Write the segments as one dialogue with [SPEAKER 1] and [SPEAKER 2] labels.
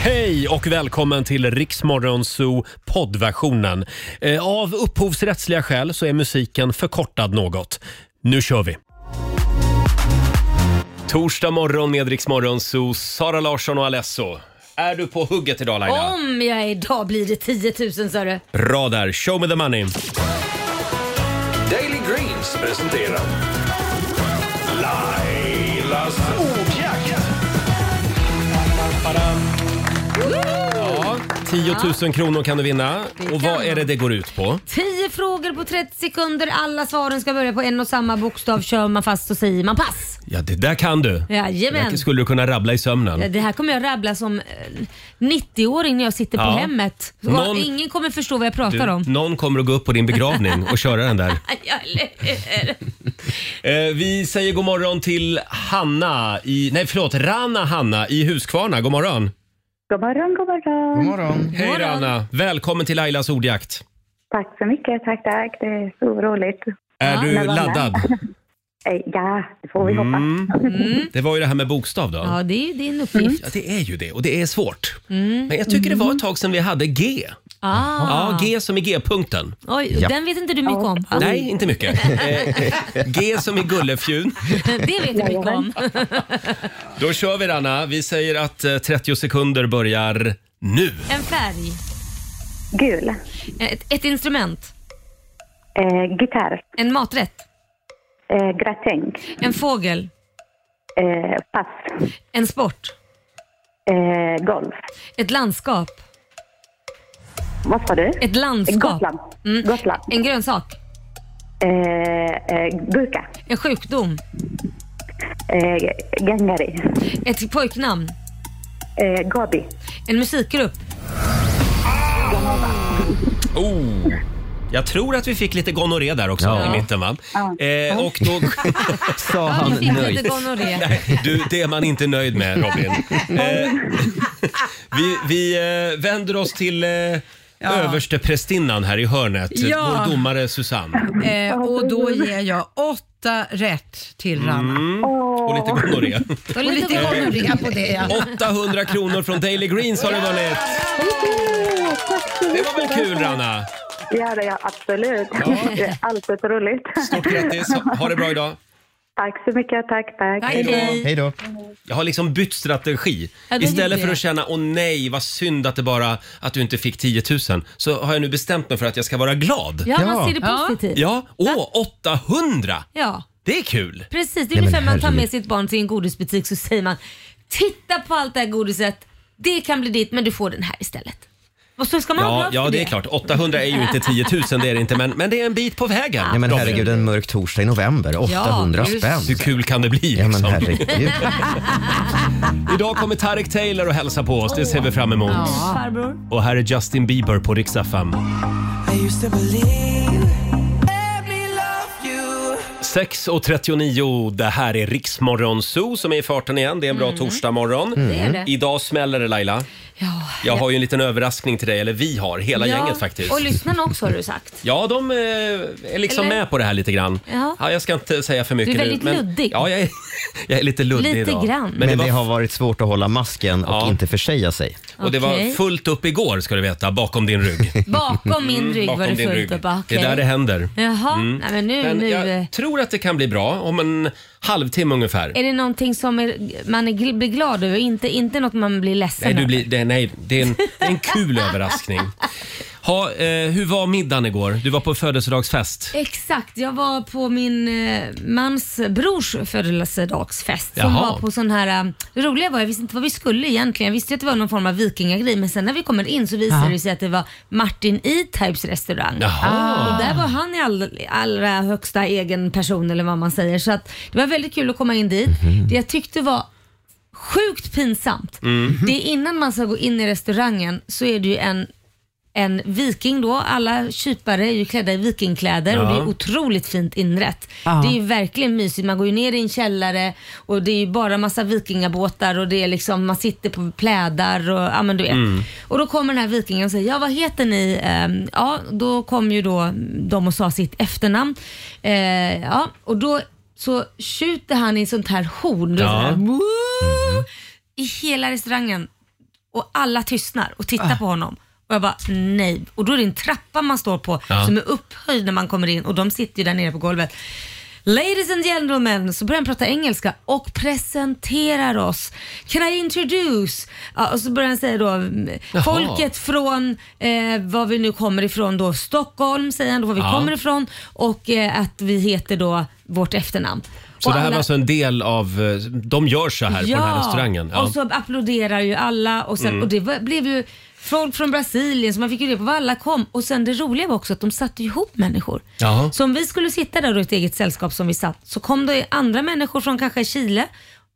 [SPEAKER 1] Hej och välkommen till Riksmorgon Zoo poddversionen. Eh, Av upphovsrättsliga skäl så är musiken förkortad något. Nu kör vi! Torsdag morgon med Riksmorgon Zoo, Sara Larsson och Alesso. Är du på hugget idag Laila?
[SPEAKER 2] Om jag idag blir det 10 000 sa du.
[SPEAKER 1] Bra där, show me the money!
[SPEAKER 3] Daily Greens presenterar Lailas ordjakt.
[SPEAKER 1] Ja, 10 000 kronor kan du vinna. Och vad är det det går ut på?
[SPEAKER 2] 10 frågor på 30 sekunder. Alla svaren ska börja på en och samma bokstav. Kör man fast så säger man pass.
[SPEAKER 1] Ja, det där kan du.
[SPEAKER 2] Jajamän.
[SPEAKER 1] Det skulle du kunna rabbla i sömnen.
[SPEAKER 2] Ja, Det här kommer jag rabbla som eh, 90-åring när jag sitter
[SPEAKER 1] Ja.
[SPEAKER 2] på hemmet. Och
[SPEAKER 1] Någon-
[SPEAKER 2] Ingen kommer förstå vad jag pratar
[SPEAKER 1] Du,
[SPEAKER 2] om.
[SPEAKER 1] någon kommer att gå upp på din begravning och köra den där.
[SPEAKER 2] Ja, eller hur?
[SPEAKER 1] Eh, vi säger god morgon till Hanna i, nej förlåt, Rana Hanna i Huskvarna. God morgon.
[SPEAKER 4] God morgon, god morgon.
[SPEAKER 5] God morgon.
[SPEAKER 1] Hej
[SPEAKER 2] morgon.
[SPEAKER 1] Rana. Välkommen till Lailas ordjakt.
[SPEAKER 4] Tack så mycket. Tack, tack. Det är så roligt.
[SPEAKER 1] Är
[SPEAKER 2] Ja,
[SPEAKER 1] du
[SPEAKER 4] men vad
[SPEAKER 1] laddad?
[SPEAKER 2] Mm.
[SPEAKER 4] Eh, Ja, det får vi hoppas.
[SPEAKER 1] Det var ju det här med bokstav då.
[SPEAKER 2] ja, det är ju din uppgift.
[SPEAKER 1] Ja, det är ju det och det är svårt. Men jag tycker det var ett tag sedan vi hade G.
[SPEAKER 2] Mm. Ah.
[SPEAKER 1] Mm. Ja, G som i G-punkten.
[SPEAKER 2] Oj, Den vet inte du mycket om.
[SPEAKER 1] Nej, inte mycket. Eh, G som i Gullefjun.
[SPEAKER 2] Det vet du mycket om.
[SPEAKER 1] Då kör vi Rana. Vi säger att eh, 30 sekunder börjar nu.
[SPEAKER 2] En färg.
[SPEAKER 4] Gul.
[SPEAKER 2] Ett, ett instrument.
[SPEAKER 4] Eh, gitarr.
[SPEAKER 2] En maträtt.
[SPEAKER 4] Eh, gratäng.
[SPEAKER 2] En fågel.
[SPEAKER 4] Eh, pass.
[SPEAKER 2] En sport.
[SPEAKER 4] Eh, golf.
[SPEAKER 2] Ett landskap.
[SPEAKER 4] Vad sa du?
[SPEAKER 2] Ett landskap. Mm.
[SPEAKER 4] Gotland. Gotland.
[SPEAKER 2] En grönsak.
[SPEAKER 4] Eh, eh, gurka.
[SPEAKER 2] En sjukdom.
[SPEAKER 4] Eh, gangari.
[SPEAKER 2] Ett pojknamn.
[SPEAKER 4] Eh, gobi.
[SPEAKER 2] En musikgrupp.
[SPEAKER 1] Oh. Jag tror att vi fick lite gonorré där också
[SPEAKER 5] Ja.
[SPEAKER 1] i mitten va? Eh, och då,
[SPEAKER 5] Sa
[SPEAKER 2] Vi fick
[SPEAKER 5] han
[SPEAKER 2] lite
[SPEAKER 5] nöjt.
[SPEAKER 2] gonorré.
[SPEAKER 1] nej, du, det är man inte nöjd med Robin. Eh, vi vi eh, vänder oss till eh, översteprästinnan här i hörnet,
[SPEAKER 6] Ja.
[SPEAKER 1] vår domare Susanne.
[SPEAKER 6] Eh, och då ger jag åtta rätt
[SPEAKER 7] Mm.
[SPEAKER 6] till Ranna.
[SPEAKER 1] Och lite gonorré.
[SPEAKER 2] Och
[SPEAKER 6] Och
[SPEAKER 2] lite
[SPEAKER 6] lite
[SPEAKER 2] gonorré.
[SPEAKER 6] gonorré på det ja.
[SPEAKER 1] 800 kronor från Daily Greens har du vunnit. Det var väl kul Ranna?
[SPEAKER 4] Ja, det är jag absolut. Det är alltid så roligt.
[SPEAKER 1] Stort grattis, ha, ha det bra idag.
[SPEAKER 4] Tack så mycket. Tack, tack.
[SPEAKER 2] Tack, hej.
[SPEAKER 5] Hej då.
[SPEAKER 1] Jag har liksom bytt strategi.
[SPEAKER 2] Ja, du
[SPEAKER 1] Istället
[SPEAKER 2] gjorde
[SPEAKER 1] för
[SPEAKER 2] det.
[SPEAKER 1] att känna åh nej vad synd att det bara att du inte fick 10 000 så har jag nu bestämt mig för att jag ska vara glad.
[SPEAKER 2] Ja, man
[SPEAKER 5] Ja.
[SPEAKER 2] ser det
[SPEAKER 6] Ja.
[SPEAKER 2] positivt. Ja.
[SPEAKER 1] Ja, åh 800! Det är kul!
[SPEAKER 2] precis. Det är
[SPEAKER 5] Nej, men
[SPEAKER 2] ungefär man tar med
[SPEAKER 5] herregud.
[SPEAKER 2] sitt barn till en godisbutik så säger man Titta på allt det här godiset. Det kan bli ditt men du får den här istället. Och så ska man vara
[SPEAKER 1] Ja,
[SPEAKER 2] glad
[SPEAKER 1] ja,
[SPEAKER 2] för
[SPEAKER 1] det är klart. 800 är ju inte 10 000, det är det inte, men, men det är en bit på vägen.
[SPEAKER 5] Ja, men
[SPEAKER 1] Robin.
[SPEAKER 5] herregud, en mörk torsdag i november. 800
[SPEAKER 2] just-
[SPEAKER 5] spänn.
[SPEAKER 1] Hur kul kan det bli?
[SPEAKER 5] Ja, men
[SPEAKER 1] liksom?
[SPEAKER 5] herregud.
[SPEAKER 1] Idag kommer Tareq Taylor och hälsa på oss, det ser vi fram emot.
[SPEAKER 2] Farbror.
[SPEAKER 1] Och här är Justin Bieber på Rix FM.
[SPEAKER 8] I used to believe let me love you
[SPEAKER 1] 6.39, det här är Riksmorgon Zoo som är i farten igen. Det är en bra torsdagmorgon. Mm.
[SPEAKER 2] är Mm. det.
[SPEAKER 1] Idag smäller det Laila.
[SPEAKER 2] Ja.
[SPEAKER 1] Jag har ju en liten överraskning till dig, eller vi har, hela
[SPEAKER 2] Ja,
[SPEAKER 1] gänget faktiskt.
[SPEAKER 2] Och lyssnarna också har du sagt.
[SPEAKER 1] Ja, de eh, är liksom
[SPEAKER 2] Eller?
[SPEAKER 1] med på det här lite grann.
[SPEAKER 2] Ja.
[SPEAKER 1] jag ska inte säga för mycket
[SPEAKER 2] väldigt
[SPEAKER 1] nu.
[SPEAKER 2] luddig.
[SPEAKER 1] Ja, jag är, jag är lite luddig
[SPEAKER 2] Lite
[SPEAKER 1] idag.
[SPEAKER 2] grann.
[SPEAKER 1] Men det
[SPEAKER 5] Men
[SPEAKER 1] var,
[SPEAKER 5] det har varit svårt att hålla masken och
[SPEAKER 1] Ja.
[SPEAKER 5] inte försäga sig.
[SPEAKER 1] Och det var
[SPEAKER 2] Okej.
[SPEAKER 1] fullt upp igår ska du veta, bakom din rygg.
[SPEAKER 2] Bakom min rygg var
[SPEAKER 1] Mm. Bakom
[SPEAKER 2] det
[SPEAKER 1] din
[SPEAKER 2] fullt upp.
[SPEAKER 1] Det
[SPEAKER 2] Okay.
[SPEAKER 1] är där det Mm. händer.
[SPEAKER 2] Jaha, Nej, men nu,
[SPEAKER 1] Men
[SPEAKER 2] nu. eh,
[SPEAKER 1] jag tror att det kan bli bra om en halvtimme ungefär.
[SPEAKER 2] Är det någonting som är, man är, gl- blir glad över? Inte, inte något man blir ledsen
[SPEAKER 1] Nej, du
[SPEAKER 2] över?
[SPEAKER 1] blir, det, nej det, är en, det är en kul överraskning. Ha, eh, hur var middagen igår? Du var på födelsedagsfest.
[SPEAKER 2] Exakt, jag var på min eh, mans brors födelsedagsfest som
[SPEAKER 1] Jaha.
[SPEAKER 2] var på sån här, eh, det roliga var jag visste inte vad vi skulle egentligen. Jag visste ju att det var någon form av vikingagrej men sen när vi kommer in så visade det sig att det var Martin E-Types restaurang.
[SPEAKER 1] Jaha.
[SPEAKER 2] Och där var han i all, allra högsta egen person eller vad man säger. Så att det var väldigt kul att komma in dit.
[SPEAKER 1] Mhm.
[SPEAKER 2] Det jag tyckte var sjukt pinsamt. Det är innan man ska gå in i restaurangen så är det ju en en viking då. Alla kypare är ju klädda i vikingkläder och det är otroligt fint inrett.
[SPEAKER 6] Ja.
[SPEAKER 2] Det är ju verkligen mysigt. Man går ju ner i en källare och det är ju bara massa vikingabåtar och det är liksom, man sitter på plädar och ja men du vet. Och då kommer den här vikingen och säger, ja vad heter ni? Ehm, ja, då kom ju då de och sa sitt efternamn. Eh, ja, och då så
[SPEAKER 1] Mm-hmm.
[SPEAKER 2] tjuter han i sånt här horn.
[SPEAKER 1] Ja.
[SPEAKER 2] Ja. I hela restaurangen. och alla tystnar och tittar på honom. Och jag bara nej. Och då är det en trappa man står på
[SPEAKER 1] Ja.
[SPEAKER 2] som är upphöjd när man kommer in och de sitter ju där nere på golvet. Ladies and gentlemen, så börjar han prata engelska och presenterar oss. Can I introduce? Ja, och så börjar han säga då, mm,
[SPEAKER 1] Jaha.
[SPEAKER 2] folket från eh, var vi nu kommer ifrån då, Stockholm säger han då, var vi
[SPEAKER 1] Ja.
[SPEAKER 2] kommer ifrån och eh, att vi heter då vårt efternamn.
[SPEAKER 1] Så
[SPEAKER 2] Och
[SPEAKER 1] det här var
[SPEAKER 2] alla-
[SPEAKER 1] alltså en del av... eh, De gör så här på den här restaurangen. Mm.
[SPEAKER 2] och så applåderar ju alla och, sen, och det var, blev ju folk från Brasilien så man fick ju reda på var alla kom. Och sen det roliga var också att de satte ihop människor.
[SPEAKER 1] Jaha.
[SPEAKER 2] Så om vi skulle sitta där och ett eget sällskap som vi satt så kom det andra människor från kanske Chile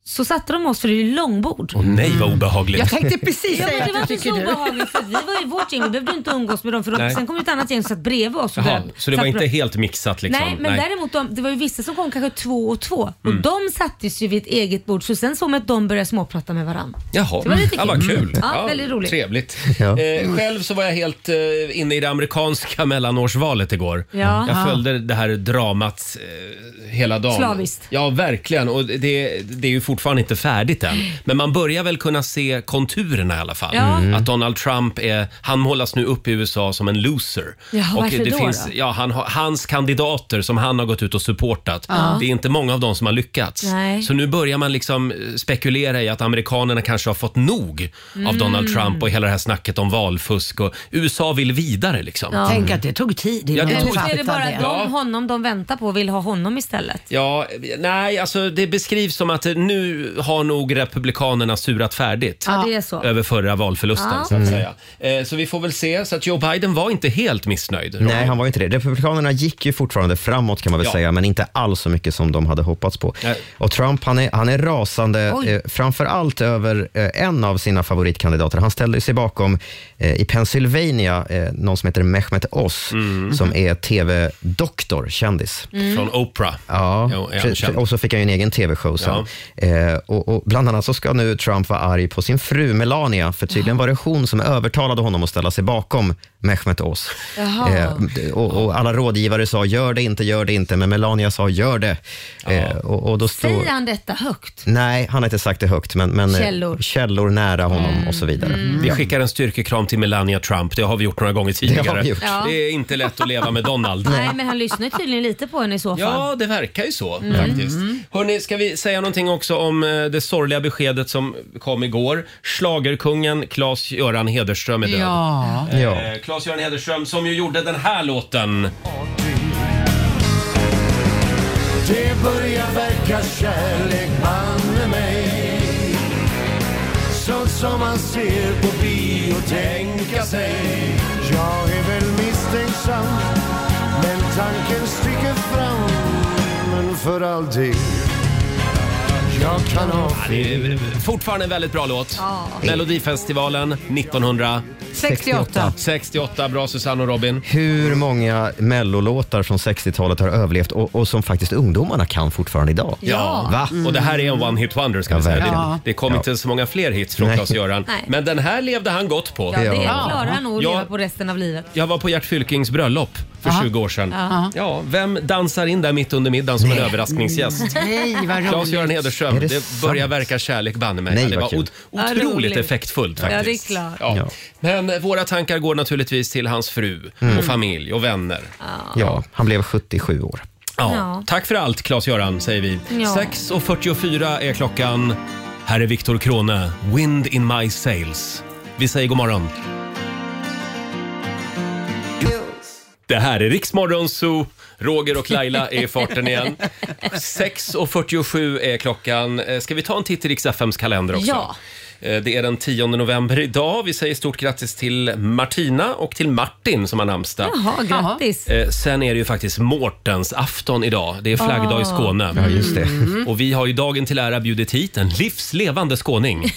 [SPEAKER 2] så satte de oss för det är ju långbord.
[SPEAKER 1] Åh nej vad obehagligt.
[SPEAKER 6] Jag tänkte precis
[SPEAKER 2] Ja, men
[SPEAKER 6] säga att
[SPEAKER 2] det
[SPEAKER 6] jag
[SPEAKER 2] var inte
[SPEAKER 6] tycker
[SPEAKER 2] så
[SPEAKER 6] du.
[SPEAKER 2] obehagligt för att vi var ju vårt gäng, vi behövde inte umgås med dem för de,
[SPEAKER 1] Nej.
[SPEAKER 2] sen kom det ett annat gäng som satt bredvid oss. och
[SPEAKER 1] Jaha,
[SPEAKER 2] började-
[SPEAKER 1] så det var
[SPEAKER 2] satt-
[SPEAKER 1] inte helt mixat liksom? Mm.
[SPEAKER 2] Nej, men däremot de, det var ju vissa som kom kanske två och två och de sattes ju vid ett eget bord så sen såg man att de började småprata med varandra.
[SPEAKER 1] Jaha,
[SPEAKER 2] Det var lite
[SPEAKER 1] Ja, vad
[SPEAKER 2] kul. Mm.
[SPEAKER 1] kul.
[SPEAKER 2] Ja, väldigt roligt.
[SPEAKER 1] Trevligt.
[SPEAKER 5] Ja.
[SPEAKER 1] Eh, själv så var jag helt eh, inne i det amerikanska mellanårsvalet igår.
[SPEAKER 2] Ja.
[SPEAKER 1] Jag följde det här dramat eh, hela dagen.
[SPEAKER 2] Slaviskt.
[SPEAKER 1] Ja, verkligen. Och det, det är ju fortfarande inte färdigt än. Men man börjar väl kunna se konturerna i alla fall.
[SPEAKER 2] Ja. Mm.
[SPEAKER 1] Att Donald Trump är, han målas nu upp i USA som en loser.
[SPEAKER 2] Jaha,
[SPEAKER 1] och
[SPEAKER 2] varför
[SPEAKER 1] det
[SPEAKER 2] då
[SPEAKER 1] finns,
[SPEAKER 2] då?
[SPEAKER 1] Ja, han, har- hans kandidater som han har gått ut och supportat. Det är inte många av dem som har lyckats.
[SPEAKER 2] Nej.
[SPEAKER 1] Så nu börjar man liksom eh, spekulera i att amerikanerna kanske har fått nog av
[SPEAKER 2] Mm.
[SPEAKER 1] Donald Trump och hela det här snacket om valfusk. Och USA vill vidare liksom. Ja.
[SPEAKER 6] Tänk att det tog tid innan
[SPEAKER 1] det
[SPEAKER 6] jag
[SPEAKER 1] tog-
[SPEAKER 2] Eller är det bara
[SPEAKER 6] fattade.
[SPEAKER 2] de, honom de väntar på och vill ha honom istället?
[SPEAKER 1] nej, alltså det beskrivs som att eh, nu har nog republikanerna surat färdigt.
[SPEAKER 2] Ja, det är så.
[SPEAKER 1] över förra valförlusten
[SPEAKER 2] Ja. Mm.
[SPEAKER 1] så att säga. Eh, Så vi får väl se. Så att Joe Biden var inte helt missnöjd. Roger.
[SPEAKER 5] Nej, han var ju inte det. Republikanerna gick ju fortfarande framåt kan man väl
[SPEAKER 1] Ja.
[SPEAKER 5] säga, men inte alls så mycket som de hade hoppats på.
[SPEAKER 1] Nej.
[SPEAKER 5] Och Trump, han är, han är rasande,
[SPEAKER 2] Oj.
[SPEAKER 5] eh, framför allt över eh, en av sina favoritkandidater. Han ställde sig bakom, eh, i Pennsylvania, eh, någon som heter Mehmet Oz,
[SPEAKER 1] Mm.
[SPEAKER 5] som är tv-doktor, kändis.
[SPEAKER 1] Från Oprah.
[SPEAKER 5] Ja,
[SPEAKER 1] Jo, är han
[SPEAKER 5] pre-
[SPEAKER 1] känd.
[SPEAKER 5] och så fick han ju en egen tv-show sen. Eh, och, och bland annat så ska nu Trump vara arg på sin fru Melania, för tydligen var det hon som övertalade honom att ställa sig bakom Mehmet Oz. Eh,
[SPEAKER 2] Jaha.
[SPEAKER 5] och, och alla rådgivare sa gör det inte, gör det inte, men Melania sa gör det. Eh, och, och då stod,
[SPEAKER 2] Säger han detta högt?
[SPEAKER 5] Nej, han har inte sagt det högt, men, men eh,
[SPEAKER 2] Källor. Mm.
[SPEAKER 5] källor nära honom och så vidare.
[SPEAKER 1] Vi skickar en styrkekram till Melania Trump. Det har vi gjort några gånger tidigare.
[SPEAKER 5] Mm. Det har vi gjort.
[SPEAKER 2] Ja.
[SPEAKER 1] Det är inte lätt att leva med Donald.
[SPEAKER 2] Nej, men han lyssnar ju tydligen lite på henne i så fall.
[SPEAKER 1] Ja, det verkar ju så
[SPEAKER 5] Mm.
[SPEAKER 1] faktiskt. Hörrni, ska vi säga någonting också om eh, det sorgliga beskedet som kom igår? Schlagerkungen Claes-Göran Hederström är död.
[SPEAKER 6] Ja.
[SPEAKER 2] Mm.
[SPEAKER 5] Ja.
[SPEAKER 1] Eh, Claes-Göran Hederström som ju gjorde den här låten.
[SPEAKER 3] Det börjar verka kärlek banne mig Sånt som man ser på bio tänka sig Jag är väl misstänksam Men tanken sticker fram Men för all del Jag kan ha fel
[SPEAKER 1] Det är Eh, Fortfarande en väldigt bra låt. Melodifestivalen 1968.
[SPEAKER 6] 68.
[SPEAKER 1] Bra Susanne och Robin.
[SPEAKER 5] Hur många mellolåtar från 60-talet har överlevt och, och som faktiskt ungdomarna kan fortfarande idag?
[SPEAKER 1] Ja.
[SPEAKER 5] Va?
[SPEAKER 1] Och det här är en one hit wonder ska
[SPEAKER 5] Ja,
[SPEAKER 1] vi säga.
[SPEAKER 5] verkligen.
[SPEAKER 1] Det,
[SPEAKER 5] Ja.
[SPEAKER 1] det kom
[SPEAKER 5] Ja.
[SPEAKER 1] inte så många fler hits från
[SPEAKER 5] Nej.
[SPEAKER 1] Claes-Göran.
[SPEAKER 2] Nej.
[SPEAKER 1] Men den här levde han gott på.
[SPEAKER 2] Ja, det
[SPEAKER 5] Ja.
[SPEAKER 2] klarar han nog att
[SPEAKER 1] Ja.
[SPEAKER 2] leva på resten av livet.
[SPEAKER 1] Jag var på Gert Fylkings bröllop för 20 år sedan. Ja, vem dansar in där mitt under middagen som en överraskningsgäst?
[SPEAKER 6] Nej, vad
[SPEAKER 1] Claes-Göran
[SPEAKER 6] Mm. roligt.
[SPEAKER 1] Hederström,
[SPEAKER 5] Är det
[SPEAKER 1] det, börjar
[SPEAKER 5] sant?
[SPEAKER 1] verka kärlek banne mig.
[SPEAKER 5] Nej,
[SPEAKER 1] Ja, det
[SPEAKER 5] vad
[SPEAKER 1] var
[SPEAKER 5] kul.
[SPEAKER 1] ot-
[SPEAKER 2] Ja,
[SPEAKER 1] otroligt
[SPEAKER 2] roligt.
[SPEAKER 1] effektfullt
[SPEAKER 2] Ja, det är
[SPEAKER 1] faktiskt.
[SPEAKER 2] klart.
[SPEAKER 5] Ja.
[SPEAKER 1] Men eh, våra tankar går naturligtvis till hans fru och familj och vänner.
[SPEAKER 5] Ja, han blev 77 år.
[SPEAKER 1] Ja.
[SPEAKER 2] Ja.
[SPEAKER 1] Tack för allt, Claes-Göran, säger vi.
[SPEAKER 2] Ja.
[SPEAKER 1] 6.44 är klockan. Här är Viktor Krone, Wind in my sails. Vi säger god morgon. Det här är Riksmorgon Zoo. Roger och Laila är i farten igen. 6.47 är klockan. Eh, Ska vi ta en titt i Rix FMs kalender också?
[SPEAKER 2] Ja.
[SPEAKER 1] Eh, Det är den 10 november idag. Vi säger stort grattis till Martina och till Martin som har namnsdag.
[SPEAKER 2] Jaha, grattis.
[SPEAKER 1] Eh, sen är det ju faktiskt Mårtens afton idag. Det är flaggdag i
[SPEAKER 2] Ah.
[SPEAKER 1] Skåne. Mm.
[SPEAKER 5] Ja, just det.
[SPEAKER 1] Och vi har ju dagen till ära bjudit hit en livslevande skåning.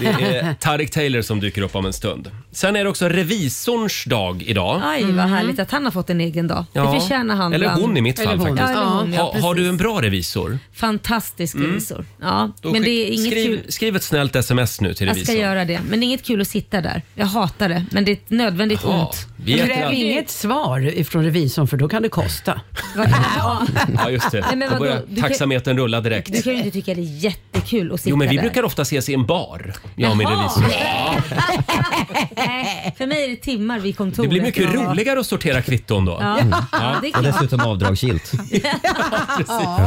[SPEAKER 1] Det är Tareq Taylor som dyker upp om en stund. Sen är det också revisorns dag idag.
[SPEAKER 2] Aj, vad härligt att han har fått en egen dag.
[SPEAKER 1] Mm. Ja.
[SPEAKER 2] Det förtjänar han.
[SPEAKER 1] Eller
[SPEAKER 2] bland-
[SPEAKER 1] hon i mitt
[SPEAKER 6] Eller
[SPEAKER 1] fall
[SPEAKER 6] hon.
[SPEAKER 1] faktiskt.
[SPEAKER 2] Ja, eller hon, ja,
[SPEAKER 1] ha, har
[SPEAKER 2] precis.
[SPEAKER 1] du en bra revisor?
[SPEAKER 2] Fantastisk revisor. Ja,
[SPEAKER 1] Då
[SPEAKER 2] men
[SPEAKER 1] skick-
[SPEAKER 2] det är inget
[SPEAKER 1] skriv,
[SPEAKER 2] kul.
[SPEAKER 1] skriv ett snällt sms nu till
[SPEAKER 2] Jag
[SPEAKER 1] revisorn.
[SPEAKER 2] ska göra det, men det är inget kul att sitta där. Jag hatar det, men det är ett nödvändigt
[SPEAKER 1] Ja,
[SPEAKER 2] ont.
[SPEAKER 1] vi äter
[SPEAKER 6] Kräv
[SPEAKER 1] all-
[SPEAKER 6] inget svar ifrån revisorn för då kan det kosta.
[SPEAKER 2] Vad- Ja.
[SPEAKER 1] Ja, just det.
[SPEAKER 2] men
[SPEAKER 1] Då
[SPEAKER 2] vadå?
[SPEAKER 1] börjar
[SPEAKER 2] Du kan-
[SPEAKER 1] taxametern rulla
[SPEAKER 2] Du
[SPEAKER 1] direkt.
[SPEAKER 2] kan ju inte tycka det är jättekul väldigt kul att sitta
[SPEAKER 1] Jo, men vi
[SPEAKER 2] där.
[SPEAKER 1] brukar ofta ses i en bar, jag och min
[SPEAKER 2] Jaha.
[SPEAKER 1] revisor.
[SPEAKER 2] Nej, för mig är det timmar vid kontoret.
[SPEAKER 1] Det blir mycket Mm.
[SPEAKER 2] och-
[SPEAKER 1] roligare att sortera kvitton då.
[SPEAKER 2] Ja, ja, det är
[SPEAKER 5] Och
[SPEAKER 2] klart.
[SPEAKER 5] dessutom avdragsgillt.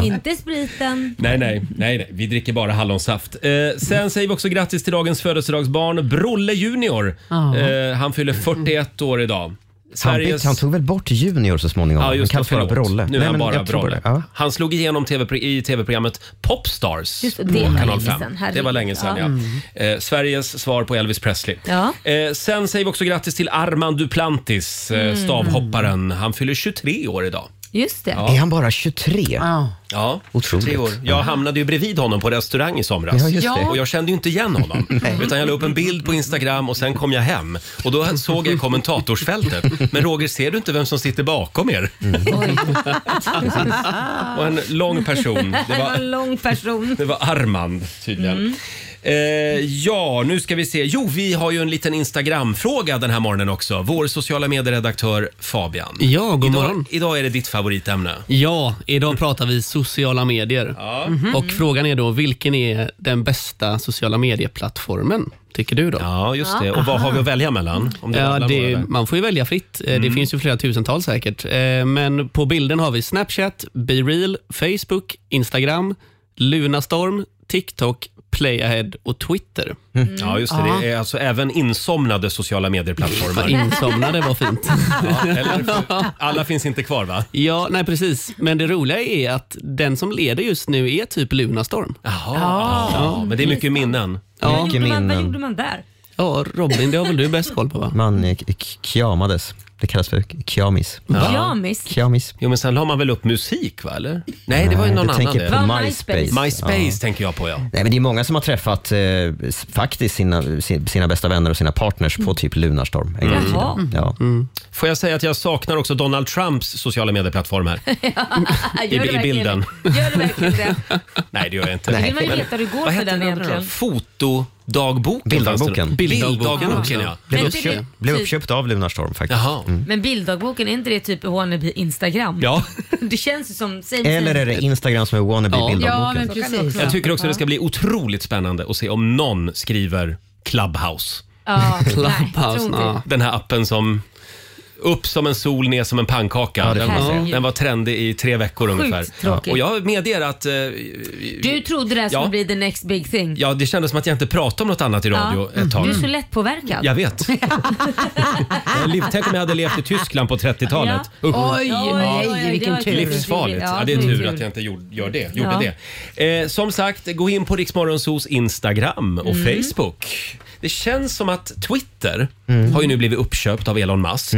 [SPEAKER 2] Inte spriten.
[SPEAKER 1] Nej, nej, nej, nej, vi dricker bara hallonsaft. Eh, sen säger vi också grattis till dagens födelsedagsbarn, Brolle Junior.
[SPEAKER 6] Ja.
[SPEAKER 1] Eh, han fyller 41 år idag.
[SPEAKER 5] Han, bytte- han tog väl bort Junior så småningom?
[SPEAKER 1] Ja,
[SPEAKER 5] han
[SPEAKER 1] just det,
[SPEAKER 5] kallas bara
[SPEAKER 1] förlåt.
[SPEAKER 5] Brolle.
[SPEAKER 1] Nu är han
[SPEAKER 5] men
[SPEAKER 1] bara
[SPEAKER 5] jag tror
[SPEAKER 1] Brolle.
[SPEAKER 5] Ja.
[SPEAKER 1] Han slog igenom TV, i tv-programmet Popstars
[SPEAKER 2] Just det,
[SPEAKER 1] på
[SPEAKER 2] det var
[SPEAKER 1] kanal
[SPEAKER 2] länge
[SPEAKER 1] 5.
[SPEAKER 2] sedan, herregud.
[SPEAKER 1] det var länge sedan, ja. Eh, Sveriges svar på Elvis Presley.
[SPEAKER 2] Ja.
[SPEAKER 1] Eh, sen säger vi också grattis till Armand Duplantis, eh, stavhopparen. Han fyller 23 år idag.
[SPEAKER 2] Just det.
[SPEAKER 5] Är han bara 23?
[SPEAKER 6] Ja.
[SPEAKER 1] Ja,
[SPEAKER 5] Otroligt.
[SPEAKER 1] 23 år. Jag hamnade ju bredvid honom på restaurang i somras.
[SPEAKER 5] Ja, just det.
[SPEAKER 1] Och jag kände ju inte igen honom. utan jag la upp en bild på Instagram och sen kom jag hem. Och då såg jag i kommentatorsfältet. Men Roger, ser du inte vem som sitter bakom er?
[SPEAKER 5] Mm.
[SPEAKER 2] Oj,
[SPEAKER 1] Och en lång person.
[SPEAKER 2] det var en lång person.
[SPEAKER 1] Det var Armand tydligen. Eh, ja, nu ska vi se. Jo, vi har ju en liten Instagram-fråga den här morgonen också. Vår sociala medieredaktör Fabian.
[SPEAKER 7] Ja, god
[SPEAKER 1] idag,
[SPEAKER 7] morgon.
[SPEAKER 1] idag är det ditt favoritämne.
[SPEAKER 7] Ja, idag pratar vi sociala medier.
[SPEAKER 5] Mm.
[SPEAKER 6] Mm.
[SPEAKER 7] Och frågan är då, vilken är den bästa sociala medieplattformen, tycker du då? Ja.
[SPEAKER 1] Ja, just det. Och vad har vi att välja mellan? Om var alla våra
[SPEAKER 7] det,
[SPEAKER 1] där.
[SPEAKER 7] man får ju välja fritt. Eh, Det finns ju flera tusental säkert. Eh, Men på bilden har vi Snapchat, BeReal, Facebook, Instagram, Lunastorm, TikTok, Playahead och Twitter.
[SPEAKER 1] Ja, just det. Det är alltså även insomnade sociala
[SPEAKER 7] Vad
[SPEAKER 1] medieplattformar.
[SPEAKER 7] insomnade var fint.
[SPEAKER 1] Ja, eller, alla finns inte kvar, va?
[SPEAKER 7] Ja, nej precis. Men det roliga är att den som leder just nu är typ Lunastorm.
[SPEAKER 1] Jaha. Ja, men det är mycket minnen.
[SPEAKER 7] Ja,
[SPEAKER 2] Vad gjorde man, vad
[SPEAKER 5] minnen.
[SPEAKER 2] gjorde man där?
[SPEAKER 7] ja Robin, det har väl du bäst koll på va?
[SPEAKER 5] Man eh, k- kramades. Det kallas för kjamis.
[SPEAKER 2] Jamis?
[SPEAKER 5] Kjamis.
[SPEAKER 1] Jo, men sen la man väl upp musik, va? Eller? Nej, det var ju
[SPEAKER 5] Nej,
[SPEAKER 1] någon
[SPEAKER 5] du
[SPEAKER 1] annan.
[SPEAKER 5] tänker
[SPEAKER 1] det.
[SPEAKER 2] Vad,
[SPEAKER 5] på MySpace.
[SPEAKER 2] MySpace?
[SPEAKER 1] MySpace
[SPEAKER 5] Ja.
[SPEAKER 1] tänker jag på, ja.
[SPEAKER 5] Nej, men det är många som har träffat eh, s- faktiskt sina, sin- sina bästa vänner och sina partners på typ Lunarstorm. En gång i
[SPEAKER 2] Jaha.
[SPEAKER 5] tiden. Ja.
[SPEAKER 1] Får jag säga att jag saknar också Donald Trumps sociala medieplattform här?
[SPEAKER 2] Ah,
[SPEAKER 1] I-
[SPEAKER 2] gör det
[SPEAKER 1] i
[SPEAKER 2] verkligen
[SPEAKER 1] bilden.
[SPEAKER 2] det? Gör det verkligen det?
[SPEAKER 1] Nej, det gör jag inte.
[SPEAKER 2] Vill man ju veta hur det går
[SPEAKER 1] Vad
[SPEAKER 2] för
[SPEAKER 1] hette
[SPEAKER 2] den
[SPEAKER 1] den andra
[SPEAKER 2] egentligen?
[SPEAKER 1] då? Fotodagboken?
[SPEAKER 5] Bilddagboken.
[SPEAKER 1] fanns det. Bilddagboken,
[SPEAKER 7] Bilddagboken,
[SPEAKER 1] ja.
[SPEAKER 5] Blev,
[SPEAKER 2] Men
[SPEAKER 5] uppköpt,
[SPEAKER 2] det är det-
[SPEAKER 5] blev uppköpt av Lunarstorm faktiskt.
[SPEAKER 1] Jaha.
[SPEAKER 2] Men bilddagboken, är inte det typ wannabe Instagram?
[SPEAKER 1] Ja.
[SPEAKER 2] Det känns ju som... Same, same.
[SPEAKER 5] Eller är det Instagram som är wannabe
[SPEAKER 7] Ja.
[SPEAKER 6] ja,
[SPEAKER 5] bilddagboken?
[SPEAKER 6] men precis.
[SPEAKER 1] Jag tycker också det ska bli otroligt spännande att se om någon skriver Clubhouse.
[SPEAKER 2] Ja, nej, jag tror
[SPEAKER 7] Clubhouse.
[SPEAKER 2] inte det.
[SPEAKER 7] ja.
[SPEAKER 1] Den här appen som upp som en sol, ner som en pannkaka.
[SPEAKER 5] Ja, det
[SPEAKER 1] den,
[SPEAKER 5] får man
[SPEAKER 2] se.
[SPEAKER 1] den var trendig i tre veckor ungefär.
[SPEAKER 2] tråkigt.
[SPEAKER 1] Och jag medger att eh,
[SPEAKER 2] Du trodde det här skulle
[SPEAKER 1] Ja.
[SPEAKER 2] bli the next big thing?
[SPEAKER 1] ja, det kändes som att jag inte pratade om något annat i radio ett tag.
[SPEAKER 2] Du är
[SPEAKER 6] Mm.
[SPEAKER 2] så lättpåverkad.
[SPEAKER 1] Jag vet. Jag lev- Tänk om jag hade levt i Tyskland på 30-talet. Usch.
[SPEAKER 6] Oj,
[SPEAKER 2] Oj, oj, oj,
[SPEAKER 6] nej,
[SPEAKER 2] det
[SPEAKER 6] vilken
[SPEAKER 2] var
[SPEAKER 6] tur.
[SPEAKER 2] kul.
[SPEAKER 1] Livsfarligt.
[SPEAKER 2] Ja, mm.
[SPEAKER 1] Ja, det är
[SPEAKER 2] det är
[SPEAKER 1] tur
[SPEAKER 2] tur.
[SPEAKER 1] att jag inte gjorde, gör det, gjorde
[SPEAKER 2] Ja.
[SPEAKER 1] det. Eh, som sagt, gå in på Riksmorgonsos Instagram och
[SPEAKER 2] Mm.
[SPEAKER 1] Facebook. Det känns som att Twitter har ju nu blivit uppköpt av Elon Musk.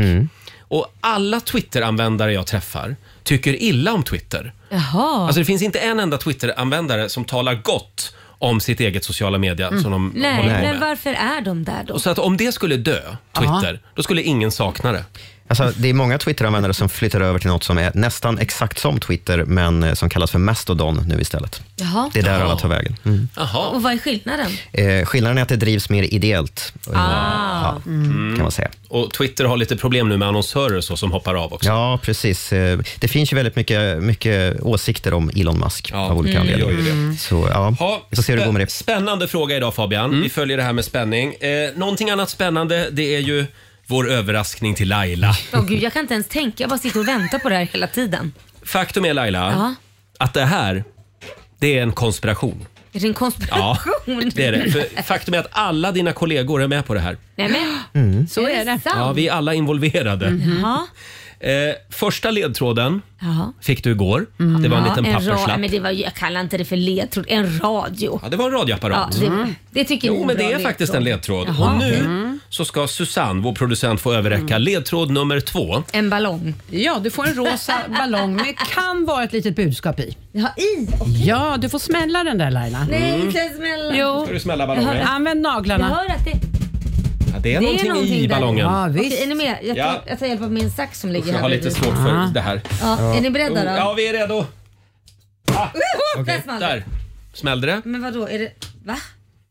[SPEAKER 1] Och alla Twitter-användare jag träffar tycker illa om Twitter.
[SPEAKER 2] Jaha.
[SPEAKER 1] Alltså det finns inte en enda Twitter-användare som talar gott om sitt eget sociala media som de
[SPEAKER 2] Mm. nej,
[SPEAKER 1] håller på
[SPEAKER 2] men
[SPEAKER 1] med.
[SPEAKER 2] varför är de där då?
[SPEAKER 1] Och så att om det skulle dö, Twitter, då skulle ingen sakna det.
[SPEAKER 5] Alltså, det är många Twitter-användare som flyttar över till något som är nästan exakt som Twitter, men eh, som kallas för Mastodon nu istället.
[SPEAKER 2] Jaha.
[SPEAKER 5] Det är där
[SPEAKER 1] Ja.
[SPEAKER 5] alla tar vägen. Mm.
[SPEAKER 1] Jaha.
[SPEAKER 2] Och vad är skillnaden?
[SPEAKER 5] Eh, skillnaden är att det drivs mer ideellt, eh,
[SPEAKER 2] Ah.
[SPEAKER 5] ja, kan man säga.
[SPEAKER 1] Och Twitter har lite problem nu med annonsörer och så som hoppar av också.
[SPEAKER 5] Ja, precis. Eh, Det finns ju väldigt mycket, mycket åsikter om Elon Musk
[SPEAKER 1] Ja,
[SPEAKER 5] av olika
[SPEAKER 1] det gör ju
[SPEAKER 5] anledningar. Så, ja.
[SPEAKER 1] Ha,
[SPEAKER 5] Vi får se hur det går med det.
[SPEAKER 1] Spännande fråga idag Fabian. Vi följer det här med spänning. Eh, någonting annat spännande det är ju vår överraskning till Laila.
[SPEAKER 2] Åh gud, jag kan inte ens tänka. Jag bara sitter och väntar på det här hela tiden.
[SPEAKER 1] Faktum är Laila
[SPEAKER 2] Ja.
[SPEAKER 1] att det här det är en konspiration.
[SPEAKER 2] Är det en
[SPEAKER 1] Ja,
[SPEAKER 2] konspiration?
[SPEAKER 1] det är det. För faktum är att alla dina kollegor är med på det här.
[SPEAKER 2] Nej, men,
[SPEAKER 1] Mm.
[SPEAKER 2] Mm.
[SPEAKER 6] Så är det.
[SPEAKER 2] sant?
[SPEAKER 1] Ja, vi är alla involverade.
[SPEAKER 2] Jaha.
[SPEAKER 1] Eh, första ledtråden
[SPEAKER 2] Jaha.
[SPEAKER 1] fick du igår. Det var en liten
[SPEAKER 2] Mm. ja,
[SPEAKER 1] papperslapp.
[SPEAKER 2] ra- men det var, ju- jag kallar inte det för ledtråd, en radio.
[SPEAKER 1] Ja, det var en radioapparat.
[SPEAKER 2] Ja, det, det tycker ni
[SPEAKER 1] Jo,
[SPEAKER 2] en
[SPEAKER 1] men det
[SPEAKER 2] bra
[SPEAKER 1] är
[SPEAKER 2] ledtråd.
[SPEAKER 1] faktiskt en ledtråd.
[SPEAKER 2] Jaha. mm.
[SPEAKER 1] Och nu så ska Susanne, vår producent, få överräcka ledtråd nummer två.
[SPEAKER 2] En ballong.
[SPEAKER 6] Ja, du får en rosa ballong med kan vara ett litet budskap i.
[SPEAKER 2] Ja, i?
[SPEAKER 6] Ja, du får smälla den där Laila.
[SPEAKER 1] Mm.
[SPEAKER 2] Nej, inte smälla.
[SPEAKER 6] Jo,
[SPEAKER 1] Ska du smälla ballongen?
[SPEAKER 6] använd
[SPEAKER 2] Jag
[SPEAKER 6] naglarna.
[SPEAKER 2] hör att det...
[SPEAKER 1] Ja, det är någonting, i
[SPEAKER 2] någonting där.
[SPEAKER 1] ballongen.
[SPEAKER 6] Ja,
[SPEAKER 2] Okej, är
[SPEAKER 6] visst.
[SPEAKER 2] ni med? Jag tar,
[SPEAKER 1] Ja.
[SPEAKER 2] jag tar hjälp av min sax som ligger
[SPEAKER 1] Jag
[SPEAKER 2] här
[SPEAKER 1] har lite
[SPEAKER 2] bredvid.
[SPEAKER 1] svårt för det här.
[SPEAKER 2] Ja, är ni beredda då?
[SPEAKER 1] Ja, vi är redo.
[SPEAKER 2] Oh, där small det.
[SPEAKER 1] Där smällde det.
[SPEAKER 2] Men vadå, är det... Va?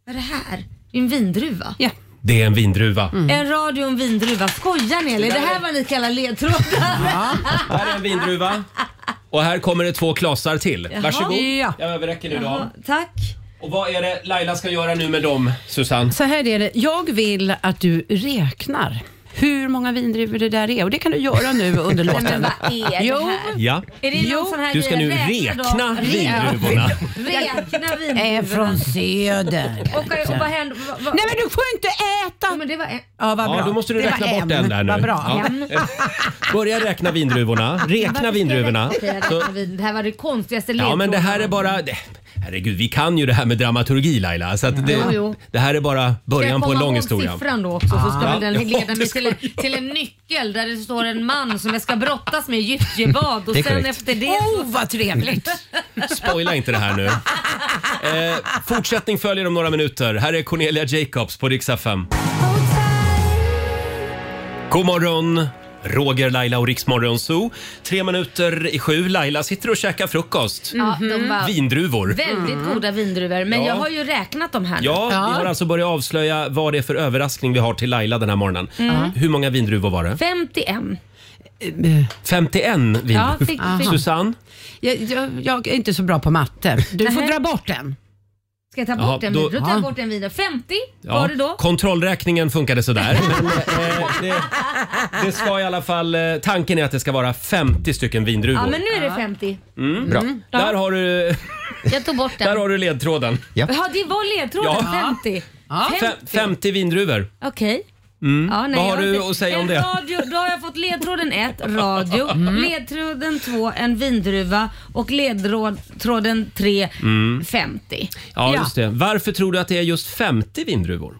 [SPEAKER 2] Vad är det här? Det är en vindruva.
[SPEAKER 6] Ja.
[SPEAKER 1] Det är en vindruva.
[SPEAKER 6] Mm.
[SPEAKER 2] En radio och en vindruva. Skojar ni eller? Det här var ni kallar ledtrådar.
[SPEAKER 1] Här är en vindruva. Och här kommer det två klasar till. Varsågod.
[SPEAKER 6] Ja.
[SPEAKER 1] Jag överräcker nu dem.
[SPEAKER 2] Tack.
[SPEAKER 1] Och vad är det Laila ska göra nu med dem, Susanne?
[SPEAKER 6] Så här är det. Jag vill att du räknar hur många vindruvor det där är och det kan du göra nu
[SPEAKER 2] Nej,
[SPEAKER 6] under
[SPEAKER 2] men
[SPEAKER 6] låten.
[SPEAKER 2] vad är det här?
[SPEAKER 6] Jo.
[SPEAKER 1] Ja.
[SPEAKER 2] Är det
[SPEAKER 6] Jo,
[SPEAKER 2] någon sån här
[SPEAKER 1] Du ska
[SPEAKER 2] grej?
[SPEAKER 1] nu
[SPEAKER 2] Räkna då.
[SPEAKER 1] räkna vindruvorna.
[SPEAKER 2] Räkna
[SPEAKER 6] Är
[SPEAKER 2] vindruvorna.
[SPEAKER 6] från söder.
[SPEAKER 2] Och, och vad händer? Vad, vad?
[SPEAKER 6] Nej men du får inte äta!
[SPEAKER 2] Ja, men det var en.
[SPEAKER 6] Ja, vad bra.
[SPEAKER 1] Ja, då måste du
[SPEAKER 6] Det var
[SPEAKER 1] räkna
[SPEAKER 6] en.
[SPEAKER 1] bort den där nu.
[SPEAKER 6] Vad bra.
[SPEAKER 1] Ja. Börja räkna vindruvorna. Räkna vindruvorna.
[SPEAKER 2] Okej, jag
[SPEAKER 1] Så,
[SPEAKER 2] räknar vin- Det här var det konstigaste
[SPEAKER 1] ja,
[SPEAKER 2] ledtråden.
[SPEAKER 1] men det här är bara... det- Herregud, vi kan ju det här med dramaturgi Laila. Så att
[SPEAKER 2] Jo,
[SPEAKER 1] det,
[SPEAKER 2] jo.
[SPEAKER 1] det här är bara början på en lång historia.
[SPEAKER 2] Ska jag komma ihåg siffran då också så ska väl den
[SPEAKER 1] Ja,
[SPEAKER 2] leda
[SPEAKER 1] det
[SPEAKER 2] mig
[SPEAKER 1] ska
[SPEAKER 2] till en, till en nyckel där det står en man som jag ska brottas med i gyttjebad och
[SPEAKER 5] Det är
[SPEAKER 2] sen
[SPEAKER 5] korrekt.
[SPEAKER 2] efter det så...
[SPEAKER 6] Oh vad trevligt!
[SPEAKER 1] Spoila inte det här nu. Eh, fortsättning följer om några minuter. Här är Cornelia Jacobs på riksdag 5. God morgon! Roger, Laila och Riksmorgon Zoo. Tre minuter i sju. Laila sitter och käkar frukost.
[SPEAKER 2] Ja, de bara,
[SPEAKER 1] Vindruvor.
[SPEAKER 2] väldigt goda vindruvor men
[SPEAKER 1] Mm-hmm. Ja.
[SPEAKER 2] jag har ju räknat dem här. nu.
[SPEAKER 1] Ja, vi har alltså börjat avslöja vad det är för överraskning vi har till Laila den här morgonen.
[SPEAKER 2] Mm.
[SPEAKER 1] Hur många vindruvor var det?
[SPEAKER 2] 51.
[SPEAKER 1] 51 vindruvor.
[SPEAKER 2] Ja, fick, fick.
[SPEAKER 1] Susanne?
[SPEAKER 6] Jag, jag, jag är inte så bra på matte. Du får dra bort den.
[SPEAKER 2] Ska jag ta
[SPEAKER 1] Jaha,
[SPEAKER 2] bort en
[SPEAKER 1] då-
[SPEAKER 2] vindruva? Då tar jag
[SPEAKER 6] Ja.
[SPEAKER 2] bort en vindruva. 50
[SPEAKER 1] Ja,
[SPEAKER 2] var det då.
[SPEAKER 1] Kontrollräkningen funkade sådär. Men, eh, det, det ska i alla fall, eh, tanken är att det ska vara 50 stycken vindruvor.
[SPEAKER 2] Ja men nu är det 50.
[SPEAKER 5] Bra.
[SPEAKER 1] Där har du,
[SPEAKER 2] Jag tog bort den.
[SPEAKER 1] där har du ledtråden.
[SPEAKER 2] Ja det var ledtråden
[SPEAKER 1] Ja.
[SPEAKER 2] 50.
[SPEAKER 1] Fem, 50 vindruvor.
[SPEAKER 2] Okej. Ja, nej,
[SPEAKER 1] Mm. Vad har
[SPEAKER 2] jag
[SPEAKER 1] du
[SPEAKER 2] inte-
[SPEAKER 1] att säga om
[SPEAKER 2] en
[SPEAKER 1] det? Mm.
[SPEAKER 2] Radio, då har jag fått ledtråden 1, radio. Ledtråden 2, en vindruva. Och ledtråden 3,
[SPEAKER 1] Mm.
[SPEAKER 2] 50.
[SPEAKER 1] Ja,
[SPEAKER 6] Ja.
[SPEAKER 1] just det. Varför tror du att det är just 50 vindruvor?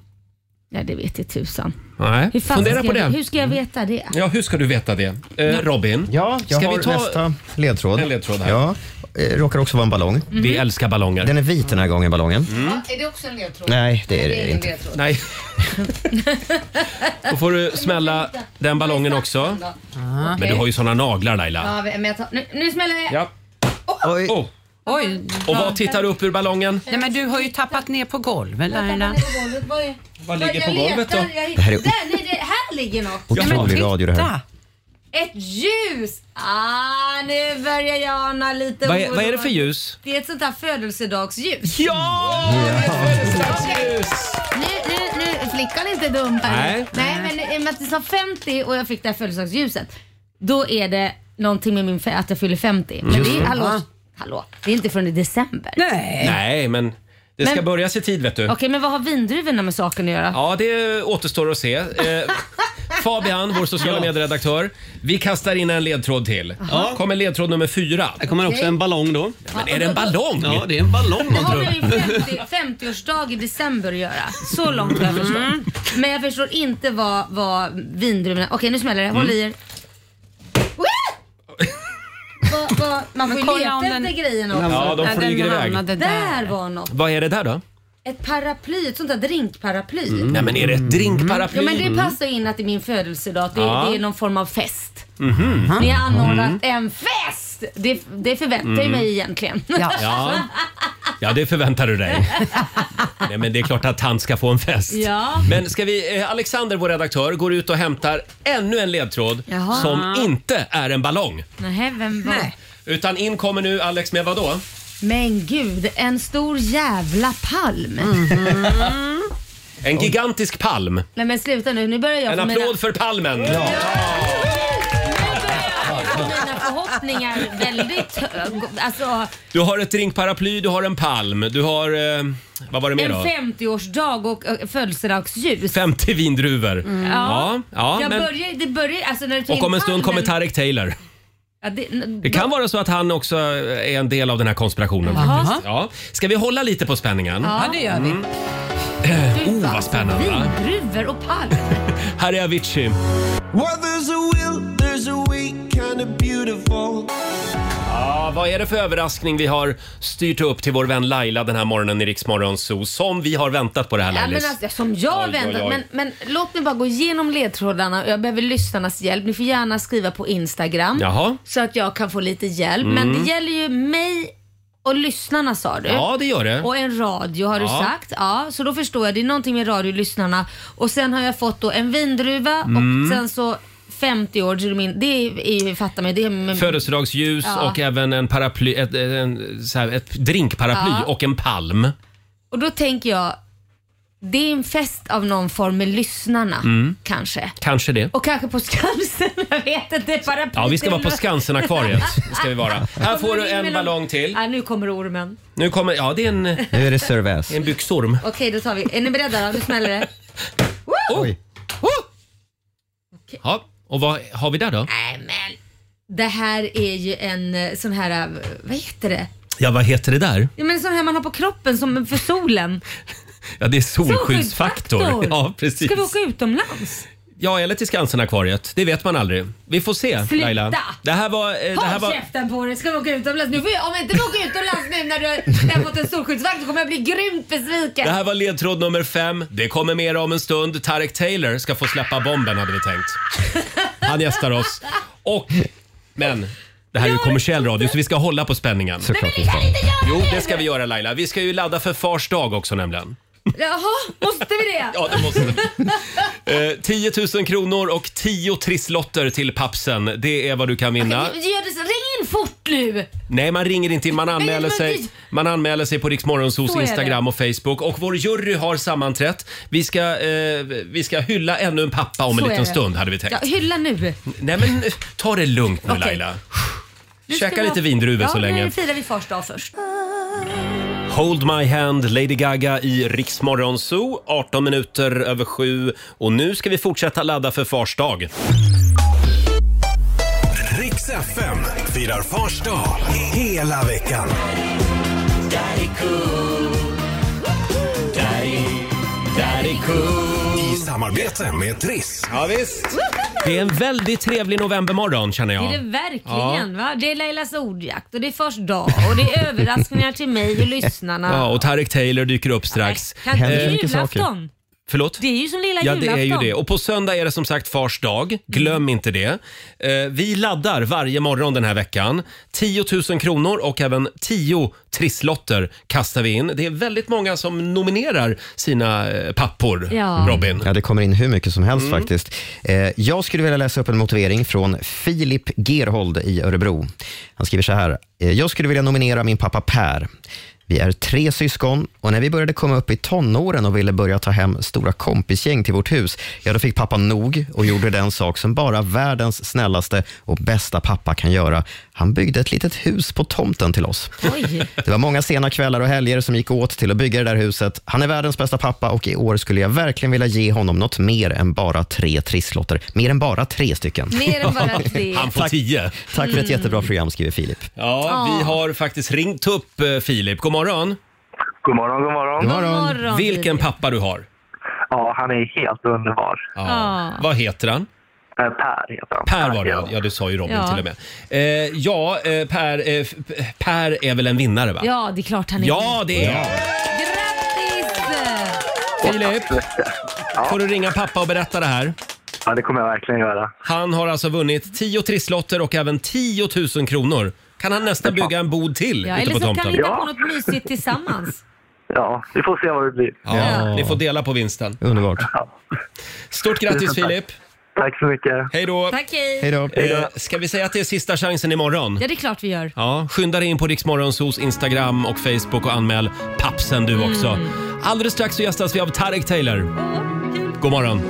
[SPEAKER 2] Nej, det vet jag tusan.
[SPEAKER 1] Nej,
[SPEAKER 2] Hur fan
[SPEAKER 1] fundera
[SPEAKER 2] ska
[SPEAKER 1] på det.
[SPEAKER 2] jag, Hur ska jag veta det?
[SPEAKER 1] Ja, hur ska du veta det? Eh, Robin,
[SPEAKER 5] Ja, jag
[SPEAKER 1] Ska
[SPEAKER 5] har
[SPEAKER 1] vi ta-
[SPEAKER 5] nästa ledtråd.
[SPEAKER 1] En ledtråd här. Mm.
[SPEAKER 5] Ja, eh, råkar också vara en ballong.
[SPEAKER 1] vi
[SPEAKER 2] Mm.
[SPEAKER 1] älskar ballonger.
[SPEAKER 5] Den är vit den här gången, ballongen.
[SPEAKER 1] Mm.
[SPEAKER 2] Är det också en ledtråd?
[SPEAKER 5] Nej, det är det inte.
[SPEAKER 2] ledtråd.
[SPEAKER 1] Nej. Då får du smälla den ballongen också. Men du har ju såna naglar Laila.
[SPEAKER 2] Ja, men jag tar, nu, nu smäller det.
[SPEAKER 1] Ja.
[SPEAKER 5] Oj,
[SPEAKER 1] Oh.
[SPEAKER 6] Oj,
[SPEAKER 1] Och vad tittar du upp ur ballongen?
[SPEAKER 6] nej, men du har ju tappat ner på golvet
[SPEAKER 2] Jag tappade
[SPEAKER 6] Laila.
[SPEAKER 2] ner på golvet. Vad är-
[SPEAKER 1] Vad ligger
[SPEAKER 2] jag
[SPEAKER 1] på golvet
[SPEAKER 2] letar,
[SPEAKER 1] då?
[SPEAKER 2] jag-
[SPEAKER 5] Det här är-
[SPEAKER 2] Där, nej, det, här ligger något.
[SPEAKER 5] otrolig radio det här.
[SPEAKER 6] Titta!
[SPEAKER 2] Ett ljus! Ah, nu börjar jag ana lite
[SPEAKER 1] Vad är, vad är det
[SPEAKER 2] oro.
[SPEAKER 1] för ljus?
[SPEAKER 2] Det är ett sånt här födelsedagsljus.
[SPEAKER 1] Ja! Födelsedagsljus!
[SPEAKER 2] Nu, nu, nu flickan är inte dum Per.
[SPEAKER 1] Nej.
[SPEAKER 2] Nej, men i och med att du sa 50 och jag fick det här födelsedagsljuset. Då är det någonting med min fe- att jag fyller 50. Men det är,
[SPEAKER 1] Ah.
[SPEAKER 2] hallå, hallå, det är inte förrän i december.
[SPEAKER 6] Nej.
[SPEAKER 1] Nej, men det ska
[SPEAKER 2] Men-
[SPEAKER 1] börja i tid vet du.
[SPEAKER 2] Okej, men vad har vindruvorna med saken att göra?
[SPEAKER 1] Ja, det återstår att se. Eh, Fabian, vår sociala medieredaktör. Vi kastar in en ledtråd till. Kommer ledtråd nummer fyra.
[SPEAKER 7] Här kommer också en ballong då.
[SPEAKER 1] Men är det en ballong?
[SPEAKER 7] Ja, det är en ballong
[SPEAKER 2] Det
[SPEAKER 7] man
[SPEAKER 2] har
[SPEAKER 7] drar
[SPEAKER 2] med
[SPEAKER 7] upp.
[SPEAKER 2] ju 50 50-årsdag i december att göra. Så långt har jag
[SPEAKER 6] Mm.
[SPEAKER 2] förstått. Men jag förstår inte vad, vad vindruvorna... Okej, nu smäller det.
[SPEAKER 6] Mm.
[SPEAKER 2] Håll i er. Vad- vad- Man får ju
[SPEAKER 6] kolla
[SPEAKER 2] leta
[SPEAKER 6] om
[SPEAKER 2] efter
[SPEAKER 6] den-
[SPEAKER 2] grejerna också.
[SPEAKER 1] Ja, de
[SPEAKER 6] Nej,
[SPEAKER 1] flyger
[SPEAKER 6] den
[SPEAKER 1] iväg.
[SPEAKER 6] hamnade
[SPEAKER 2] Där
[SPEAKER 6] Där.
[SPEAKER 2] var något.
[SPEAKER 1] Vad är det där då?
[SPEAKER 2] Ett paraply, ett sånt där drinkparaply.
[SPEAKER 6] Mm.
[SPEAKER 1] Nej, men är det ett drinkparaply?
[SPEAKER 2] Ja men det passar ju in att det är min födelsedag, att det,
[SPEAKER 1] Ja.
[SPEAKER 2] det är någon form av fest.
[SPEAKER 6] Mhm.
[SPEAKER 2] Ni har
[SPEAKER 6] Mm.
[SPEAKER 2] anordnat en fest! Det, det förväntar ju mig egentligen.
[SPEAKER 6] Ja.
[SPEAKER 1] Ja. ja, det förväntar du dig. Nej, men det är klart att han ska få en fest.
[SPEAKER 2] Ja.
[SPEAKER 1] Men ska vi, eh, Alexander, vår redaktör, går ut och hämtar ännu en ledtråd
[SPEAKER 2] Jaha.
[SPEAKER 1] som inte är en ballong.
[SPEAKER 2] Nej, vem var?
[SPEAKER 6] Nej.
[SPEAKER 1] Utan in kommer nu Alex med vad då?
[SPEAKER 2] Men gud, en stor jävla palm.
[SPEAKER 6] Mm.
[SPEAKER 1] En gigantisk palm.
[SPEAKER 2] Nej men sluta nu, nu börjar jag
[SPEAKER 1] En
[SPEAKER 2] få mina,
[SPEAKER 1] applåd för palmen.
[SPEAKER 2] nu börjar jag få mina förhoppningar väldigt hög- Alltså
[SPEAKER 1] Du har ett drinkparaply, du har en palm, du har... Eh, vad var det mer
[SPEAKER 2] en
[SPEAKER 1] då?
[SPEAKER 2] 50-årsdag och eh, födelsedagsljus.
[SPEAKER 1] 50 vindruvor. Ja,
[SPEAKER 2] Mm. Ja.
[SPEAKER 1] ja,
[SPEAKER 2] jag
[SPEAKER 1] men,
[SPEAKER 2] börjar, det börjar, alltså när du tar
[SPEAKER 1] och
[SPEAKER 2] in
[SPEAKER 1] om en stund kommer
[SPEAKER 2] palmen-
[SPEAKER 1] Tarek Taylor.
[SPEAKER 2] Ja, det,
[SPEAKER 1] Det kan vara så att han också är en del av den här konspirationen. Faktiskt. Ja. Ska vi hålla lite på spänningen?
[SPEAKER 6] Ja, det gör
[SPEAKER 1] Mm.
[SPEAKER 6] vi.
[SPEAKER 1] Oh, vad spännande. va?
[SPEAKER 2] Vindruvor och palm.
[SPEAKER 1] Här är Avicii.
[SPEAKER 8] Well, there's a will, there's a way, kind of beautiful.
[SPEAKER 1] Ja, vad är det för överraskning vi har styrt upp till vår vän Laila den här morgonen i Riksmorgon Zoo som vi har väntat på det här
[SPEAKER 2] Ja, men
[SPEAKER 1] Lailis?
[SPEAKER 2] alltså, som jag
[SPEAKER 1] Oj, oj,
[SPEAKER 2] väntat.
[SPEAKER 1] oj.
[SPEAKER 2] Men, men låt mig bara gå igenom ledtrådarna. Jag behöver lyssnarnas hjälp. Ni får gärna skriva på Instagram
[SPEAKER 1] Jaha.
[SPEAKER 2] så att jag kan få lite hjälp. Men det gäller ju mig och lyssnarna sa du.
[SPEAKER 1] Mm. Ja, det gör det.
[SPEAKER 2] Och en radio har du
[SPEAKER 1] Ja.
[SPEAKER 2] sagt. Ja, så då förstår jag. Det är någonting med radio och lyssnarna. Och sen har jag fått då en vindruva
[SPEAKER 1] Mm.
[SPEAKER 2] och sen så 50 år, Jermin. det är ju, fatta mig, det är med
[SPEAKER 1] Födelsedagsljus
[SPEAKER 2] Ja.
[SPEAKER 1] och även en paraply, ett, en, så här, ett drinkparaply
[SPEAKER 2] Ja.
[SPEAKER 1] och en palm.
[SPEAKER 2] Och då tänker jag, det är en fest av någon form med lyssnarna
[SPEAKER 1] Mm.
[SPEAKER 2] kanske.
[SPEAKER 1] Kanske det.
[SPEAKER 2] Och kanske på Skansen, jag vet inte. Paraplyt
[SPEAKER 1] Ja, vi ska vara på Skansen-akvariet. Ska vi vara. Här får
[SPEAKER 2] Kommer
[SPEAKER 1] du
[SPEAKER 2] in
[SPEAKER 1] en
[SPEAKER 2] med
[SPEAKER 1] ballong
[SPEAKER 2] någon-
[SPEAKER 1] till.
[SPEAKER 2] Ja, nu kommer ormen.
[SPEAKER 1] Nu kommer, ja det är en, det
[SPEAKER 5] Nu är det Cervaz.
[SPEAKER 1] är en byxorm.
[SPEAKER 2] Okej, då tar vi. Är ni beredda då? Nu smäller det.
[SPEAKER 1] Oh! Oh! Ja, och vad har vi där då?
[SPEAKER 2] Nej men. Det här är ju en eh, sån här, eh, vad heter det?
[SPEAKER 1] Ja, vad heter det där?
[SPEAKER 2] Ja, men en sån här man har på kroppen som för solen.
[SPEAKER 1] Ja, det är solskyddsfaktor.
[SPEAKER 2] Solskyddsfaktor.
[SPEAKER 1] Ja, precis.
[SPEAKER 2] Ska vi åka utomlands?
[SPEAKER 1] Ja, eller till Skansen-akvariet. Det vet man aldrig. Vi får se,
[SPEAKER 2] Sluta!
[SPEAKER 1] Laila. Det här var... eh, Det
[SPEAKER 2] Håll
[SPEAKER 1] här var
[SPEAKER 2] käften på dig, ska vi åka utomlands nu? Får jag, om jag inte får åka utomlands nu när du har, när jag har fått en solskyddsvakt så kommer jag bli grymt besviken.
[SPEAKER 1] det här var ledtråd nummer fem. Det kommer mer om en stund. Tarek Taylor ska få släppa bomben hade vi tänkt. Han gästar oss. Och, men, det här är ju kommersiell radio så vi ska hålla på spänningen.
[SPEAKER 5] Såklart vi ska.
[SPEAKER 1] Jo, det ska vi göra Laila. Vi ska ju ladda för Fars dag också nämligen.
[SPEAKER 2] Jaha, måste vi det?
[SPEAKER 1] Ja, det måste vi. eh, 10 000 kronor och 10 trisslotter till pappsen. Det är vad du kan vinna.
[SPEAKER 2] Gör det, så- ring in fort nu!
[SPEAKER 1] Nej, man ringer inte in. Man anmäler
[SPEAKER 2] men
[SPEAKER 1] sig,
[SPEAKER 2] det-
[SPEAKER 1] man anmäler sig på Riksmorgonsos
[SPEAKER 2] Så är det.
[SPEAKER 1] Instagram och Facebook. Och vår jury har sammanträtt. Vi ska, eh, vi ska hylla ännu en pappa om en
[SPEAKER 2] Så är
[SPEAKER 1] liten
[SPEAKER 2] det.
[SPEAKER 1] stund hade vi tänkt.
[SPEAKER 2] Ja, hylla nu.
[SPEAKER 1] Nej, men eh, ta det lugnt nu
[SPEAKER 2] Okej.
[SPEAKER 1] Laila.
[SPEAKER 2] Nu ska
[SPEAKER 1] Käka
[SPEAKER 2] vi ha-
[SPEAKER 1] lite vindruvor så
[SPEAKER 2] Ja,
[SPEAKER 1] länge.
[SPEAKER 2] nu firar vi fars dag först.
[SPEAKER 1] Hold My Hand, Lady Gaga i Riksmorgon Zoo. 18 minuter över sju. Och nu ska vi fortsätta ladda för Fars dag.
[SPEAKER 9] Riks FM firar Fars dag hela veckan. I samarbete med Triss.
[SPEAKER 1] Ja, visst. Det är en väldigt trevlig novembermorgon känner jag.
[SPEAKER 2] Det är det verkligen. Va? Det är Lailas ordjakt och det är fars dag och det är överraskningar till mig och lyssnarna.
[SPEAKER 1] Ja, och Tarek Taylor dyker upp strax.
[SPEAKER 2] Kan, det
[SPEAKER 5] Händer
[SPEAKER 2] är
[SPEAKER 5] så
[SPEAKER 2] ju
[SPEAKER 5] mycket
[SPEAKER 2] julafton.
[SPEAKER 1] Förlåt?
[SPEAKER 2] Det är ju som lilla
[SPEAKER 1] Ja, det
[SPEAKER 2] julafton.
[SPEAKER 1] är ju det. Och på söndag är det som sagt Fars dag. Glöm
[SPEAKER 2] Mm.
[SPEAKER 1] inte det. Eh, vi laddar varje morgon den här veckan. 10 000 kronor och även 10 trisslotter kastar vi in. Det är väldigt många som nominerar sina eh, pappor,
[SPEAKER 2] Ja.
[SPEAKER 1] Robin.
[SPEAKER 5] Ja, det kommer in hur mycket som helst faktiskt. Eh, jag skulle vilja läsa upp en motivering från Filip Gerhold i Örebro. Han skriver så här. eh, Jag skulle vilja nominera min pappa Per. Vi är tre syskon och när vi började komma upp i tonåren och ville börja ta hem stora kompisgäng till vårt hus, ja då fick pappa nog och gjorde den sak som bara världens snällaste och bästa pappa kan göra. Han byggde ett litet hus på tomten till oss.
[SPEAKER 2] Oj.
[SPEAKER 5] Det var många sena kvällar och helger som gick åt till att bygga det där huset. Han är världens bästa pappa och i år skulle jag verkligen vilja ge honom något mer än bara tre trisslotter. Mer än bara tre stycken.
[SPEAKER 2] Mer än bara det.
[SPEAKER 1] Han får 10.
[SPEAKER 5] Tack för ett jättebra program, skriver Filip.
[SPEAKER 1] Ja, vi har faktiskt ringt upp eh, Filip. God morgon.
[SPEAKER 10] God morgon, god morgon.
[SPEAKER 2] God morgon.
[SPEAKER 1] Vilken
[SPEAKER 2] Filip.
[SPEAKER 1] pappa du har.
[SPEAKER 10] Ja, han är helt underbar.
[SPEAKER 1] Ja.
[SPEAKER 2] Ja.
[SPEAKER 1] Vad heter han?
[SPEAKER 10] Eh, Per heter han.
[SPEAKER 1] Per
[SPEAKER 10] heter
[SPEAKER 1] var det.
[SPEAKER 10] han.
[SPEAKER 1] Ja, du sa ju Robin
[SPEAKER 2] Ja.
[SPEAKER 1] till och med. Eh, ja, eh, per, eh, f- per är väl en vinnare va?
[SPEAKER 2] Ja, det är klart han är.
[SPEAKER 1] Ja, det är han.
[SPEAKER 2] Grattis!
[SPEAKER 1] Filip, får du ringa pappa och berätta det här.
[SPEAKER 10] Ja, det kommer jag verkligen göra.
[SPEAKER 1] Han har alltså vunnit 10 trisslotter och även 10 000 kronor. Kan han nästan bygga en bod till
[SPEAKER 2] Ja,
[SPEAKER 1] ute
[SPEAKER 2] eller
[SPEAKER 1] på
[SPEAKER 2] så kan vi
[SPEAKER 1] tomten?
[SPEAKER 2] hitta på något mysigt tillsammans.
[SPEAKER 10] Ja, vi får se vad det blir.
[SPEAKER 1] Ja, ni får dela på vinsten.
[SPEAKER 5] Underbart.
[SPEAKER 1] Stort grattis
[SPEAKER 10] Tusen tack.
[SPEAKER 1] Filip!
[SPEAKER 10] Tack så mycket.
[SPEAKER 1] Hej då!
[SPEAKER 2] Tack, hej.
[SPEAKER 5] Hej då.
[SPEAKER 1] Eh, ska vi säga att det är sista chansen imorgon?
[SPEAKER 2] Ja, det är klart vi gör.
[SPEAKER 1] Ja, skynda dig in på Riksmorgonsos Instagram och Facebook och anmäl pappsen du
[SPEAKER 2] Mm.
[SPEAKER 1] också. Alldeles strax så gästas vi av Tarek Taylor. God morgon!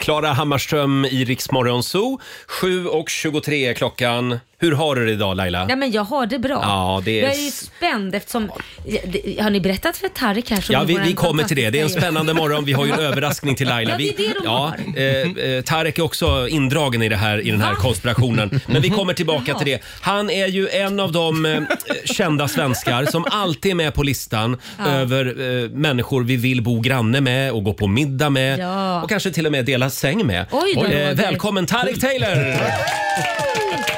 [SPEAKER 1] Klara Hammarström i Riksmorgon Zoo. 7.23 är klockan. Hur har du det idag Laila?
[SPEAKER 2] Ja, men jag har det bra.
[SPEAKER 1] Ja, det är-
[SPEAKER 2] Jag är ju spänd eftersom... Ja, det- Har ni berättat för Tarek här? som
[SPEAKER 1] Ja,
[SPEAKER 2] är
[SPEAKER 1] vi,
[SPEAKER 2] vår
[SPEAKER 1] vi kommer till det. Det är en
[SPEAKER 2] fantastiska-
[SPEAKER 1] spännande morgon. Vi har ju en överraskning till Laila.
[SPEAKER 2] Ja, det är
[SPEAKER 1] Vi-
[SPEAKER 2] det de Mm.
[SPEAKER 1] ja, eh, eh, Tarek är också indragen i, det här, i den här konspirationen. Men vi kommer tillbaka
[SPEAKER 2] Jaha.
[SPEAKER 1] till det. Han är ju en av de eh, kända svenskar som alltid är med på listan över eh, människor vi vill bo granne med och gå på middag med
[SPEAKER 2] Ja.
[SPEAKER 1] och kanske till och med dela säng med. Eh,
[SPEAKER 2] Oj då, Roger.
[SPEAKER 1] välkommen Tarek Taylor!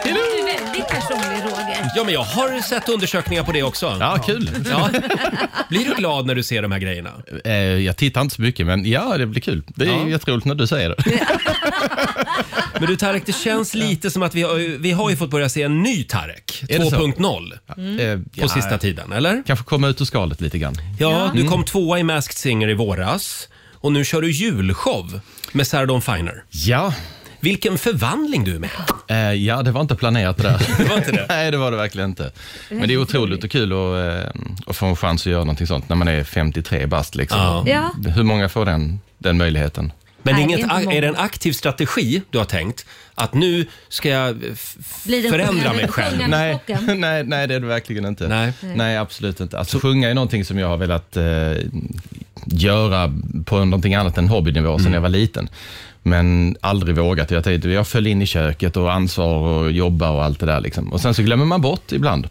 [SPEAKER 2] Du är väldigt personlig, Roger.
[SPEAKER 1] Ja, men jag har sett undersökningar på det också.
[SPEAKER 11] Ja, kul.
[SPEAKER 1] Ja. Blir du glad när du ser de här grejerna?
[SPEAKER 11] Eh, Jag tittar inte så mycket, men ja, det blir kul. Det är
[SPEAKER 1] Ja.
[SPEAKER 11] jätteroligt när du säger det.
[SPEAKER 1] Men du Tarek, det känns lite som att vi har, ju- vi har ju fått börja se en ny Tarek.
[SPEAKER 11] Är det så?
[SPEAKER 1] 2.0 på
[SPEAKER 11] Eh, ja,
[SPEAKER 1] sista tiden, eller?
[SPEAKER 11] Kanske komma ut ur skalet lite grann.
[SPEAKER 1] Ja, du kom tvåa i Masked Singer i våras och nu kör du julshow med Sarah Dawn Finer.
[SPEAKER 11] Ja,
[SPEAKER 1] Vilken förvandling du är med
[SPEAKER 11] Eh, ja, det var inte planerat det där.
[SPEAKER 1] Det var inte det?
[SPEAKER 11] Nej, det var det verkligen inte. Men det är otroligt och kul att, eh, att få en chans att göra någonting sånt när man är 53 bast. Liksom.
[SPEAKER 1] Ja.
[SPEAKER 2] Ja.
[SPEAKER 11] Hur många får den, den möjligheten?
[SPEAKER 1] Men
[SPEAKER 2] Nej,
[SPEAKER 1] inget,
[SPEAKER 2] det är inte
[SPEAKER 1] är,
[SPEAKER 2] många.
[SPEAKER 1] det en aktiv strategi du har tänkt? Att nu ska jag f-
[SPEAKER 2] Bli den
[SPEAKER 1] förändra
[SPEAKER 2] sjungande-
[SPEAKER 1] mig själv?
[SPEAKER 2] sjungande
[SPEAKER 11] Nej,
[SPEAKER 2] kocken.
[SPEAKER 11] nej, nej, det är det verkligen inte.
[SPEAKER 1] Nej.
[SPEAKER 11] nej absolut inte. Alltså, Sjunga är någonting som jag har velat eh, göra på någonting annat än hobbynivå
[SPEAKER 1] Mm.
[SPEAKER 11] sedan jag var liten. Men aldrig vågat. Jag, tänkte, jag föll in i köket och ansvar och jobba och allt det där. Liksom. Och Sen så glömmer man bort ibland.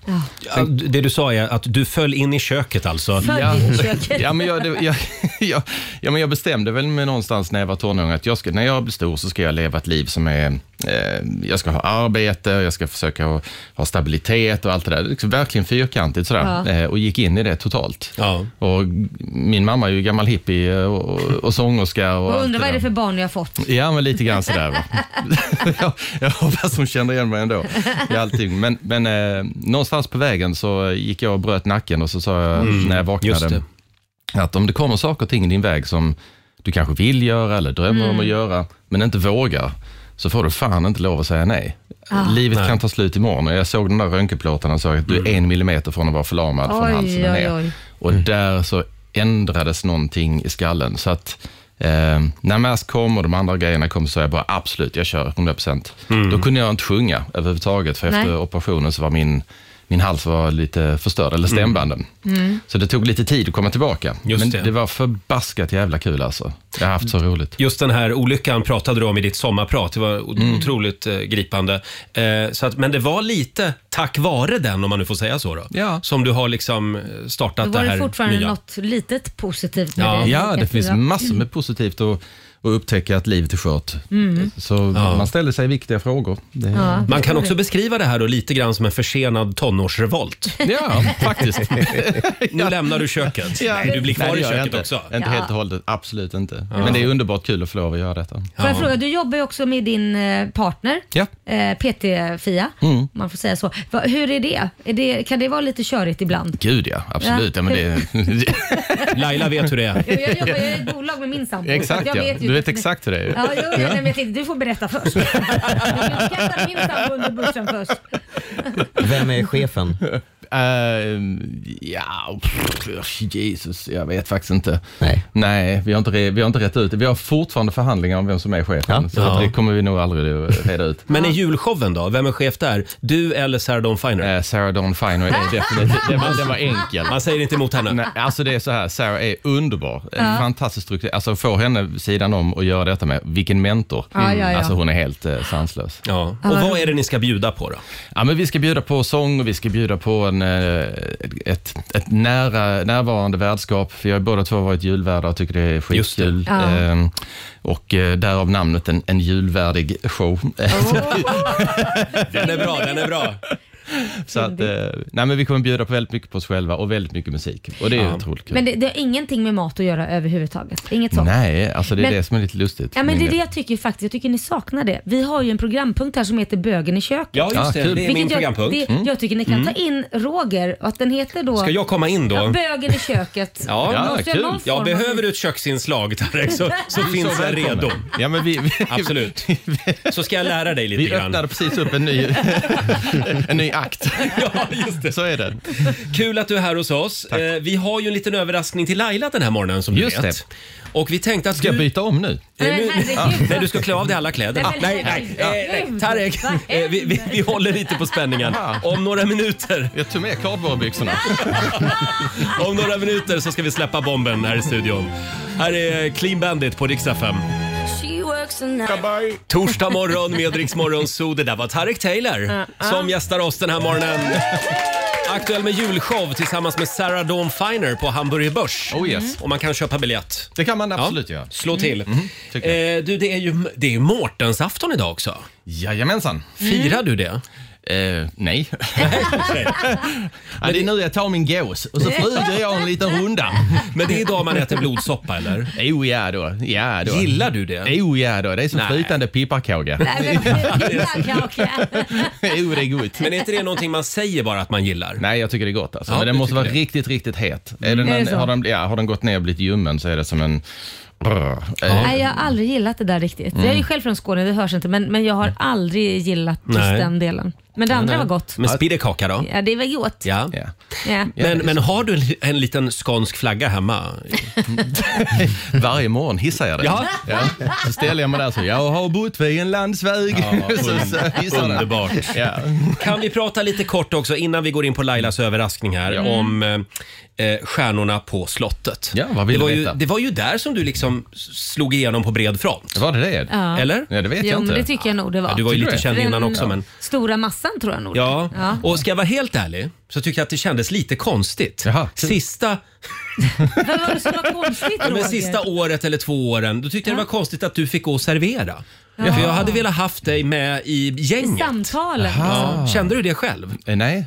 [SPEAKER 1] Ja, Det du sa är att du föll in i köket alltså.
[SPEAKER 2] Föll in i köket.
[SPEAKER 11] ja, men jag, det, jag, jag, ja, men jag bestämde väl mig någonstans när jag var tonåring att jag ska, när jag blir stor så ska jag leva ett liv som är... Eh, jag ska ha arbete, jag ska försöka ha, ha stabilitet och allt det där. Liksom verkligen fyrkantigt sådär.
[SPEAKER 2] Ja.
[SPEAKER 11] Eh, och gick in i det totalt. Och min mamma är ju gammal hippie eh, och, och, och sångerska. Och
[SPEAKER 2] Och
[SPEAKER 11] allt
[SPEAKER 2] undrar vad är
[SPEAKER 11] där.
[SPEAKER 2] det för barn jag har fått.
[SPEAKER 11] Ja, men lite grann sådär. Va? jag, jag hoppas de känner igen mig ändå i allting. Men, men eh, någonstans på vägen så gick jag och bröt nacken och så sa jag
[SPEAKER 1] Mm,
[SPEAKER 11] när jag
[SPEAKER 1] just
[SPEAKER 11] vaknade att om det kommer saker och ting i din väg som du kanske vill göra eller drömmer om att göra, men inte vågar, så får du fan inte lov att säga nej.
[SPEAKER 2] Ah.
[SPEAKER 11] Livet
[SPEAKER 1] Nej. Mm.
[SPEAKER 11] kan ta slut imorgon. Och Jag såg den där röntgenplåten och såg att du är en millimeter från att vara förlamad
[SPEAKER 2] Oj,
[SPEAKER 11] från halsen och
[SPEAKER 2] oj,
[SPEAKER 11] ner.
[SPEAKER 2] oj.
[SPEAKER 11] Och där så ändrades någonting i skallen. Så att eh, när Mass kom och de andra grejerna kom så sa jag bara absolut, jag kör 100%. Då kunde jag inte sjunga överhuvudtaget för efter
[SPEAKER 2] Nej.
[SPEAKER 11] operationen så var min, min hals var lite förstörd, eller stämbanden.
[SPEAKER 2] Mm.
[SPEAKER 11] Så det tog lite tid att komma tillbaka.
[SPEAKER 1] Just
[SPEAKER 11] Men
[SPEAKER 1] det.
[SPEAKER 11] det. var förbaskat jävla kul alltså. Jag har haft så roligt.
[SPEAKER 1] Just den här olyckan pratade du om i ditt sommarprat. Det var o-
[SPEAKER 11] Mm.
[SPEAKER 1] otroligt eh, gripande. Eh, så att, men det var lite tack vare den, om man nu får säga så, då,
[SPEAKER 11] Ja.
[SPEAKER 1] som du har liksom eh, startat
[SPEAKER 2] Då var
[SPEAKER 1] det här
[SPEAKER 2] det fortfarande
[SPEAKER 1] nya.
[SPEAKER 2] något litet positivt med
[SPEAKER 1] Ja.
[SPEAKER 2] det.
[SPEAKER 11] Ja, det
[SPEAKER 2] Lycka
[SPEAKER 11] finns
[SPEAKER 2] fyra.
[SPEAKER 11] massor med positivt att, att upptäcka att livet är skört. Så man ställer sig viktiga frågor. Det...
[SPEAKER 2] Mm. Ja,
[SPEAKER 1] Man kan
[SPEAKER 2] det.
[SPEAKER 1] också beskriva det här då lite grann som en försenad tonårsrevolt.
[SPEAKER 11] Ja, faktiskt.
[SPEAKER 1] Nu lämnar du köket.
[SPEAKER 11] Ja.
[SPEAKER 1] Nej, du blir kvar
[SPEAKER 11] Nej, det
[SPEAKER 1] i
[SPEAKER 11] gör jag
[SPEAKER 1] köket
[SPEAKER 11] inte.
[SPEAKER 1] också.
[SPEAKER 11] Inte
[SPEAKER 2] Ja.
[SPEAKER 11] helt och hållet, absolut inte. Men det är underbart kul att få lov att göra detta.
[SPEAKER 2] Får jag fråga, du jobbar ju också med din eh, partner,
[SPEAKER 11] Ja. Mm.
[SPEAKER 2] eh, PT-Fia, om man får säga så. Va, hur är det? är det? Kan det vara lite körigt ibland?
[SPEAKER 11] Gud ja, absolut.
[SPEAKER 2] Ja.
[SPEAKER 11] Ja. men det,
[SPEAKER 1] Laila vet hur det är.
[SPEAKER 2] Jo, jag jobbar jag är i bolag med min sambo. så
[SPEAKER 11] exakt
[SPEAKER 2] jag
[SPEAKER 11] ja.
[SPEAKER 2] vet ju-
[SPEAKER 11] Du vet exakt hur det är.
[SPEAKER 2] Ja, jo, jag, nej, men jag tänkte, du får berätta först. Du kan kasta min sambo under bussen först.
[SPEAKER 5] Vem är chefen?
[SPEAKER 11] Ehm, ja, pff, Jesus, jag vet faktiskt inte.
[SPEAKER 5] Nej.
[SPEAKER 11] Nej, vi har inte, re- vi har inte rätt ut det. Vi har fortfarande förhandlingar om vem som är chefen.
[SPEAKER 5] Ja.
[SPEAKER 11] Så att det kommer vi nog aldrig att reda ut.
[SPEAKER 1] Men i julshowen då? Vem är chef där? Du eller Sarah Dawn Finer?
[SPEAKER 11] Eh, Sarah Dawn Finer är definitivt, den var, den var enkel.
[SPEAKER 1] Man säger inte emot henne.
[SPEAKER 11] Nej, alltså det är så här, Sarah är underbar. Ja. Fantastisk struktur. Alltså få henne sidan om och göra detta med, vilken mentor.
[SPEAKER 2] Ja, ja, ja.
[SPEAKER 11] Alltså hon är helt eh, sanslös.
[SPEAKER 1] Ja. Och vad är det ni ska bjuda på då?
[SPEAKER 11] Ja, men vi ska bjuda på sång och vi ska bjuda på en, eh, ett, ett nära, närvarande värdskap. För jag har båda två varit julvärdar och tycker det är
[SPEAKER 1] Just det.
[SPEAKER 11] skitkul.
[SPEAKER 2] Ja.
[SPEAKER 11] Ehm, och eh, därav namnet en, en julvärdig show.
[SPEAKER 1] Den är bra, den är bra.
[SPEAKER 11] så att, eh, nej, men vi kommer bjuda på väldigt mycket på oss själva och väldigt mycket musik. Och det är otroligt kul.
[SPEAKER 2] Men det, det har ingenting med mat att göra överhuvudtaget? Inget sånt?
[SPEAKER 11] nej, alltså det är
[SPEAKER 2] Men-
[SPEAKER 11] det som Mm. är lite lustigt.
[SPEAKER 2] Ja, men
[SPEAKER 11] Min
[SPEAKER 2] det är det
[SPEAKER 11] del.
[SPEAKER 2] jag tycker faktiskt. Jag tycker ni saknar det. Vi har ju en programpunkt här som heter Bögen i köket.
[SPEAKER 1] Ja,
[SPEAKER 11] Ah,
[SPEAKER 1] just det.
[SPEAKER 11] kul.
[SPEAKER 1] Det är min
[SPEAKER 2] Vilket jag,
[SPEAKER 1] programpunkt.
[SPEAKER 11] Mm.
[SPEAKER 2] Det, jag tycker ni kan ta in Roger och att den heter då
[SPEAKER 1] Ska jag komma in då?
[SPEAKER 2] Ja, Bögen i köket.
[SPEAKER 1] Ja,
[SPEAKER 11] Ja,
[SPEAKER 2] Måste jag
[SPEAKER 11] kul.
[SPEAKER 2] någon
[SPEAKER 11] Ja,
[SPEAKER 1] Ja,
[SPEAKER 2] form av-
[SPEAKER 1] behöver du ett köksinslag Tarek så, så finns jag
[SPEAKER 11] välkommen.
[SPEAKER 1] redo.
[SPEAKER 11] Ja, men vi, vi,
[SPEAKER 1] Absolut. Så ska jag lära dig lite
[SPEAKER 11] vi
[SPEAKER 1] grann.
[SPEAKER 11] öppnade precis upp en ny, en ny akt.
[SPEAKER 1] Ja, just det.
[SPEAKER 11] Så är det.
[SPEAKER 1] Kul att du är här hos oss. Eh, vi har ju en liten överraskning till Laila den här morgonen som
[SPEAKER 11] Just
[SPEAKER 1] du vet. Och vi tänkte att
[SPEAKER 11] Ska jag
[SPEAKER 1] du...
[SPEAKER 11] byta om nu?
[SPEAKER 2] Nej, men
[SPEAKER 1] Eh, nu-
[SPEAKER 2] herregud.
[SPEAKER 1] Nej, du ska klä av dig alla kläder.
[SPEAKER 2] Nej, men herregud.
[SPEAKER 1] Eh, nej, Tarek,
[SPEAKER 2] Vad
[SPEAKER 1] eh, vi, vi, vi håller lite på spänningen. Om några minuter
[SPEAKER 11] Jag tog med kardborrebyxorna.
[SPEAKER 1] Om några minuter så ska vi släppa bomben här i studion. Här är Clean Bandit på Rix FM. Torsdag morgon med Rix Morgon Zoo. Det där var Tarek Taylor som gästar oss den här morgonen. Aktuell med julshow tillsammans med Sarah Dawn Finer på Hamburger Börs. Mm.
[SPEAKER 11] Oh yes.
[SPEAKER 1] Och man kan köpa biljett.
[SPEAKER 11] Det kan man absolut
[SPEAKER 1] ja.
[SPEAKER 11] göra.
[SPEAKER 1] Slå till.
[SPEAKER 11] tycker jag.
[SPEAKER 1] eh, du, det är ju det är ju Mårtensafton idag också.
[SPEAKER 11] Jajamensan.
[SPEAKER 1] Firar du det?
[SPEAKER 11] Eh, nej. ja, det är nu jag tar min gås och så flyger jag en liten runda.
[SPEAKER 1] Men det är idag man äter blodsoppa eller?
[SPEAKER 11] Jo, ja då. Ja, då.
[SPEAKER 1] Gillar du det?
[SPEAKER 11] Jo, ja då. Det är som
[SPEAKER 1] Nej.
[SPEAKER 11] flytande pipparkåga.
[SPEAKER 2] Nej, men pepparkaka.
[SPEAKER 11] jo, det är gott.
[SPEAKER 1] Men är inte det någonting man säger bara att man gillar?
[SPEAKER 11] Nej, jag tycker det är gott alltså.
[SPEAKER 1] Ja,
[SPEAKER 11] men den
[SPEAKER 1] du
[SPEAKER 11] måste vara
[SPEAKER 1] tycker det.
[SPEAKER 11] riktigt, riktigt het. Är
[SPEAKER 2] Är
[SPEAKER 11] den
[SPEAKER 2] det så?
[SPEAKER 11] en, har, den, ja, har den gått ner och blivit ljummen så är det som en Brr.
[SPEAKER 2] Nej, jag har aldrig gillat det där riktigt.
[SPEAKER 11] Mm.
[SPEAKER 2] Jag är ju själv från Skåne, det hörs inte, men, men jag har aldrig gillat just
[SPEAKER 1] Nej.
[SPEAKER 2] den delen. Men det andra var gott.
[SPEAKER 1] Men spiddekaka då?
[SPEAKER 2] Ja, det var gott.
[SPEAKER 1] Ja. Ja.
[SPEAKER 2] Ja,
[SPEAKER 1] Men, men har du en, li- en liten skånsk flagga hemma?
[SPEAKER 11] Varje morgon hissar jag den.
[SPEAKER 1] Ja.
[SPEAKER 11] Ja. Så ställer jag mig där så, jag har bott vid en landsväg.
[SPEAKER 1] Ja,
[SPEAKER 11] så, så hissar jag den.
[SPEAKER 1] underbart.
[SPEAKER 11] Ja.
[SPEAKER 1] Kan vi prata lite kort också innan vi går in på Lailas överraskning här
[SPEAKER 11] Ja.
[SPEAKER 1] om eh, stjärnorna på slottet. Ja,
[SPEAKER 11] vad vill
[SPEAKER 1] det,
[SPEAKER 11] du
[SPEAKER 1] var ju,
[SPEAKER 11] veta?
[SPEAKER 1] det var ju där som du liksom slog igenom på bred front.
[SPEAKER 11] Var det det?
[SPEAKER 2] Ja.
[SPEAKER 1] Eller?
[SPEAKER 11] Ja, det
[SPEAKER 2] jo, men det tycker jag nog det var.
[SPEAKER 1] Ja, du var ju
[SPEAKER 2] Tycker
[SPEAKER 1] lite
[SPEAKER 2] det?
[SPEAKER 1] känd
[SPEAKER 2] Den
[SPEAKER 1] innan också, men-
[SPEAKER 2] Stora massan tror jag nog.
[SPEAKER 1] Ja.
[SPEAKER 2] det. ja.
[SPEAKER 1] och ska jag vara helt ärlig så tycker jag att det kändes lite konstigt. Sista,
[SPEAKER 2] Vad var det som var konstigt
[SPEAKER 1] ja, men
[SPEAKER 2] Roger?
[SPEAKER 1] sista året eller två åren, då tyckte jag det var konstigt att du fick gå och servera.
[SPEAKER 2] Ja.
[SPEAKER 1] För jag hade velat haft dig med i
[SPEAKER 2] I
[SPEAKER 1] gänget.
[SPEAKER 2] samtalen.
[SPEAKER 1] Ja.
[SPEAKER 11] Aha.
[SPEAKER 1] Kände du det själv?
[SPEAKER 11] Eh, Nej,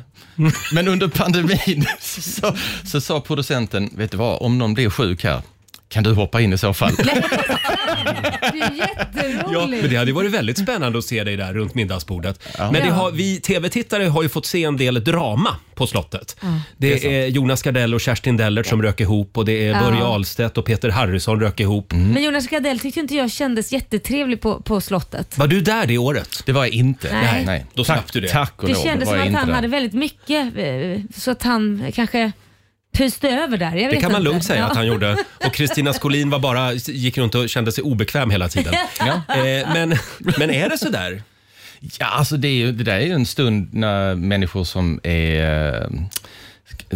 [SPEAKER 11] men under pandemin så, så sa producenten, vet du vad, om någon blir sjuk här, kan du hoppa in i så fall?
[SPEAKER 2] Det är jätteroligt.
[SPEAKER 1] Ja, men det hade ju varit väldigt spännande att se dig där runt middagsbordet. Men det
[SPEAKER 2] Ja.
[SPEAKER 1] har, vi tv-tittare har ju fått se en del drama på slottet.
[SPEAKER 2] Ja.
[SPEAKER 1] Det, är, Jonas Gardell och Kerstin Dellert som rök ihop och det är
[SPEAKER 2] Ja. Mm.
[SPEAKER 1] Börje Ahlstedt och Peter Harrison rök ihop.
[SPEAKER 2] Men Jonas Gardell tyckte inte jag kändes jättetrevlig på, på slottet.
[SPEAKER 1] Var du där det året?
[SPEAKER 11] Det var jag inte.
[SPEAKER 2] Nej.
[SPEAKER 1] Nej. Då slapp du det. Tack
[SPEAKER 2] Det kändes som att han hade väldigt mycket eh, så att han kanske pyste över där. Jag
[SPEAKER 1] Det
[SPEAKER 2] vet
[SPEAKER 1] kan man
[SPEAKER 2] inte.
[SPEAKER 1] lugnt säga
[SPEAKER 2] Ja.
[SPEAKER 1] att han gjorde. Och Kristina Skolin var bara, gick runt och kände sig obekväm hela tiden.
[SPEAKER 11] Ja.
[SPEAKER 1] Eh, men, men är det så där?
[SPEAKER 11] Ja, alltså det, är ju, det där är ju en stund när människor som är eh,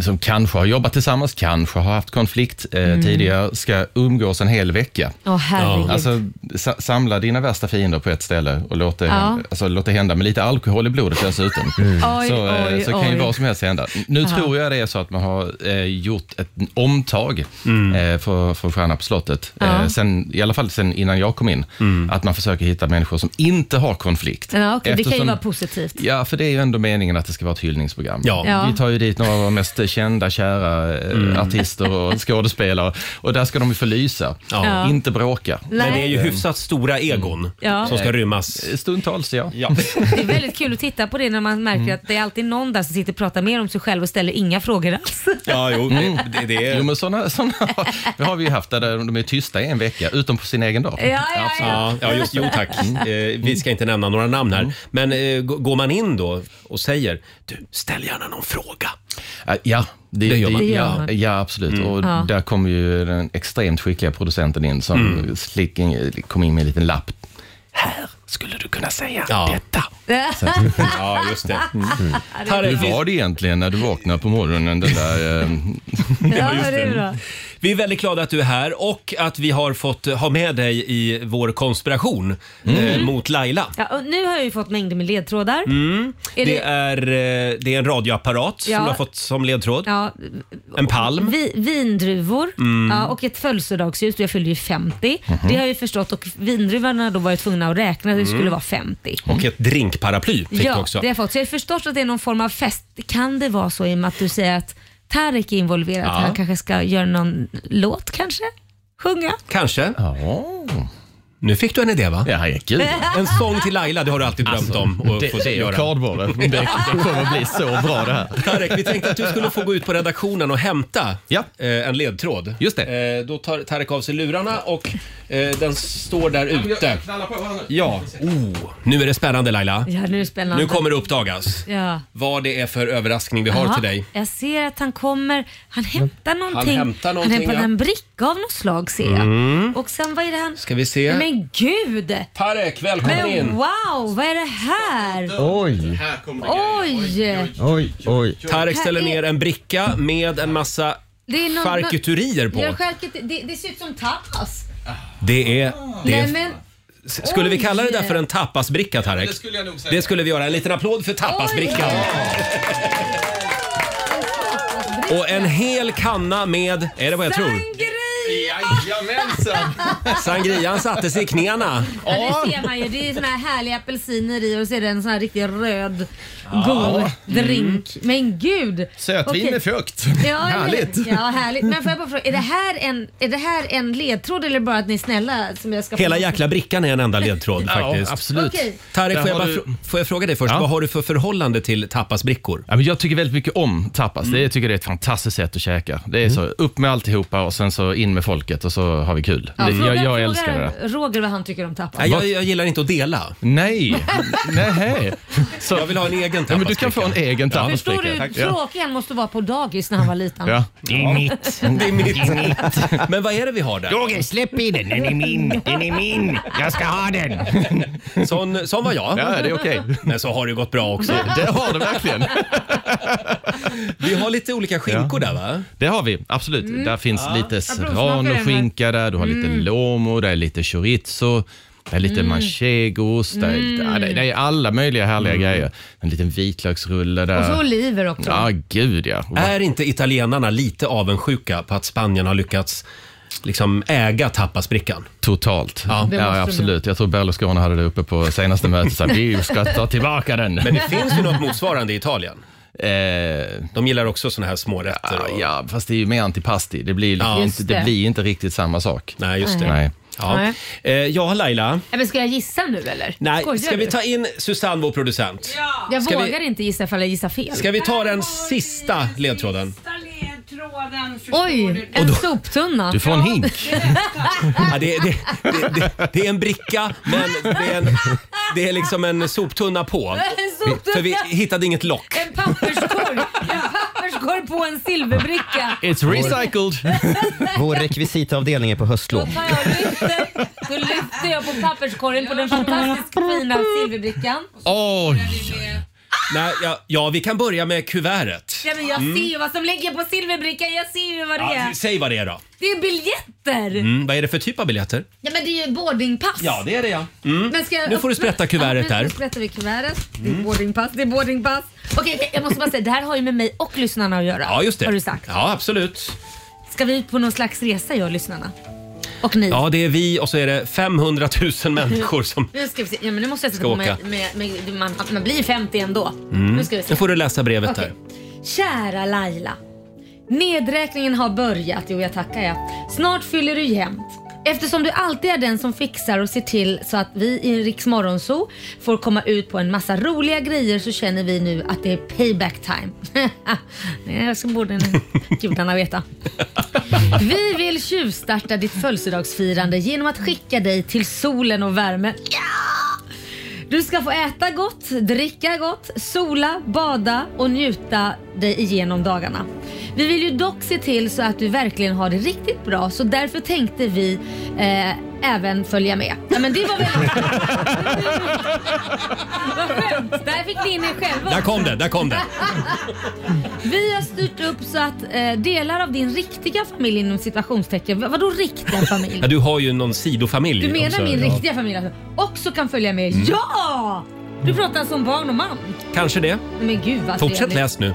[SPEAKER 11] som kanske har jobbat tillsammans, kanske har haft konflikt eh,
[SPEAKER 2] Mm.
[SPEAKER 11] tidigare, ska umgås en hel vecka.
[SPEAKER 2] Åh, herregud.
[SPEAKER 11] Alltså, sa, samla dina värsta fiender på ett ställe och låt det,
[SPEAKER 2] Ja. Mm.
[SPEAKER 11] alltså, låt det hända med lite alkohol i blodet dessutom.
[SPEAKER 2] Oj,
[SPEAKER 11] så eh,
[SPEAKER 2] oj,
[SPEAKER 11] så kan
[SPEAKER 2] oj.
[SPEAKER 11] ju vad som helst hända. Nu
[SPEAKER 2] Ja.
[SPEAKER 11] tror jag det är så att man har eh, gjort ett omtag
[SPEAKER 2] Mm.
[SPEAKER 11] eh, för, för Stjärna på slottet,
[SPEAKER 2] Ja.
[SPEAKER 11] eh, sen, i alla fall sen innan jag kom in,
[SPEAKER 2] Mm.
[SPEAKER 11] att man försöker hitta människor som inte har konflikt.
[SPEAKER 2] Ja, okej, det kan ju
[SPEAKER 11] Eftersom-
[SPEAKER 2] vara positivt.
[SPEAKER 11] Ja, för det är ju ändå meningen att det ska vara ett hyllningsprogram.
[SPEAKER 2] Ja. Mm.
[SPEAKER 11] Vi tar ju dit några av våra mest kända, kära eh, artister och skådespelare och där ska de ju få lysa,
[SPEAKER 2] Ja.
[SPEAKER 11] inte bråka.
[SPEAKER 2] Nej. Men det är ju
[SPEAKER 1] hyfsat stora egon
[SPEAKER 2] Ja. som ska
[SPEAKER 1] rymmas.
[SPEAKER 11] Stundtals, ja.
[SPEAKER 2] Det är väldigt kul att titta på det när man märker att det är alltid någon där som sitter och pratar mer om sig själv och ställer inga frågor alls.
[SPEAKER 1] Ja, jo,
[SPEAKER 11] Mm.
[SPEAKER 1] det, det är...
[SPEAKER 11] Jo, men sådana, sådana det har vi ju haft, där de är tysta i en vecka, utom på sin egen dag.
[SPEAKER 2] Ja, ja, ja.
[SPEAKER 1] Ja, ja just, jo tack. Eh, vi ska inte nämna några namn här. Men eh, g- går man in då och säger du, ställ gärna någon fråga.
[SPEAKER 11] Eh, Ja, det,
[SPEAKER 1] Det gör man. Det gör
[SPEAKER 11] Ja,
[SPEAKER 1] man.
[SPEAKER 11] ja absolut.
[SPEAKER 1] Mm.
[SPEAKER 11] Och
[SPEAKER 1] Ja.
[SPEAKER 11] Där kom ju den extremt skickliga producenten in som
[SPEAKER 1] Mm.
[SPEAKER 11] slick, kom in med en liten lapp.
[SPEAKER 1] Skulle du kunna säga ja. detta?
[SPEAKER 11] Så att-
[SPEAKER 1] Ja, just det. Mm.
[SPEAKER 11] Hur
[SPEAKER 1] Tarek, vi,
[SPEAKER 11] var det egentligen när du vaknade på morgonen? Den där, eh,
[SPEAKER 2] Ja, det är bra.
[SPEAKER 1] vi är väldigt glada att du är här och att vi har fått ha med dig i vår konspiration eh,
[SPEAKER 2] Mm.
[SPEAKER 1] mot Laila.
[SPEAKER 2] Ja, och nu har jag ju fått mängder med ledtrådar.
[SPEAKER 1] Mm.
[SPEAKER 2] Är
[SPEAKER 1] Är
[SPEAKER 2] det-
[SPEAKER 1] det... är, eh, det är en radioapparat
[SPEAKER 2] Ja.
[SPEAKER 1] som du har fått som ledtråd.
[SPEAKER 2] Ja,
[SPEAKER 1] En palm.
[SPEAKER 2] Vi, vindruvor
[SPEAKER 1] Mm.
[SPEAKER 2] ja, och ett födelsedagsljus. Jag fyllde ju 50.
[SPEAKER 1] Mhm.
[SPEAKER 2] Det har jag ju förstått och vindruvorna har då varit tvungna att räkna. Det skulle
[SPEAKER 1] Mm.
[SPEAKER 2] vara 50.
[SPEAKER 1] Och ett drinkparaply fick
[SPEAKER 2] ja,
[SPEAKER 1] du också.
[SPEAKER 2] det har jag fått. Så jag har förstått att det är någon form av fest. Kan det vara så i och med att du säger att Tarek är involverad?
[SPEAKER 1] Ja.
[SPEAKER 2] Han kanske ska göra någon låt kanske? Sjunga?
[SPEAKER 1] Kanske. Nu fick du en idé va?
[SPEAKER 11] Ja,
[SPEAKER 2] gud.
[SPEAKER 1] En sång till Laila, det har du alltid drömt
[SPEAKER 11] Alltså,
[SPEAKER 1] om att
[SPEAKER 11] det-
[SPEAKER 1] få
[SPEAKER 11] det är
[SPEAKER 1] göra.
[SPEAKER 11] kardborre. Det- det kommer bli så bra det här.
[SPEAKER 1] Tarek, vi tänkte att du skulle få gå ut på redaktionen och hämta eh, en ledtråd. Just det. Eh, då tar Tarek av sig lurarna och eh, den står där ute. Ja. Oh. Nu är det spännande Laila.
[SPEAKER 2] Ja, nu är det spännande.
[SPEAKER 1] Nu kommer det uppdagas
[SPEAKER 2] Ja.
[SPEAKER 1] vad det är för överraskning vi har
[SPEAKER 2] Jaha,
[SPEAKER 1] till dig.
[SPEAKER 2] Jag ser att han kommer. Han hämtar någonting.
[SPEAKER 1] hämtar någonting,
[SPEAKER 2] Han hämtar
[SPEAKER 1] ja.
[SPEAKER 2] en bricka av något slag ser jag.
[SPEAKER 1] Mm.
[SPEAKER 2] Och sen vad är det han...
[SPEAKER 1] Ska vi se.
[SPEAKER 2] Men gud!
[SPEAKER 1] Tarek, välkommen
[SPEAKER 2] Men
[SPEAKER 1] in.
[SPEAKER 2] wow, vad är det här?
[SPEAKER 1] Oj.
[SPEAKER 2] Oj!
[SPEAKER 1] Oj, oj. Tarek ställer
[SPEAKER 2] Här är-
[SPEAKER 1] ner en bricka med en massa
[SPEAKER 2] Det är någon-
[SPEAKER 1] charkuterier
[SPEAKER 2] Ja,
[SPEAKER 1] på.
[SPEAKER 2] charkut- det, det ser ut som tapas.
[SPEAKER 1] Det är... Det
[SPEAKER 2] Nej,
[SPEAKER 1] är
[SPEAKER 2] men,
[SPEAKER 1] S- Skulle vi kalla det där för en tapasbricka Tarek?
[SPEAKER 11] det skulle jag nog säga.
[SPEAKER 1] Det skulle vi göra. En liten applåd för tapasbrickan. Och en hel kanna med, är det vad jag tror?
[SPEAKER 11] Jajamensan!
[SPEAKER 1] Sangrian satte sig i knäna.
[SPEAKER 2] ja, det ser man ju. Det är såna här härliga apelsiner i och så är det en sån här riktigt röd,
[SPEAKER 1] Ja.
[SPEAKER 2] god
[SPEAKER 1] Mm.
[SPEAKER 2] drink. Men gud!
[SPEAKER 11] Sötvin
[SPEAKER 2] Okej.
[SPEAKER 11] med frukt.
[SPEAKER 2] Ja,
[SPEAKER 11] Härligt.
[SPEAKER 2] Ja, härligt. Men får jag bara fråga, är det här en, är det här en ledtråd eller bara att ni är snälla? Som jag ska få-
[SPEAKER 1] Hela jäkla brickan är en enda ledtråd
[SPEAKER 11] Ja,
[SPEAKER 1] faktiskt.
[SPEAKER 11] absolut.
[SPEAKER 2] Okej.
[SPEAKER 1] Tarek,
[SPEAKER 11] Där
[SPEAKER 1] får jag,
[SPEAKER 11] har
[SPEAKER 1] bara,
[SPEAKER 11] du-
[SPEAKER 1] fr- får jag fråga dig först,
[SPEAKER 11] Ja.
[SPEAKER 1] vad har du för förhållande till tapasbrickor?
[SPEAKER 11] Ja, men jag
[SPEAKER 2] Mm.
[SPEAKER 11] tycker väldigt mycket om tapas. Det, jag tycker det är ett fantastiskt sätt att käka. Det är så, upp med alltihopa och sen så in med folket och så har vi kul.
[SPEAKER 2] Ja,
[SPEAKER 11] Det-
[SPEAKER 2] fråga,
[SPEAKER 11] jag jag
[SPEAKER 2] fråga
[SPEAKER 11] älskar det.
[SPEAKER 2] Roger vad han tycker om tapas.
[SPEAKER 1] gillar inte att dela.
[SPEAKER 11] Nej, nej. jag
[SPEAKER 1] vill ha en egen
[SPEAKER 11] ja, men Du kan få en egen
[SPEAKER 2] Förstår du
[SPEAKER 11] tapasbricka.
[SPEAKER 2] hur tråkig han måste vara på dagis när han var liten?
[SPEAKER 11] Ja.
[SPEAKER 1] Det är mitt. Det är mitt. Men vad är det vi har där?
[SPEAKER 2] Roger, släpp i den. Den är min. Den är min.
[SPEAKER 1] Jag ska ha den. Sån, sån var jag.
[SPEAKER 11] Ja, det är okej.
[SPEAKER 1] Men så har det gått bra också.
[SPEAKER 11] Det har det verkligen.
[SPEAKER 1] Vi har lite olika skinkor där va?
[SPEAKER 11] Det har vi, absolut.
[SPEAKER 1] Mm.
[SPEAKER 11] Där finns
[SPEAKER 1] Ja.
[SPEAKER 11] lite
[SPEAKER 1] Jag provsmakar
[SPEAKER 11] serrano
[SPEAKER 1] den här.
[SPEAKER 11] skinka där, du har lite
[SPEAKER 1] Mm.
[SPEAKER 11] lomo, där är lite chorizo, där är lite
[SPEAKER 1] Mm.
[SPEAKER 11] manchegoost, där är lite, ja, det, det är alla möjliga härliga grejer. En liten vitlöksrulle där.
[SPEAKER 2] Och så oliver också.
[SPEAKER 11] Ja, gud ja.
[SPEAKER 1] Är inte italienarna lite avundsjuka på att Spanien har lyckats liksom äga tapasbrickan?
[SPEAKER 11] Totalt. Ja,
[SPEAKER 1] Det måste de
[SPEAKER 11] absolut. Jag tror Berlusconi hade det uppe på senaste mötet. Så här, vi ska ta tillbaka den.
[SPEAKER 1] Men det finns ju något motsvarande i Italien. De gillar också såna här små rätter.
[SPEAKER 11] Ja, Eh, ah, ja, fast det är ju mer antipasti. Det blir, liksom
[SPEAKER 1] Ja.
[SPEAKER 11] inte,
[SPEAKER 2] Just det.
[SPEAKER 11] det blir inte riktigt samma sak.
[SPEAKER 1] Nej, just det.
[SPEAKER 11] Nej.
[SPEAKER 1] Ja. Eh, ja, Laila.
[SPEAKER 2] Nej, Äh, men ska jag gissa nu eller?
[SPEAKER 1] Nej,
[SPEAKER 2] Skojar
[SPEAKER 1] ska vi
[SPEAKER 2] du?
[SPEAKER 1] ta in Susanne, vår producent?
[SPEAKER 2] Jag
[SPEAKER 1] Ska vi-
[SPEAKER 2] vågar inte gissa ifall jag gissar fel.
[SPEAKER 1] Ska vi ta den sista ledtråden?
[SPEAKER 2] Oj, en soptunna.
[SPEAKER 1] Du får en hink. Ja, det, det, det, det, det är en bricka, men det är, en, det är liksom en soptunna på.
[SPEAKER 2] En soptunna.
[SPEAKER 1] För vi hittade inget lock.
[SPEAKER 2] En papperskorg. En papperskorg på en silverbricka.
[SPEAKER 11] It's recycled.
[SPEAKER 5] Vår rekvisitavdelning är på höstlov.
[SPEAKER 2] Då lyfte jag på papperskorgen på den fantastiskt fina silverbrickan.
[SPEAKER 1] Oj! Nej, ja, ja, vi kan börja med kuvertet.
[SPEAKER 2] Ja, men jag
[SPEAKER 1] Mm.
[SPEAKER 2] ser ju vad som ligger på silverbrickan. Jag ser ju vad det
[SPEAKER 1] Ja,
[SPEAKER 2] är.
[SPEAKER 1] säg vad det är då.
[SPEAKER 2] Det är biljetter.
[SPEAKER 1] Mm, vad är det för typ av biljetter?
[SPEAKER 2] Ja, men det är ju boardingpass.
[SPEAKER 1] Ja, det är det ja. Mm.
[SPEAKER 2] Men ska jag
[SPEAKER 1] nu får du
[SPEAKER 2] öppna-
[SPEAKER 1] sprätta kuvertet
[SPEAKER 2] ja, nu
[SPEAKER 1] här.
[SPEAKER 2] sprättar vi kuvertet. Det är
[SPEAKER 1] Mm.
[SPEAKER 2] boardingpass, det är boardingpass. Okej, okej, jag måste bara säga, det här har ju med mig och lyssnarna att göra.
[SPEAKER 1] Ja, just det.
[SPEAKER 2] Har du sagt.
[SPEAKER 1] Ja, absolut.
[SPEAKER 2] Ska vi ut på någon slags resa jag och lyssnarna? Och ni?
[SPEAKER 1] Ja, det är vi och så är det 500 000 människor som...
[SPEAKER 2] Nu ska vi se. Ja, men nu måste jag sätta
[SPEAKER 1] Ska
[SPEAKER 2] på
[SPEAKER 1] åka.
[SPEAKER 2] mig... Med, med, man, man blir 50 ändå.
[SPEAKER 1] Mm.
[SPEAKER 2] Nu ska vi se.
[SPEAKER 1] Nu får du läsa brevet
[SPEAKER 2] Okej.
[SPEAKER 1] där.
[SPEAKER 2] Kära Laila. Nedräkningen har börjat. Jo, jag tackar jag. Snart fyller du jämnt. Eftersom du alltid är den som fixar och ser till så att vi i Riks Morgonzoo får komma ut på en massa roliga grejer så känner vi nu att det är payback time. Nej, jag ska borde gudarna veta. Vi vill tjuvstarta ditt födelsedagsfirande genom att skicka dig till solen och värmen. Du ska få äta gott, dricka gott, sola, bada och njuta dig igenom dagarna. Vi vill ju dock se till så att du verkligen har det riktigt bra så därför tänkte vi eh, även följa med. Ja, men det var väl... Vad skönt! Där fick ni in er själva.
[SPEAKER 1] Där kom det, där kom det.
[SPEAKER 2] Vi har styrt upp så att eh, delar av din riktiga familj inom situationstecken, vad- vadå riktiga familj?
[SPEAKER 1] Ja, du har ju någon sidofamilj.
[SPEAKER 2] Du menar
[SPEAKER 1] också, Mm.
[SPEAKER 2] min
[SPEAKER 1] ja.
[SPEAKER 2] riktiga familj alltså? Också kan följa med? Ja! Du pratar som barn och man.
[SPEAKER 1] Kanske det.
[SPEAKER 2] Men gud vad
[SPEAKER 1] Fortsätt
[SPEAKER 2] trevligt.
[SPEAKER 1] läs nu.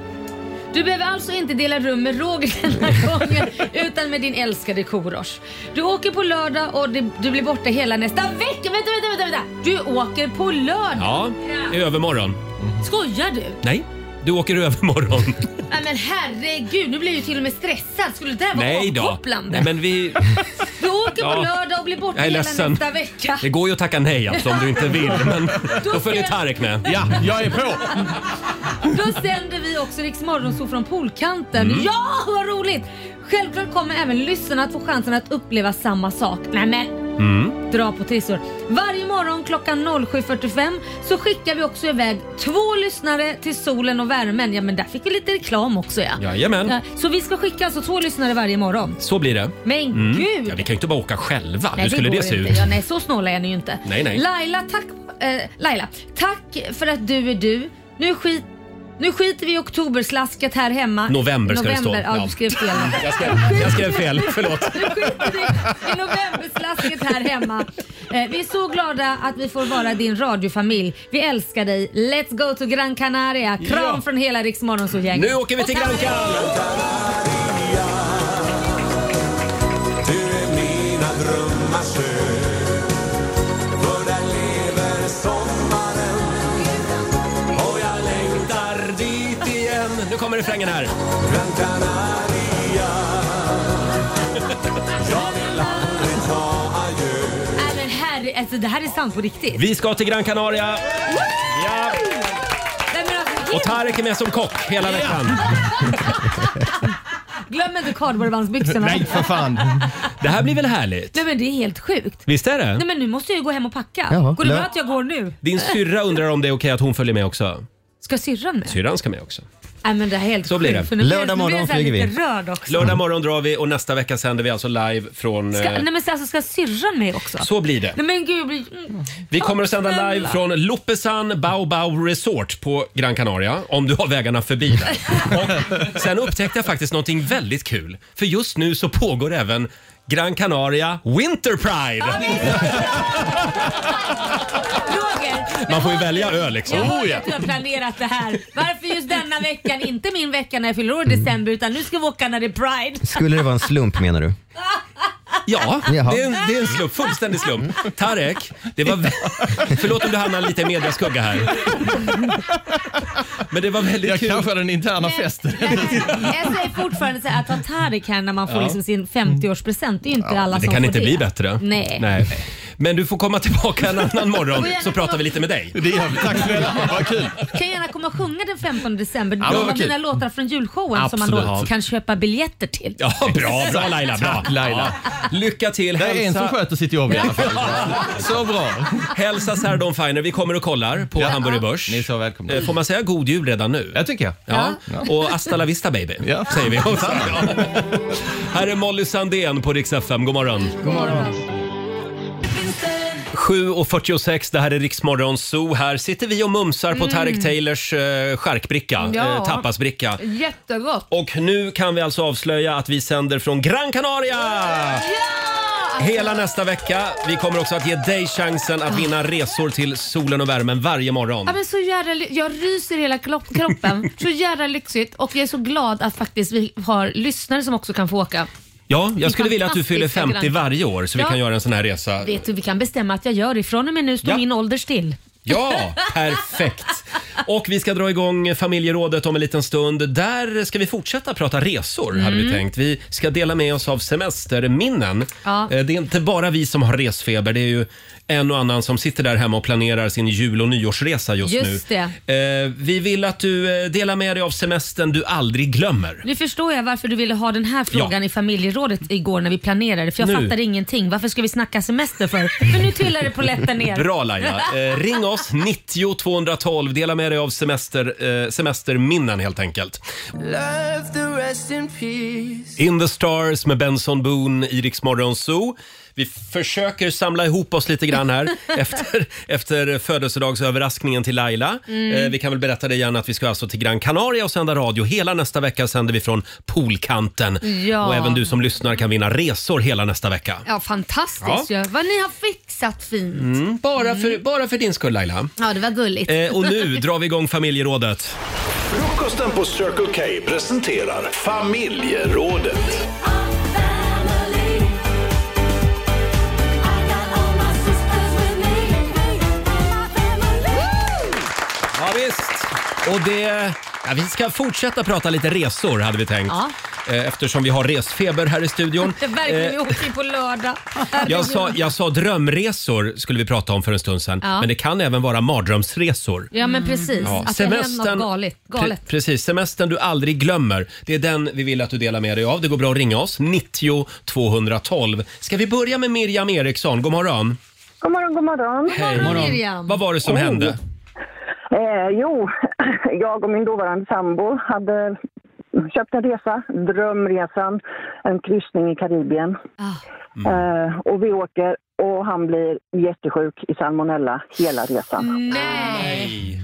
[SPEAKER 2] Du behöver alltså inte dela rum med Roger den här gången utan med din älskade Korosh. Du åker på lördag och det, du blir borta hela nästa vecka. Vänta, vänta, vänta, vänta! Du åker på lördag!
[SPEAKER 1] Ja, i övermorgon.
[SPEAKER 2] Skojar du?
[SPEAKER 1] Nej, du åker i övermorgon.
[SPEAKER 2] Nej men herregud, nu blir jag ju till och med stressad. Skulle det där vara
[SPEAKER 1] Nej då.
[SPEAKER 2] avkopplande?
[SPEAKER 1] Nej, men vi...
[SPEAKER 2] Du åker på
[SPEAKER 1] Ja.
[SPEAKER 2] lördag och blir borta
[SPEAKER 1] Jag är
[SPEAKER 2] hela
[SPEAKER 1] ledsen.
[SPEAKER 2] nästa vecka.
[SPEAKER 1] Det går ju att tacka nej alltså, om du inte vill, men då följer Tarek med.
[SPEAKER 11] Ja, jag är på!
[SPEAKER 2] Då sänder vi också Rix Morgonzoo från poolkanten.
[SPEAKER 1] Mm.
[SPEAKER 2] Ja, vad roligt! Självklart kommer även lyssnarna att få chansen att uppleva samma sak. Nej men,
[SPEAKER 1] Mm.
[SPEAKER 2] dra på trissor. Varje morgon klockan 07.45 så skickar vi också iväg två lyssnare till solen och värmen. Ja men där fick vi lite reklam också ja.
[SPEAKER 1] Jajamän.
[SPEAKER 2] Ja, Så vi ska skicka alltså två lyssnare varje morgon.
[SPEAKER 1] Så blir det. Mm.
[SPEAKER 2] Men gud!
[SPEAKER 1] Ja, vi kan ju inte bara åka själva. Hur skulle
[SPEAKER 2] går
[SPEAKER 1] det se
[SPEAKER 2] inte.
[SPEAKER 1] ut?
[SPEAKER 2] Ja, nej, så snåla är ni ju inte.
[SPEAKER 1] Nej, nej.
[SPEAKER 2] Laila, tack, eh, Laila, tack för att du är du. Nu, skit, nu skiter vi i oktoberslasket här hemma.
[SPEAKER 1] November ska det stå.
[SPEAKER 2] November, Ja,
[SPEAKER 1] Ja.
[SPEAKER 2] du skrev fel.
[SPEAKER 1] Jag skrev, jag skrev fel, förlåt.
[SPEAKER 2] I novemberslasket här hemma. Eh, vi är så glada att vi får vara din radiofamilj. Vi älskar dig. Let's go to Gran Canaria. Kram
[SPEAKER 1] Ja.
[SPEAKER 2] från hela Rix Morgonzoo-gänget.
[SPEAKER 1] Nu åker vi till Gran Canaria.
[SPEAKER 8] Du är mina drömmars ö För där lever sommaren Och jag längtar dit igen
[SPEAKER 1] Nu kommer refrängen här.
[SPEAKER 8] Gran Canaria Jag vill aldrig ta adjö
[SPEAKER 2] Nej, men herre, alltså, det här är sant på riktigt.
[SPEAKER 1] Vi ska till Gran Canaria Ja.
[SPEAKER 2] Nej, men alltså,
[SPEAKER 1] och Tarek är med som kock hela veckan.
[SPEAKER 2] Glöm inte kardborrebandsbyxorna.
[SPEAKER 1] fan. Det här blir väl härligt?
[SPEAKER 2] Nej men det är helt sjukt.
[SPEAKER 1] Visst är det?
[SPEAKER 2] Nej men nu måste jag ju gå hem och packa.
[SPEAKER 1] Jaha.
[SPEAKER 2] Går det bra
[SPEAKER 1] Nej.
[SPEAKER 2] att jag går nu?
[SPEAKER 1] Din syrra undrar om det är okej att hon följer med också.
[SPEAKER 2] Ska syrran med?
[SPEAKER 1] Syrran ska med också.
[SPEAKER 2] Nej men det här är helt
[SPEAKER 1] Så blir
[SPEAKER 2] sjukt,
[SPEAKER 1] det.
[SPEAKER 2] för nu blir jag-
[SPEAKER 1] Lördag
[SPEAKER 2] nu blir jag
[SPEAKER 1] morgon
[SPEAKER 2] så här
[SPEAKER 1] flyger vi.
[SPEAKER 2] lite rörd också.
[SPEAKER 1] Lördag morgon drar vi och nästa vecka sänder vi alltså live från...
[SPEAKER 2] Ska,
[SPEAKER 1] eh,
[SPEAKER 2] nej men så- alltså, ska syrran med också?
[SPEAKER 1] Så blir det.
[SPEAKER 2] Nej men gud, jag blir... mm.
[SPEAKER 1] Vi kommer att sända
[SPEAKER 2] Snälla.
[SPEAKER 1] live från Loppesan Baobao Resort på Gran Canaria om du har vägarna förbi där. Och sen upptäckte jag faktiskt någonting väldigt kul för just nu så pågår även Gran Canaria Winter Pride.
[SPEAKER 2] Roger,
[SPEAKER 1] Man får ju välja ö liksom.
[SPEAKER 2] Jag hör att du har planerat det här. Varför just denna veckan? Inte min vecka när jag fyller år i december utan nu ska vi åka när det är Pride.
[SPEAKER 5] Skulle det vara en slump menar du?
[SPEAKER 1] Ja, det
[SPEAKER 5] Jaha.
[SPEAKER 1] är, en, det är en slump. Fullständig slump. Tarek, det var... vä- Förlåt om du hamnar lite i mediaskugga här. Men det var väldigt kul. Jag kanske den interna festen.
[SPEAKER 2] Jag säger fortfarande så här, att ha Tarek här när man får
[SPEAKER 1] Ja.
[SPEAKER 2] liksom sin 50-årspresent, det är ju inte alla
[SPEAKER 1] Det
[SPEAKER 2] som
[SPEAKER 1] kan
[SPEAKER 2] får
[SPEAKER 1] inte
[SPEAKER 2] det.
[SPEAKER 1] bli bättre.
[SPEAKER 2] Nej.
[SPEAKER 1] Men du får komma tillbaka en annan morgon
[SPEAKER 2] Får gärna
[SPEAKER 1] så pratar vi lite med dig. Det gör vi. Tack snälla. Vad kul.
[SPEAKER 2] Kan gärna komma och sjunga den 15 december.
[SPEAKER 1] Ja,
[SPEAKER 2] Några
[SPEAKER 1] vad
[SPEAKER 2] av
[SPEAKER 1] kul.
[SPEAKER 2] mina låtar från julshowen som man då
[SPEAKER 1] Absolut.
[SPEAKER 2] kan köpa biljetter till.
[SPEAKER 1] Ja, bra, bra Laila. Bra.
[SPEAKER 11] Tack, Laila.
[SPEAKER 1] Ja. Lycka till.
[SPEAKER 11] Det är en som sköter sitt jobb i alla fall.
[SPEAKER 1] Så bra. Hälsa Sardon Finer. Vi kommer och kollar på Hamburger Börs. Ni är så
[SPEAKER 7] Eh,
[SPEAKER 1] välkomna. Får man säga god jul redan nu? Jag tycker jag. Ja. Och hasta la vista baby, säger vi också. Ja. Här är Molly Sandén på Rix FM. God morgon.
[SPEAKER 8] God morgon.
[SPEAKER 1] 7.46, det här är Riksmorgon Zoo. Här sitter vi och mumsar på
[SPEAKER 2] Mm.
[SPEAKER 1] Tarek Taylors uh, charkbricka,
[SPEAKER 2] Ja.
[SPEAKER 1] eh, tapasbricka.
[SPEAKER 2] Jättegott.
[SPEAKER 1] Och nu kan vi alltså avslöja att vi sänder från Gran Canaria! Hela nästa vecka. Vi kommer också att ge dig chansen att vinna resor till solen och värmen varje morgon.
[SPEAKER 2] Ja, men så jävla, ly- jag ryser i hela klo- kroppen. så jävla lyxigt och jag är så glad att faktiskt vi har lyssnare som också kan få åka.
[SPEAKER 1] Ja,
[SPEAKER 2] Det är
[SPEAKER 1] jag skulle vilja att du fyller
[SPEAKER 2] fantastiska
[SPEAKER 1] 50
[SPEAKER 2] Gran-
[SPEAKER 1] varje år så vi
[SPEAKER 2] Ja.
[SPEAKER 1] kan göra en sån här resa.
[SPEAKER 2] Vet du, vi kan bestämma att jag gör det. Från och med nu står
[SPEAKER 1] Ja.
[SPEAKER 2] min ålder still.
[SPEAKER 1] Ja, perfekt. Och vi ska dra igång familjerådet om en liten stund. Där ska vi fortsätta prata resor, hade vi
[SPEAKER 2] Mm.
[SPEAKER 1] tänkt. Vi ska dela med oss av semesterminnen.
[SPEAKER 2] Ja.
[SPEAKER 1] Eh, Det är inte bara vi som har resfeber. Det är ju en och annan som sitter där hemma och planerar sin jul och nyårsresa just,
[SPEAKER 2] Just
[SPEAKER 1] nu.
[SPEAKER 2] det.
[SPEAKER 1] Eh, Vi vill att du eh, delar med dig av semestern du aldrig glömmer.
[SPEAKER 2] Nu förstår jag varför du ville ha den här frågan i familjerådet igår när vi planerade. För jag
[SPEAKER 1] Nu.
[SPEAKER 2] fattade ingenting. Varför ska vi snacka semester för? För nu trillar det på lätten ner.
[SPEAKER 1] Bra Laila. Eh, ring oss, 90 212. Dela med dig av semester, eh, semesterminnen helt enkelt.
[SPEAKER 8] Love the rest in peace.
[SPEAKER 1] In the Stars med Benson Boone i Rix Morgon Zoo. Vi försöker samla ihop oss lite grann här efter, efter födelsedagsöverraskningen till Laila.
[SPEAKER 12] Mm.
[SPEAKER 1] Eh, vi kan väl berätta det igen att vi ska alltså till Gran Canaria och sända radio. Hela nästa vecka sänder vi från poolkanten.
[SPEAKER 2] Ja.
[SPEAKER 1] Och även du som lyssnar kan vinna resor hela nästa vecka.
[SPEAKER 2] Ja, fantastiskt
[SPEAKER 1] Ja.
[SPEAKER 2] ju. Vad ni har fixat fint.
[SPEAKER 1] Mm, bara, för, bara för din skull Laila.
[SPEAKER 2] Ja, det var gulligt.
[SPEAKER 1] Eh, och nu drar vi igång familjerådet.
[SPEAKER 9] Frukosten på Circle K presenterar familjerådet.
[SPEAKER 1] Ja, visst. Och det, ja, vi ska fortsätta prata lite resor hade vi tänkt.
[SPEAKER 2] Ja.
[SPEAKER 1] Eh, Eftersom vi har resfeber här i studion.
[SPEAKER 2] Det verkar vi
[SPEAKER 1] Eh,
[SPEAKER 2] åker på lördag.
[SPEAKER 1] jag sa, jag sa drömresor skulle vi prata om för en stund sedan.
[SPEAKER 2] Ja.
[SPEAKER 1] Men det kan även vara mardrömsresor.
[SPEAKER 2] Ja men precis,
[SPEAKER 1] Mm. Ja.
[SPEAKER 2] att det händer något
[SPEAKER 1] Semestern-
[SPEAKER 2] galet. galet.
[SPEAKER 1] Pre- precis, semestern du aldrig glömmer. Det är den vi vill att du delar med dig av. Det går bra att ringa oss, 90 212. Ska vi börja med Miriam Eriksson? God morgon.
[SPEAKER 4] God morgon, god morgon.
[SPEAKER 1] Vad var
[SPEAKER 2] Oh.
[SPEAKER 1] det som
[SPEAKER 4] Hej.
[SPEAKER 1] hände?
[SPEAKER 4] Eh, jo, jag och min dåvarande sambo hade köpt en resa, drömresan, en kryssning i Karibien.
[SPEAKER 2] Ah.
[SPEAKER 13] Mm.
[SPEAKER 4] Eh, och vi åker och han blir jättesjuk i salmonella hela
[SPEAKER 13] Mm.
[SPEAKER 4] resan.
[SPEAKER 2] Nej.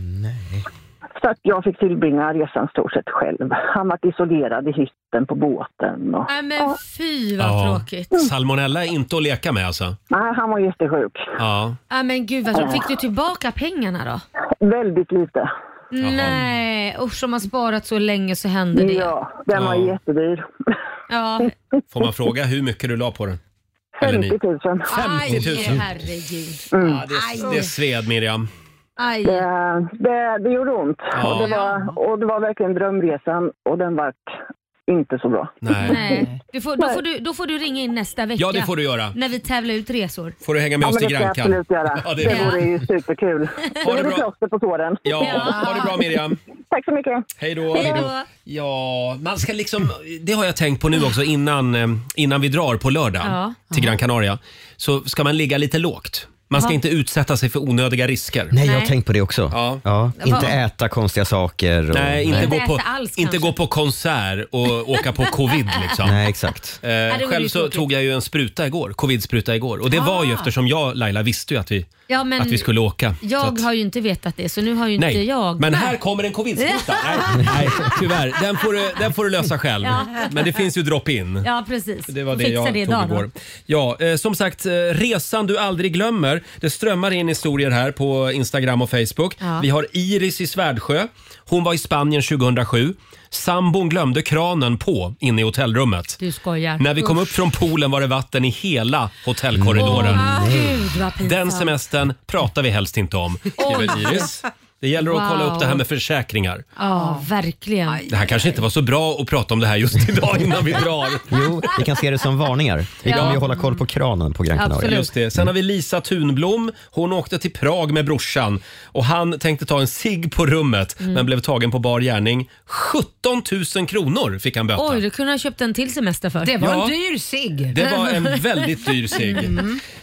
[SPEAKER 4] Så att jag fick tillbringa resan stort sett själv. Han var isolerad i hytten på båten. Och...
[SPEAKER 2] Nej Ah, men fy vad
[SPEAKER 1] Ja. Mm.
[SPEAKER 2] tråkigt.
[SPEAKER 1] Salmonella är inte att leka med alltså.
[SPEAKER 4] Nej, han var jättesjuk.
[SPEAKER 1] Ja.
[SPEAKER 2] Nej Ah, men gud vad tråkigt. Fick du tillbaka pengarna då?
[SPEAKER 4] Väldigt lite.
[SPEAKER 2] Nej, usch om man sparat så länge så hände det.
[SPEAKER 4] Ja, den var
[SPEAKER 1] Ja.
[SPEAKER 4] jättedyr.
[SPEAKER 2] Ja.
[SPEAKER 1] Får man fråga hur mycket du la på den? Eller ni?
[SPEAKER 4] 50 000.
[SPEAKER 1] 50 000.
[SPEAKER 2] Aj, herregud.
[SPEAKER 4] Mm.
[SPEAKER 1] Det, det sved Miriam.
[SPEAKER 2] Aj.
[SPEAKER 4] Det, det, det gjorde ont.
[SPEAKER 1] Ja.
[SPEAKER 4] Och, det var, och det var verkligen drömresan och den var inte så bra.
[SPEAKER 1] Nej.
[SPEAKER 2] Nej. Du får, då, får du, då får du ringa in nästa vecka.
[SPEAKER 1] Ja, det får du göra.
[SPEAKER 2] När vi tävlar ut resor.
[SPEAKER 1] Får du hänga med
[SPEAKER 4] Ja,
[SPEAKER 1] oss
[SPEAKER 4] men
[SPEAKER 1] till
[SPEAKER 4] det ska jag
[SPEAKER 1] Gran Can?
[SPEAKER 4] absolut göra.
[SPEAKER 1] Ja, det
[SPEAKER 4] det,
[SPEAKER 1] är bra.
[SPEAKER 4] vore ju superkul. Då är det plåster på såren.
[SPEAKER 1] Ja, ha det bra Miriam.
[SPEAKER 4] Tack så mycket.
[SPEAKER 1] Hej då.
[SPEAKER 4] Hej då.
[SPEAKER 1] Ja, man ska liksom, det har jag tänkt på nu också innan, eh, innan vi drar på lördag
[SPEAKER 2] Ja.
[SPEAKER 1] till Gran Canaria. Så ska man ligga lite lågt. Man ska
[SPEAKER 2] Ja.
[SPEAKER 1] inte utsätta sig för onödiga risker.
[SPEAKER 5] Nej, jag har
[SPEAKER 2] Nej.
[SPEAKER 5] tänkt på det också. Ja. Inte
[SPEAKER 2] Vad-
[SPEAKER 5] äta konstiga saker. Och...
[SPEAKER 1] Nej, inte,
[SPEAKER 2] Inte
[SPEAKER 1] gå, på,
[SPEAKER 2] äta alls,
[SPEAKER 1] inte
[SPEAKER 2] kanske.
[SPEAKER 1] gå på konsert och åka på covid. Liksom.
[SPEAKER 5] Nej, exakt.
[SPEAKER 2] det
[SPEAKER 1] Eh,
[SPEAKER 2] vore
[SPEAKER 1] själv
[SPEAKER 2] ju
[SPEAKER 1] så
[SPEAKER 2] tråkigt.
[SPEAKER 1] tog jag ju en spruta igår, covid-spruta igår. Och det var ju
[SPEAKER 2] Ah.
[SPEAKER 1] eftersom jag, Laila, visste ju att vi,
[SPEAKER 2] Ja, men
[SPEAKER 1] att vi skulle åka.
[SPEAKER 2] Jag
[SPEAKER 1] Så att-
[SPEAKER 2] har ju inte vetat det, så nu har ju inte
[SPEAKER 1] Nej,
[SPEAKER 2] jag...
[SPEAKER 1] men här kommer en covid-smitta. Nej, nej, tyvärr. Den får, du, den får du lösa själv.
[SPEAKER 2] Ja.
[SPEAKER 1] Men det finns ju drop-in.
[SPEAKER 2] Ja, precis.
[SPEAKER 1] Det var det
[SPEAKER 2] Fixa
[SPEAKER 1] jag
[SPEAKER 2] det
[SPEAKER 1] tog
[SPEAKER 2] idag då.
[SPEAKER 1] igår. Ja, eh, som sagt, eh, resan du aldrig glömmer. Det strömmar in historier här på Instagram och Facebook.
[SPEAKER 2] Ja.
[SPEAKER 1] Vi har Iris i Svärdsjö. Hon var i Spanien 2007. Sambon glömde kranen på inne i hotellrummet.
[SPEAKER 2] Du skojar.
[SPEAKER 1] När vi kom upp
[SPEAKER 2] Usch.
[SPEAKER 1] från poolen var det vatten i hela hotellkorridoren.
[SPEAKER 2] Åh, Ah, gud vad pinsamt.
[SPEAKER 1] Den semestern pratar vi helst inte om, skriver
[SPEAKER 2] Oj.
[SPEAKER 1] Iris. Det gäller att kolla
[SPEAKER 2] Wow.
[SPEAKER 1] upp det här med försäkringar.
[SPEAKER 2] Ja, verkligen.
[SPEAKER 1] Det här kanske inte var så bra att prata om det här just idag innan vi drar.
[SPEAKER 5] Jo, vi kan se det som varningar. Vi
[SPEAKER 1] Ja.
[SPEAKER 5] kommer ju hålla koll på kranen på Gran Canaria.
[SPEAKER 1] Just det. Sen har vi Lisa Thunblom. Hon åkte till Prag med brorsan och han tänkte ta en cigg på rummet men blev tagen på bar gärning. 17 000 kronor fick han böta.
[SPEAKER 2] Oj, du kunde ha köpt en till semester för.
[SPEAKER 1] Det var Ja. en
[SPEAKER 2] dyr cigg.
[SPEAKER 1] Det var en väldigt dyr cigg.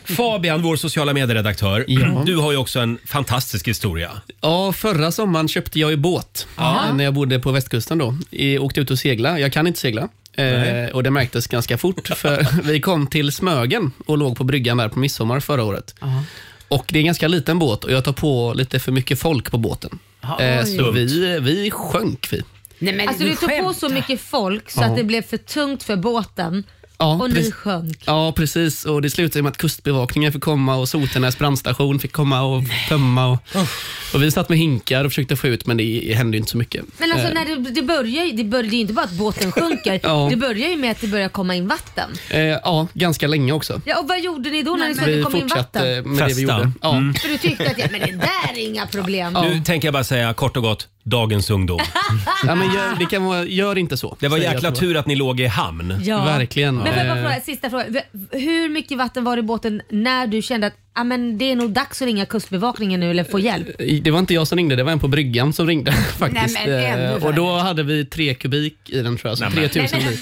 [SPEAKER 1] Fabian, vår sociala medieredaktör, du har ju också en fantastisk historia.
[SPEAKER 7] Ja, förra sommaren köpte jag ju båt Eh,
[SPEAKER 1] Ja.
[SPEAKER 7] när jag bodde på västkusten. då. I, åkte ut och segla. Jag kan inte segla. Eh,
[SPEAKER 1] Nej.
[SPEAKER 7] och Det märktes ganska fort. För vi kom till Smögen och låg på bryggan där på midsommar förra året. Och Det är en ganska liten båt och jag tar på lite för mycket folk på båten.
[SPEAKER 2] Ja,
[SPEAKER 7] Eh,
[SPEAKER 2] oj.
[SPEAKER 7] så vi, vi sjönk. Vi.
[SPEAKER 2] Nej, men alltså, du tog på så mycket folk så
[SPEAKER 7] Ja.
[SPEAKER 2] att det blev för tungt för båten
[SPEAKER 7] Ja,
[SPEAKER 2] och ni
[SPEAKER 7] precis.
[SPEAKER 2] sjönk.
[SPEAKER 7] Ja, precis. Och Det slutade med att Kustbevakningen fick komma och Sotenäs brandstation fick komma och tömma. Och, och Vi satt med hinkar och försökte få ut, men det hände ju inte så mycket.
[SPEAKER 2] Men alltså
[SPEAKER 7] Eh,
[SPEAKER 2] när det, det börjar ju, det, börjar, det är ju inte bara att båten sjunker,
[SPEAKER 7] Ja.
[SPEAKER 2] det börjar ju med att det börjar komma in vatten.
[SPEAKER 7] eh, Ja, ganska länge också.
[SPEAKER 2] Ja, och vad gjorde ni då när ni såg att det
[SPEAKER 7] vi
[SPEAKER 2] kom in
[SPEAKER 7] fortsatte
[SPEAKER 2] vatten?
[SPEAKER 7] med det vi gjorde. Ja.
[SPEAKER 1] Mm.
[SPEAKER 2] För du tyckte att ja, men det där är inga problem.
[SPEAKER 1] Nu tänker jag bara säga kort och gott, dagens ungdom.
[SPEAKER 7] Ja, men gör, det kan vara, gör inte så.
[SPEAKER 1] Det var
[SPEAKER 7] säger
[SPEAKER 1] jäkla
[SPEAKER 7] jag så.
[SPEAKER 1] tur att ni låg i hamn.
[SPEAKER 2] Ja.
[SPEAKER 7] Verkligen.
[SPEAKER 2] Men får jag bara
[SPEAKER 7] Eh,
[SPEAKER 2] fråga, sista frågan. V- Hur mycket vatten var det i båten när du kände att ah, men det är nog dags att ringa kustbevakningen nu eller få hjälp?
[SPEAKER 7] Det var inte jag som ringde, det var en på bryggan som ringde faktiskt.
[SPEAKER 2] Nej, men ändå
[SPEAKER 7] Eh, och då hade vi tre kubik i den tror jag, så 3000 kubik.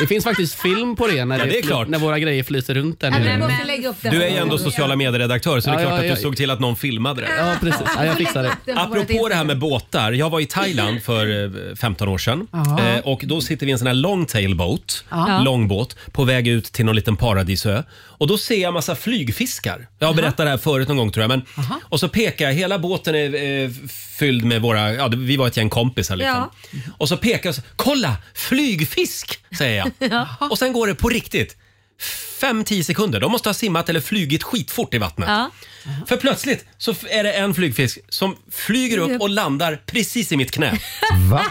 [SPEAKER 7] Det finns faktiskt film på det när,
[SPEAKER 1] Ja, det är
[SPEAKER 7] fly-
[SPEAKER 1] klart.
[SPEAKER 7] när våra grejer flyter runt där
[SPEAKER 2] Ja, men
[SPEAKER 7] nere.
[SPEAKER 2] jag måste lägga upp det.
[SPEAKER 1] Du är ju ändå sociala medieredaktör så det är
[SPEAKER 7] Ja,
[SPEAKER 1] klart
[SPEAKER 7] ja,
[SPEAKER 1] att du
[SPEAKER 7] ja.
[SPEAKER 1] såg till att någon filmade det.
[SPEAKER 7] Ja, precis. Ja, jag fixar det.
[SPEAKER 1] Apropå det här med båtar. Jag var i Thailand för eh, 15 år sedan.
[SPEAKER 7] Ja.
[SPEAKER 1] Eh, och då sitter vi i en sån här longtail boat,
[SPEAKER 7] Ja.
[SPEAKER 1] långbåt, på väg ut till någon liten paradisö. Och då ser jag massa flygfiskar. Jag har berättat det här förut någon gång tror jag. Men, och så pekar jag, hela båten är eh, fylld med våra, ja det- vi var ett gäng kompisar liksom. Och så pekar jag, så, kolla flygfisk! Säger jag. Och sen går det på riktigt. 5-10 sekunder. De måste ha simmat eller flugit skitfort i vattnet.
[SPEAKER 2] Ja.
[SPEAKER 1] För plötsligt så f- är det en flygfisk som flyger upp och landar precis i mitt knä.
[SPEAKER 5] Va?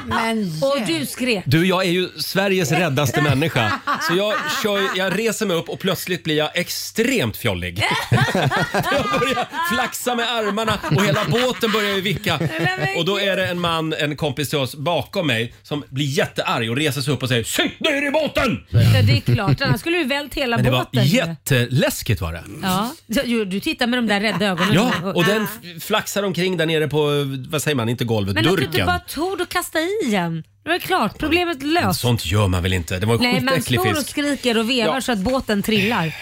[SPEAKER 2] och du skrek.
[SPEAKER 1] Du, jag är ju Sveriges räddaste människa. Så jag, kör, jag reser mig upp och plötsligt blir jag extremt fjollig. Jag börjar flaxa med armarna och hela båten börjar ju vicka. Och då är det en man, en kompis till oss bakom mig som blir jättearg och reser sig upp och säger “Sitt ner i båten!”
[SPEAKER 2] Ja, det är klart, annars skulle du vält hela
[SPEAKER 1] Men det var
[SPEAKER 2] båten. Mm.
[SPEAKER 1] jätteläskigt var det.
[SPEAKER 2] Ja. Jo, Du tittar med de där rädda ögonen.
[SPEAKER 1] Ja, och den f- flaxar omkring där nere på, vad säger man, inte golvet,
[SPEAKER 2] Men att du inte
[SPEAKER 1] durken.
[SPEAKER 2] bara tog och kastade i den. Det var klart, problemet är
[SPEAKER 1] Men
[SPEAKER 2] löst.
[SPEAKER 1] Sånt gör man väl inte? Det var en
[SPEAKER 2] Alltså- Nej, man
[SPEAKER 1] skitäcklig
[SPEAKER 2] står och
[SPEAKER 1] fisk.
[SPEAKER 2] skriker och vevar
[SPEAKER 1] Ja.
[SPEAKER 2] så att båten trillar.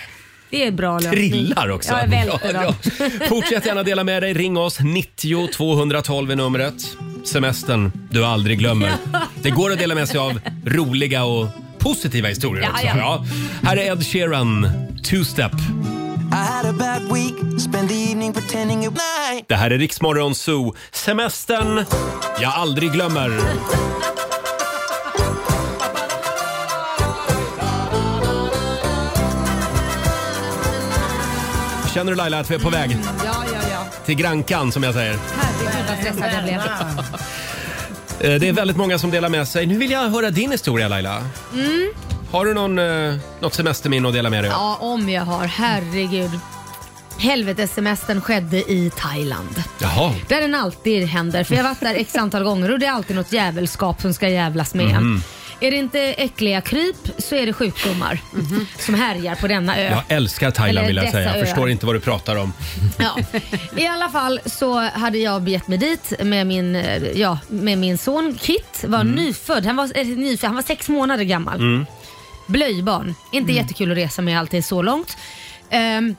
[SPEAKER 2] Det är bra lösning.
[SPEAKER 1] Trillar också?
[SPEAKER 2] Ja, jag välter
[SPEAKER 1] Ja,
[SPEAKER 2] dem.
[SPEAKER 1] ja. Fortsätt gärna dela med dig. Ring oss. 90 212 är numret. Semestern du aldrig glömmer. Det går att dela med sig av roliga och positiva historier
[SPEAKER 8] Ja,
[SPEAKER 1] också.
[SPEAKER 8] ja.
[SPEAKER 1] Ja. Här är Ed Sheeran, Two Step.
[SPEAKER 8] I had a bad week, spent the evening pretending it night.
[SPEAKER 1] Det här är Riksmorgon Zoo. Semestern jag aldrig glömmer. Känner du Laila att vi är på väg
[SPEAKER 2] Ja, ja, ja.
[SPEAKER 1] till Grankan som jag säger?
[SPEAKER 2] Herregud vad stressad jag blev.
[SPEAKER 1] Eh, Det är väldigt många som delar med sig. Nu vill jag höra din historia Laila.
[SPEAKER 2] Mm.
[SPEAKER 1] Har du någon, eh, något semesterminne att dela med dig av?
[SPEAKER 2] Ja, om jag har. Herregud. Helvetes-semestern skedde i Thailand.
[SPEAKER 1] Jaha.
[SPEAKER 2] Där den alltid händer. För jag har varit där x antal gånger och det är alltid något jävelskap som ska jävlas med.
[SPEAKER 1] Mhm.
[SPEAKER 2] Är det inte äckliga kryp så är det sjukdomar som härjar på denna ö.
[SPEAKER 1] Jag älskar Thailand
[SPEAKER 2] Eller
[SPEAKER 1] vill jag
[SPEAKER 2] dessa
[SPEAKER 1] säga. Jag
[SPEAKER 2] öar.
[SPEAKER 1] förstår inte vad du pratar om.
[SPEAKER 2] Ja. I alla fall så hade jag begett mig dit med min, eh, ja, med min son Kit. Var nyfödd. Han var, eh, nyfödd. Han var sex månader gammal. Blöjbarn. Inte jättekul att resa med alltid så långt. Ehm,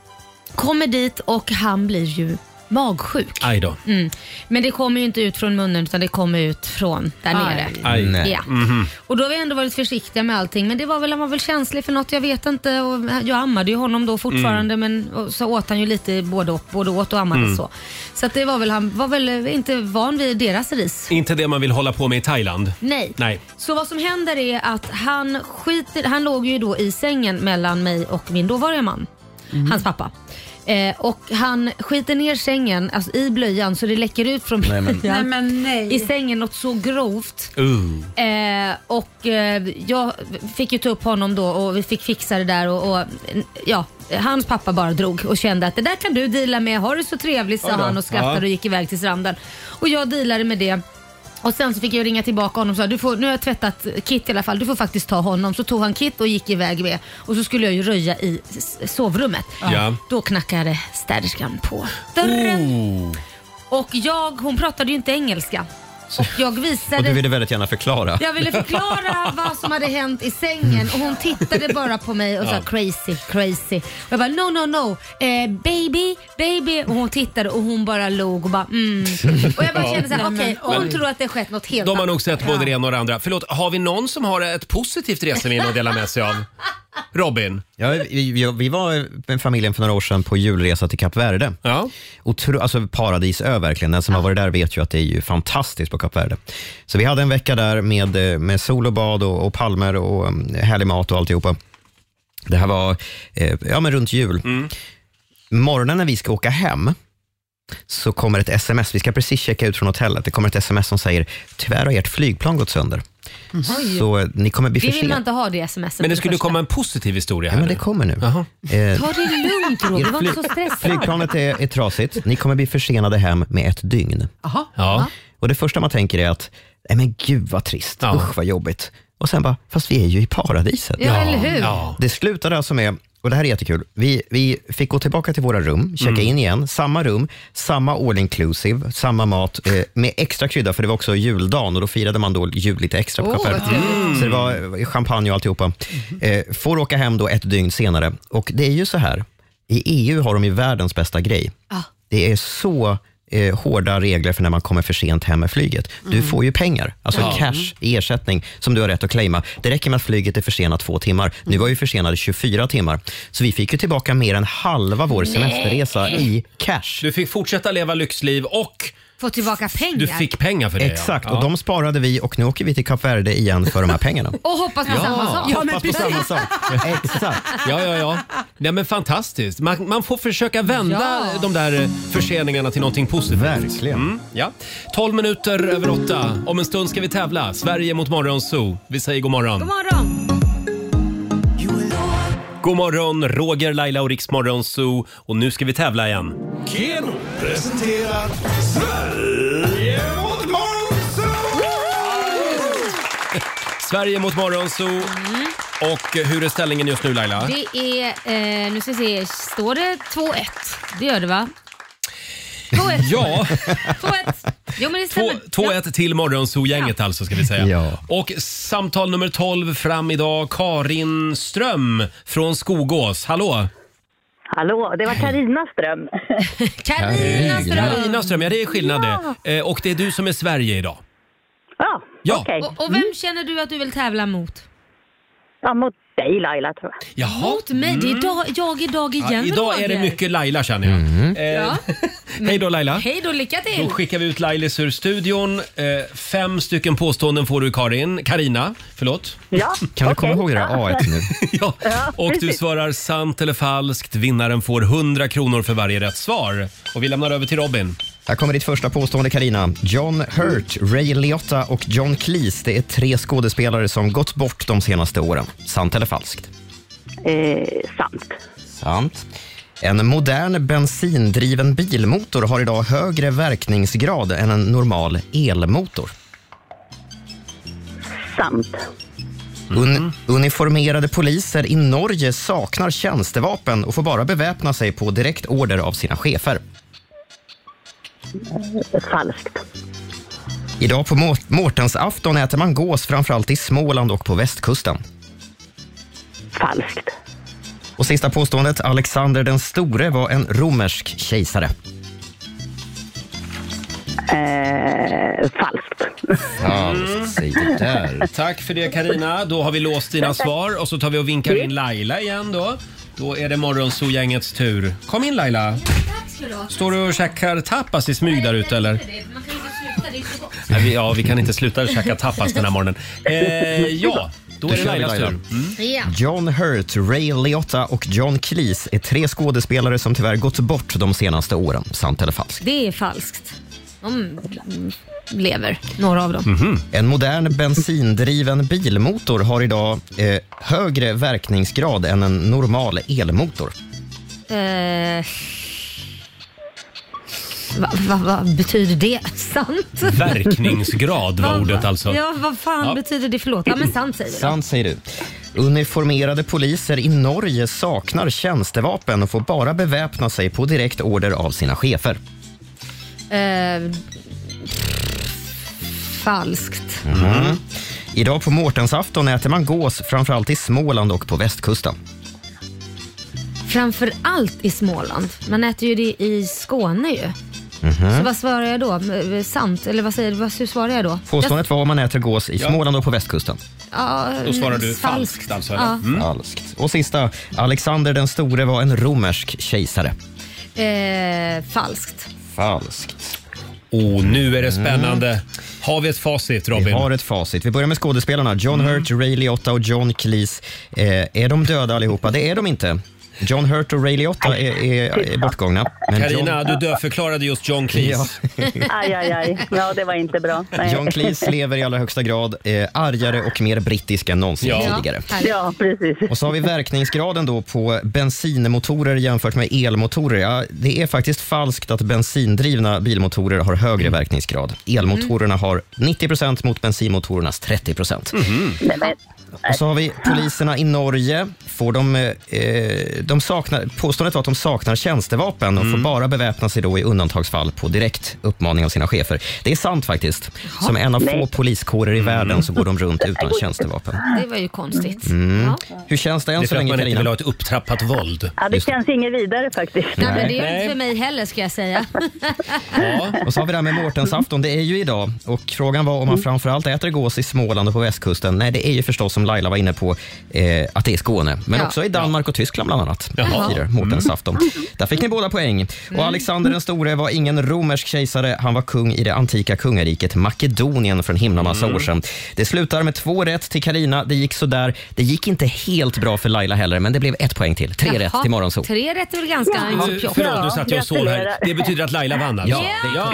[SPEAKER 2] kommer dit och han blir ju magsjuk.
[SPEAKER 1] Aj då.
[SPEAKER 2] Mm. Men det kommer ju inte ut från munnen utan det kommer ut från där nere.
[SPEAKER 1] Aj.
[SPEAKER 2] Ja.
[SPEAKER 1] Mhm.
[SPEAKER 2] Och då har vi ändå varit försiktiga med allting. Men det var väl, han var väl känslig för något, jag vet inte. Och jag ammade ju honom då fortfarande men och så åt han ju lite både, och, både åt och ammade
[SPEAKER 1] Mm.
[SPEAKER 2] så. Så att det var väl, han var väl inte van vid deras ris.
[SPEAKER 1] Inte det man vill hålla på med i Thailand.
[SPEAKER 2] Nej.
[SPEAKER 1] Nej.
[SPEAKER 2] Så vad som händer är att han skiter, han låg ju då i sängen mellan mig och min dåvarande man,
[SPEAKER 1] Mhm.
[SPEAKER 2] hans pappa. Eh, och han skiter ner sängen, alltså i blöjan, så det läcker ut från
[SPEAKER 1] Nej,
[SPEAKER 2] blöjan.
[SPEAKER 1] men- Nej,
[SPEAKER 2] I sängen något så grovt.
[SPEAKER 1] Uh.
[SPEAKER 2] Eh, och eh, jag fick ju ta upp honom då och vi fick fixa det där och, och ja, hans pappa bara drog och kände att det där kan du deala med, ha det så trevligt sa
[SPEAKER 12] Oj då.
[SPEAKER 2] han och skrattade
[SPEAKER 12] Ja.
[SPEAKER 2] och gick iväg till stranden. Och jag dealade med det. Och sen så fick jag ringa tillbaka honom och sa du får, nu har jag tvättat Kit i alla fall, du får faktiskt ta honom. Så tog han Kit och gick iväg med och så skulle jag ju röja i s- sovrummet.
[SPEAKER 1] Ja.
[SPEAKER 2] Då knackade städerskan på dörren
[SPEAKER 1] Uh.
[SPEAKER 5] Oh.
[SPEAKER 2] och jag, hon pratade ju inte engelska. Och jag visade...
[SPEAKER 5] Och du ville väldigt gärna förklara.
[SPEAKER 2] Jag ville förklara vad som hade hänt i sängen och hon tittade bara på mig och sa
[SPEAKER 5] Ja.
[SPEAKER 2] crazy, crazy. Och jag bara no, no, no, eh, baby, baby. Och hon tittade och hon bara log och bara mm. Och jag bara
[SPEAKER 1] Ja.
[SPEAKER 2] kände såhär,
[SPEAKER 1] Nej, men,
[SPEAKER 2] okej, hon
[SPEAKER 1] oj.
[SPEAKER 2] tror att det skett något helt
[SPEAKER 1] De har
[SPEAKER 2] annat.
[SPEAKER 1] nog sett både det ena och det andra. Förlåt, har vi någon som har ett positivt reseminne att dela med sig av? Robin?
[SPEAKER 5] Ja, vi, vi- vi var med familjen för några år sedan på julresa till Kap Verde.
[SPEAKER 1] Ja.
[SPEAKER 5] Otro, alltså paradisö verkligen. Den som har varit där vet ju att det är ju fantastiskt på Kap Verde. Så vi hade en vecka där med, eh, med sol och bad och, och palmer och mm, härlig mat och alltihopa. Det här var eh, ja, men runt jul.
[SPEAKER 2] Mm.
[SPEAKER 5] Morgonen när vi ska åka hem så kommer ett sms. Vi ska precis checka ut från hotellet. Det kommer ett sms som säger tyvärr har ert flygplan gått sönder.
[SPEAKER 2] Mm. Oj.
[SPEAKER 5] Så eh, ni kommer bli
[SPEAKER 2] det vill man
[SPEAKER 5] försenade.
[SPEAKER 2] inte ha det smset.
[SPEAKER 5] Men det
[SPEAKER 2] för
[SPEAKER 5] skulle
[SPEAKER 2] första.
[SPEAKER 1] Komma en positiv historia
[SPEAKER 5] Ja,
[SPEAKER 1] här
[SPEAKER 5] men det
[SPEAKER 1] nu.
[SPEAKER 5] kommer nu. Eh,
[SPEAKER 2] Ta det lugnt Roger, var inte så
[SPEAKER 5] Flyg-
[SPEAKER 2] stressad.
[SPEAKER 5] Flygplanet är, är trasigt. Ni kommer bli försenade hem med ett dygn.
[SPEAKER 2] Jaha.
[SPEAKER 1] Ja.
[SPEAKER 5] Och det första man tänker är att, nej men gud vad trist, usch vad jobbigt. Och sen bara, fast vi är ju i paradiset.
[SPEAKER 2] Ja, Ja. eller hur? Ja.
[SPEAKER 5] Det slutade alltså med, och det här är jättekul, vi, vi fick gå tillbaka till våra rum, checka
[SPEAKER 14] Mm.
[SPEAKER 5] in igen, samma rum, samma all inclusive, samma mat, eh, med extra krydda, för det var också juldagen och då firade man då jul lite extra på
[SPEAKER 14] Åh,
[SPEAKER 5] Kap Verde.
[SPEAKER 14] vad trevligt. Mm.
[SPEAKER 5] Så det var champagne och alltihopa. Eh, får åka hem då ett dygn senare. Och det är ju så här, i EU har de ju världens bästa grej. Det är så eh, hårda regler för när man kommer för sent hem med flyget. Du
[SPEAKER 14] Mm.
[SPEAKER 5] får ju pengar, alltså
[SPEAKER 14] Ja.
[SPEAKER 5] cash i ersättning som du har rätt att claima. Det räcker med att flyget är försenat två timmar. Nu var ju försenade 24 timmar. Så vi fick ju tillbaka mer än halva vår semesterresa i cash.
[SPEAKER 1] Du fick fortsätta leva lyxliv och
[SPEAKER 2] Få tillbaka pengar.
[SPEAKER 1] du fick pengar för det. ja.
[SPEAKER 5] Exakt,
[SPEAKER 1] Ja.
[SPEAKER 5] och de sparade vi och nu åker vi till Kap Verde igen för de här pengarna.
[SPEAKER 2] Och hoppas på samma sak.
[SPEAKER 1] Ja, men precis.
[SPEAKER 5] Exakt.
[SPEAKER 1] Ja, ja, ja. Nej, men fantastiskt. Man, man får försöka vända
[SPEAKER 2] Ja.
[SPEAKER 1] de där eh, förseningarna till någonting positivt.
[SPEAKER 5] Verkligen.
[SPEAKER 1] Mm, ja. 12 minuter över åtta. Om en stund ska vi tävla. Sverige mot Morgonzoo. Vi säger god morgon.
[SPEAKER 2] God morgon.
[SPEAKER 1] God morgon, Roger, Laila och Riksmorgon Zoo. Och nu ska vi tävla igen.
[SPEAKER 9] Keno presenterar Sverige mot
[SPEAKER 1] Sverige mot Morgonzoo. Och eh, hur är ställningen just nu Laila?
[SPEAKER 2] Mm. Det är, eh, nu ska vi se, står det 2-1? Det gör det va? 2-1.
[SPEAKER 1] Ja,
[SPEAKER 2] Jo men det stämmer.
[SPEAKER 1] 2-1 till Morgonzoo-gänget alltså ska vi säga. Och samtal nummer 12 fram idag, Karin Ström från Skogås. Hallå!
[SPEAKER 13] Hallå, det var Carina Ström.
[SPEAKER 1] Carina
[SPEAKER 13] Ström.
[SPEAKER 1] Carina Ström, ja det är skillnad det. Eh, Och det är du som är Sverige idag.
[SPEAKER 13] Ja,
[SPEAKER 1] Ja.
[SPEAKER 13] okej.
[SPEAKER 2] Och, och vem känner du att du vill tävla mot?
[SPEAKER 13] Ja, mot dig Laila tror jag.
[SPEAKER 1] Jaha.
[SPEAKER 2] Mot mig? Det är dag, jag idag igen
[SPEAKER 1] Mm. Ja, idag är det
[SPEAKER 2] Roger.
[SPEAKER 1] mycket Laila känner jag. Eh,
[SPEAKER 2] Ja.
[SPEAKER 1] Hej då Laila.
[SPEAKER 2] Hej då, lycka till!
[SPEAKER 1] Då skickar vi ut Lailis ur studion. Eh, fem stycken påståenden får du Karin. Karina, förlåt.
[SPEAKER 13] Ja,
[SPEAKER 5] Kan du komma ihåg det där A1 nu?
[SPEAKER 1] ja. Och du
[SPEAKER 5] precis.
[SPEAKER 1] svarar sant eller falskt. Vinnaren får 100 kronor för varje rätt svar. Och vi lämnar över till Robin.
[SPEAKER 5] Här kommer ditt första påstående Karina. John Hurt, Ray Liotta och John Cleese, det är tre skådespelare som gått bort de senaste åren. Sant eller falskt?
[SPEAKER 13] Eh, sant.
[SPEAKER 5] Sant. En modern bensindriven bilmotor har idag högre verkningsgrad än en normal elmotor.
[SPEAKER 13] sant.
[SPEAKER 5] Un uniformerade poliser i Norge saknar tjänstevapen och får bara beväpna sig på direkt order av sina chefer.
[SPEAKER 13] Falskt.
[SPEAKER 5] Idag på Må- Mårtensafton äter man gås framförallt i Småland och på västkusten.
[SPEAKER 13] Falskt.
[SPEAKER 5] Och sista påståendet, Alexander den store var en romersk kejsare.
[SPEAKER 13] Eh, falskt.
[SPEAKER 5] Falskt, säg det där.
[SPEAKER 1] Tack för det Karina. Då har vi låst dina svar och så tar vi och vinkar in Laila igen då. Då är det Morgonzoo-gängets tur. Kom in Laila. Står du och käkar tapas i smyg där ute eller? Nej, vi, ja, vi kan inte sluta käka tapas den här morgonen. Eh, ja, då är det
[SPEAKER 5] kör vi,
[SPEAKER 1] Lailas tur.
[SPEAKER 5] Laila.
[SPEAKER 2] Ja.
[SPEAKER 5] John Hurt, Ray Liotta och John Cleese är tre skådespelare som tyvärr gått bort de senaste åren. Sant eller falskt?
[SPEAKER 2] Det är falskt. De mm, lever, några av dem.
[SPEAKER 1] Mhm.
[SPEAKER 5] En modern bensindriven bilmotor har idag eh, högre verkningsgrad än en normal elmotor.
[SPEAKER 2] Eh, va- va- Vad betyder det? Sant?
[SPEAKER 1] Verkningsgrad var
[SPEAKER 2] Vad-
[SPEAKER 1] ordet alltså.
[SPEAKER 2] Ja, vad fan
[SPEAKER 5] Ja.
[SPEAKER 2] betyder det? Förlåt. Ja, men sant säger jag.
[SPEAKER 5] Sant säger du. Uniformerade poliser i Norge saknar tjänstevapen och får bara beväpna sig på direkt order av sina chefer.
[SPEAKER 2] Eh, falskt.
[SPEAKER 5] Mhm. Idag på Mårtensafton äter man gås framförallt i Småland och på västkusten.
[SPEAKER 2] Framför allt i Småland. Man äter ju det i Skåne ju.
[SPEAKER 1] Mhm.
[SPEAKER 2] Så vad svarar jag då? M- Sant? Eller vad säger du? Vad- Hur svarar jag då?
[SPEAKER 5] Påståendet var om man äter gås i Småland och på västkusten.
[SPEAKER 2] Jag, ja, eh,
[SPEAKER 1] alltså?
[SPEAKER 2] eller? Ja. Mm.
[SPEAKER 5] Falskt. Och sista, Alexander den store var en romersk kejsare.
[SPEAKER 2] Eh, falskt.
[SPEAKER 5] Falskt.
[SPEAKER 1] Och nu är det spännande. Har vi ett facit, Robin?
[SPEAKER 5] Vi har ett facit. Vi börjar med skådespelarna. John Hurt, Ray Liotta och John Cleese. Eh, är de döda allihopa? Det är de inte. John Hurt och Ray Liotta är, är, är bortgångna. Men
[SPEAKER 1] Carina,
[SPEAKER 5] John-
[SPEAKER 1] du dödförklarade just John Cleese.
[SPEAKER 13] Aj, aj, aj. Ja, det var inte bra. Nej.
[SPEAKER 5] John Cleese lever i allra högsta grad eh, argare och mer brittisk än någonsin
[SPEAKER 13] Ja.
[SPEAKER 5] tidigare.
[SPEAKER 13] Ja, precis.
[SPEAKER 5] Och så har vi verkningsgraden då på bensinmotorer jämfört med elmotorer. Ja, det är faktiskt falskt att bensindrivna bilmotorer har högre
[SPEAKER 1] Mm.
[SPEAKER 5] verkningsgrad. Elmotorerna har 90 mot bensinmotorernas 30
[SPEAKER 1] Mm.
[SPEAKER 13] Nej, men,
[SPEAKER 5] Och så har vi poliserna i Norge. Får de, eh, de saknar, påståendet var att de saknar tjänstevapen och får
[SPEAKER 1] Mm.
[SPEAKER 5] bara beväpna sig då i undantagsfall på direkt uppmaning av sina chefer. Det är sant faktiskt. Som en av få
[SPEAKER 2] Nej.
[SPEAKER 5] poliskårer i världen så går de runt utan
[SPEAKER 1] Mm.
[SPEAKER 5] tjänstevapen.
[SPEAKER 2] Det var ju konstigt.
[SPEAKER 5] Mm.
[SPEAKER 2] Ja.
[SPEAKER 5] Hur känns det än
[SPEAKER 1] Det är
[SPEAKER 5] så
[SPEAKER 1] för att
[SPEAKER 5] länge,
[SPEAKER 1] man inte
[SPEAKER 5] Carina?
[SPEAKER 1] vill ha ett upptrappat våld.
[SPEAKER 13] ja, det känns inget vidare faktiskt.
[SPEAKER 2] Nej, men det gör
[SPEAKER 5] Nej.
[SPEAKER 2] det inte för mig heller ska jag säga.
[SPEAKER 5] Och så har vi det här med Mårtensafton. Det är ju idag. Och frågan var om man framförallt äter gås i Småland och på västkusten. Nej, det är ju förstås som Laila var inne på, eh, att det är Skåne. Men
[SPEAKER 1] Ja.
[SPEAKER 5] också i Danmark och Tyskland bland annat.
[SPEAKER 1] Jaha.
[SPEAKER 5] Firar Mårtensafton.
[SPEAKER 1] Mm.
[SPEAKER 5] Där fick ni båda poäng. Och Alexander den store var ingen romersk kejsare. Han var kung i det antika kungariket Makedonien för en himla massa
[SPEAKER 1] Mm.
[SPEAKER 5] år sedan. Det slutar med två rätt till Karina. Det gick sådär. Det gick inte helt bra för Laila heller, men det blev ett poäng till. Tre rätt
[SPEAKER 2] Jaha.
[SPEAKER 5] till Morgonzoo.
[SPEAKER 2] Tre rätt är väl ganska
[SPEAKER 1] Du,
[SPEAKER 2] pjock.
[SPEAKER 1] förlåt, nu satt jag och sov här. Det betyder att Laila vann alltså?
[SPEAKER 2] Ja.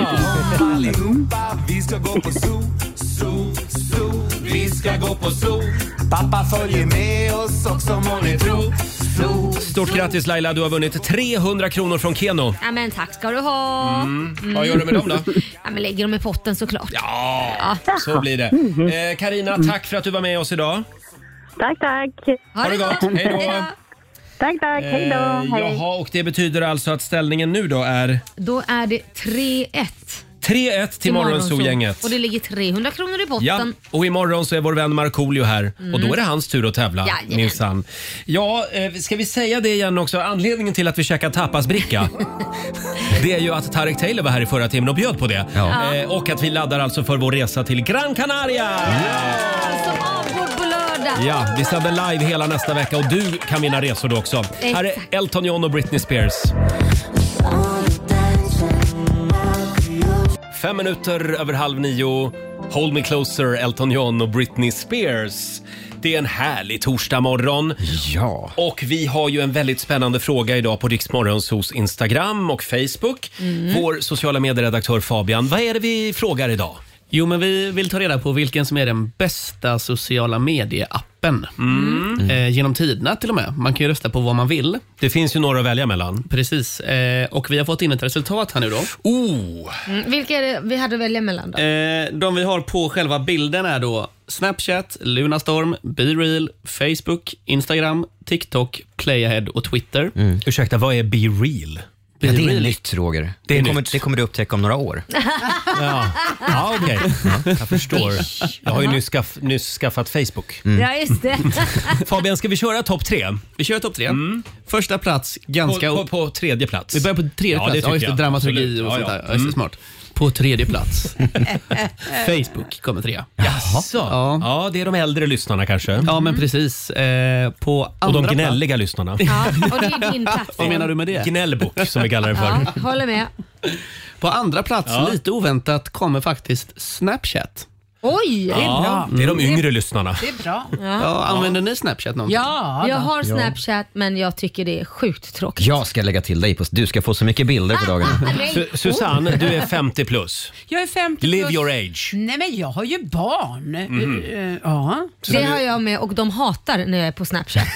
[SPEAKER 8] Allihopa, vi ska gå på zoo, zoo, zoo. Vi ska gå på zoo. Pappa följer med oss också må ni tro. Zoo.
[SPEAKER 1] Stort grattis Laila, du har vunnit 300 kronor från Keno.
[SPEAKER 2] Ja, men tack ska du ha.
[SPEAKER 1] Mm. Vad gör du med dem då?
[SPEAKER 2] Ja, men lägger dem i potten såklart.
[SPEAKER 1] Ja, så blir det. Eh, Carina, tack för att du var med oss idag.
[SPEAKER 13] Tack, tack.
[SPEAKER 1] Ha det gott. Hej då.
[SPEAKER 13] Tack, tack. Hej då.
[SPEAKER 1] Eh,
[SPEAKER 13] Hej.
[SPEAKER 1] Jaha, och det betyder alltså att ställningen nu då är
[SPEAKER 2] Då är det 3-1
[SPEAKER 1] 3-1 till Morgonzoo-gänget.
[SPEAKER 2] Och det ligger 300 kronor i
[SPEAKER 1] Ja,
[SPEAKER 2] botten.
[SPEAKER 1] och imorgon så är vår vän Markoolio här
[SPEAKER 2] Mm.
[SPEAKER 1] och då är det hans tur att tävla
[SPEAKER 2] Jajamän.
[SPEAKER 1] minsann. Ja, eh, ska vi säga det igen också? Anledningen till att vi käkar tapasbricka det är ju att Tarek Taylor var här i förra timmen och bjöd på det.
[SPEAKER 2] Ja.
[SPEAKER 1] Eh, och att vi laddar alltså för vår resa till Gran Canaria!
[SPEAKER 2] Som avgår på lördag.
[SPEAKER 1] Ja, vi sänder live hela nästa vecka och du kan vinna resor då också. Här är Elton John och Britney Spears. Fem minuter över halv nio. Hold me closer, Elton John och Britney Spears. Det är en härlig torsdagmorgon.
[SPEAKER 5] Ja.
[SPEAKER 1] Och vi har ju en väldigt spännande fråga idag på Riksmorgonsos Instagram och Facebook.
[SPEAKER 2] Mm.
[SPEAKER 1] Vår sociala medieredaktör Fabian, vad är det vi frågar idag?
[SPEAKER 7] Jo, men vi vill ta reda på vilken som är den bästa sociala medieappen. Mm. Eh, genom tiderna till och med. Man kan ju rösta på vad man vill.
[SPEAKER 1] Det finns ju några att välja mellan.
[SPEAKER 7] Precis. Eh, och vi har fått in ett resultat här nu då.
[SPEAKER 1] Oh.
[SPEAKER 2] Mm, vilka är det vi hade att välja mellan då?
[SPEAKER 7] Eh, de vi har på själva bilden är då Snapchat, Lunarstorm, BeReal, Facebook, Instagram, TikTok, Playahead och Twitter.
[SPEAKER 1] Ursäkta, vad är BeReal?
[SPEAKER 5] Mm. Ja, det är
[SPEAKER 7] Real.
[SPEAKER 5] nytt, Roger.
[SPEAKER 7] Det
[SPEAKER 5] Det,
[SPEAKER 7] är
[SPEAKER 5] kommer,
[SPEAKER 7] nytt.
[SPEAKER 5] det kommer du upptäcka om några år.
[SPEAKER 1] Ja, ja okej. Jag förstår. Jag har ju nyss, skaff, nyss skaffat Facebook.
[SPEAKER 7] Mm.
[SPEAKER 2] Ja, just det.
[SPEAKER 1] Fabian, ska vi köra topp tre?
[SPEAKER 7] Vi kör topp tre. Första plats, ganska...
[SPEAKER 1] Mm. På, på, på tredje plats.
[SPEAKER 7] Vi börjar på tredje
[SPEAKER 1] Ja, det
[SPEAKER 7] plats.
[SPEAKER 1] tycker
[SPEAKER 7] ja, just det,
[SPEAKER 1] jag.
[SPEAKER 7] dramaturgi
[SPEAKER 1] Absolut.
[SPEAKER 7] och
[SPEAKER 1] Ja,
[SPEAKER 7] sånt
[SPEAKER 1] ja.
[SPEAKER 7] där. Ja, just det,
[SPEAKER 1] Mm.
[SPEAKER 7] smart. På tredje plats. Facebook kommer trea. Jaså? Ja.
[SPEAKER 1] ja, det är de äldre lyssnarna kanske.
[SPEAKER 7] Ja, men precis. Eh, på
[SPEAKER 1] Mm. Och de
[SPEAKER 7] andra
[SPEAKER 1] gnälliga lyssnarna.
[SPEAKER 2] Ja, och det är din plattform.
[SPEAKER 7] Vad menar du med det?
[SPEAKER 1] Gnällbok som vi kallar det för.
[SPEAKER 2] Ja, håller med.
[SPEAKER 7] På andra plats,
[SPEAKER 1] Ja.
[SPEAKER 7] lite oväntat, kommer faktiskt Snapchat.
[SPEAKER 2] Oj!
[SPEAKER 1] Ja, det är de yngre lyssnarna.
[SPEAKER 6] Det är bra.
[SPEAKER 2] Ja.
[SPEAKER 7] Ja, använder ni Snapchat någonting?
[SPEAKER 2] Ja, jag har
[SPEAKER 5] Ja.
[SPEAKER 2] Snapchat men jag tycker det är sjukt tråkigt.
[SPEAKER 5] Jag ska lägga till dig. På, du ska få så mycket bilder på dagen.
[SPEAKER 2] nej.
[SPEAKER 1] Su- Susanne, du är 50 plus.
[SPEAKER 6] Jag är 50
[SPEAKER 1] Live
[SPEAKER 6] plus.
[SPEAKER 1] your age.
[SPEAKER 6] Nej, men jag har ju barn.
[SPEAKER 1] Mhm.
[SPEAKER 6] Eh, eh, Ja.
[SPEAKER 2] Det har jag med och de hatar när jag är på Snapchat.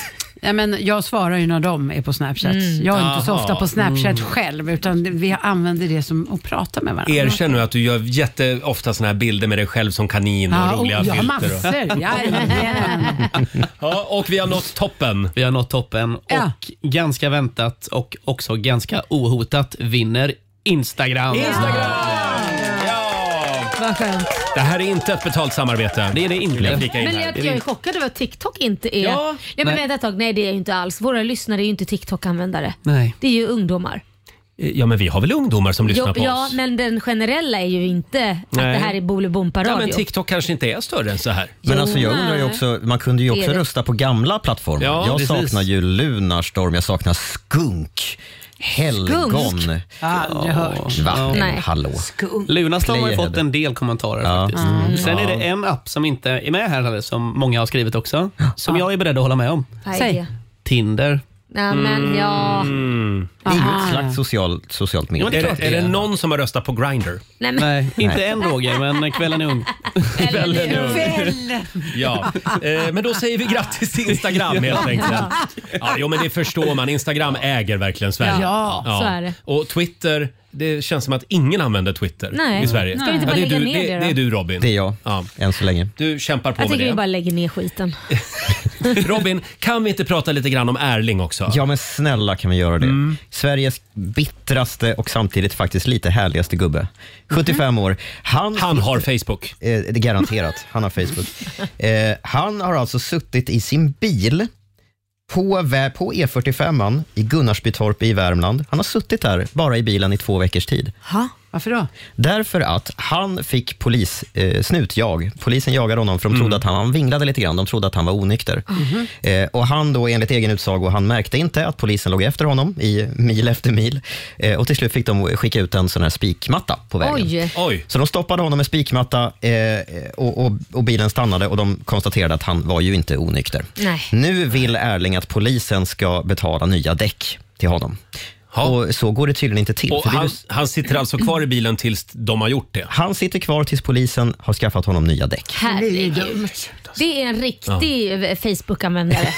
[SPEAKER 6] Ja, men jag svarar ju när de är på Snapchat.
[SPEAKER 2] Mm.
[SPEAKER 6] Jag är inte så
[SPEAKER 1] Aha.
[SPEAKER 6] ofta på Snapchat
[SPEAKER 1] Mm.
[SPEAKER 6] själv, utan vi använder det som att prata med varandra.
[SPEAKER 1] Erkänn nu att du gör jätteofta såna här bilder med dig själv som kanin och
[SPEAKER 6] Ja, och
[SPEAKER 1] roliga
[SPEAKER 6] jag har
[SPEAKER 1] filter.
[SPEAKER 6] massor.
[SPEAKER 1] Och...
[SPEAKER 6] Ja, ja.
[SPEAKER 1] Ja, och vi har nått toppen.
[SPEAKER 7] Vi har nått toppen och
[SPEAKER 6] Ja.
[SPEAKER 7] ganska väntat och också ganska ohotat vinner Instagram.
[SPEAKER 2] Vad skönt.
[SPEAKER 1] Det här är inte ett betalt samarbete.
[SPEAKER 7] Det är det inte.
[SPEAKER 1] Vill jag flika in
[SPEAKER 2] Men
[SPEAKER 1] här.
[SPEAKER 2] jag, jag är chockad över att TikTok inte är...
[SPEAKER 1] Ja,
[SPEAKER 2] nej, men
[SPEAKER 1] nej.
[SPEAKER 2] vänta ett tag. Nej det är ju inte alls. Våra lyssnare är ju inte TikTok-användare.
[SPEAKER 1] Nej.
[SPEAKER 2] Det är ju ungdomar.
[SPEAKER 1] Eh, Ja, men vi har väl ungdomar som lyssnar
[SPEAKER 2] Jo,
[SPEAKER 1] på
[SPEAKER 2] ja,
[SPEAKER 1] oss?
[SPEAKER 2] men den generella är ju inte
[SPEAKER 1] Nej.
[SPEAKER 2] att det här är Bolibompa-radio.
[SPEAKER 1] Ja, men TikTok kanske inte är större än så här.
[SPEAKER 5] Men alltså jag undrar ju också, man kunde ju
[SPEAKER 2] Det är
[SPEAKER 5] också
[SPEAKER 2] det.
[SPEAKER 5] rösta på gamla plattformar.
[SPEAKER 1] Ja,
[SPEAKER 5] jag
[SPEAKER 1] precis.
[SPEAKER 5] saknar ju Lunarstorm, jag saknar Skunk, Helgon.
[SPEAKER 6] Skunk? Aldrig hört.
[SPEAKER 5] Va?
[SPEAKER 6] Ja.
[SPEAKER 5] Nej, men
[SPEAKER 6] Nej.
[SPEAKER 5] hallå.
[SPEAKER 7] Lunarstorm har ju
[SPEAKER 5] Playahead.
[SPEAKER 7] fått en del kommentarer faktiskt.
[SPEAKER 5] Mm.
[SPEAKER 7] Sen är det
[SPEAKER 5] Ja.
[SPEAKER 7] en app som inte är med här heller, som många har skrivit också, som jag är beredd att hålla med om.
[SPEAKER 2] Vad är Säg. det?
[SPEAKER 7] Tinder.
[SPEAKER 2] Nej, men ja.
[SPEAKER 5] Inget slags social, socialt
[SPEAKER 1] Jo,
[SPEAKER 5] medie.
[SPEAKER 1] det är, klart det är det någon som har röstat på Grindr?
[SPEAKER 2] Nej, men-
[SPEAKER 7] Nej, inte än Roger, men kvällen är ung.
[SPEAKER 1] Väldigt ung.
[SPEAKER 6] Väl.
[SPEAKER 1] Ja. Eh, men då säger vi grattis till Instagram helt enkelt. Ja, jo, men det förstår man. Instagram äger verkligen Sverige.
[SPEAKER 2] Ja, så är det.
[SPEAKER 1] Och Twitter, det känns som att ingen använder Twitter
[SPEAKER 2] Nej.
[SPEAKER 1] i Sverige.
[SPEAKER 2] Ska vi inte bara
[SPEAKER 1] det, är
[SPEAKER 2] lägga
[SPEAKER 1] du,
[SPEAKER 2] ner
[SPEAKER 1] det,
[SPEAKER 2] det då?
[SPEAKER 1] det är du Robin.
[SPEAKER 5] Det är jag, än så länge.
[SPEAKER 1] Du kämpar på
[SPEAKER 2] Jag
[SPEAKER 1] med
[SPEAKER 2] tycker vi
[SPEAKER 1] det.
[SPEAKER 2] bara lägger ner skiten.
[SPEAKER 1] Robin, kan vi inte prata lite grann om Erling också?
[SPEAKER 5] Ja men snälla kan vi göra det.
[SPEAKER 1] Mm.
[SPEAKER 5] Sveriges bittraste och samtidigt faktiskt lite härligaste gubbe. 75
[SPEAKER 1] Mhm.
[SPEAKER 5] år. Han,
[SPEAKER 1] har Facebook.
[SPEAKER 5] Eh, det är garanterat. Han har Facebook. Eh, han har alltså suttit i sin bil på, vä- på E45 i Gunnarsbytorp i Värmland. Han har suttit där bara i bilen i två veckors tid.
[SPEAKER 6] Ha? Varför då?
[SPEAKER 5] Därför att han fick polis, eh, snutjag. Polisen jagade honom för de trodde att han, han vinglade lite grann. De trodde att han var onykter. Eh, och han då, enligt egen utsago, han märkte inte att polisen låg efter honom i mil efter mil. Eh, och till slut fick de skicka ut en sån här spikmatta på vägen.
[SPEAKER 2] Oj.
[SPEAKER 1] Oj.
[SPEAKER 5] Så de stoppade honom med spikmatta eh, och, och, och bilen stannade och de konstaterade att han var ju inte onykter.
[SPEAKER 2] Nej.
[SPEAKER 5] Nu vill Erling att polisen ska betala nya däck till honom. Och så går det tydligen inte till.
[SPEAKER 1] Och
[SPEAKER 5] för det är
[SPEAKER 1] han,
[SPEAKER 5] ju-
[SPEAKER 1] han sitter alltså kvar i bilen tills de har gjort det.
[SPEAKER 5] han sitter kvar tills polisen har skaffat honom nya däck.
[SPEAKER 2] Herregud. Det är en riktig Facebook-användare.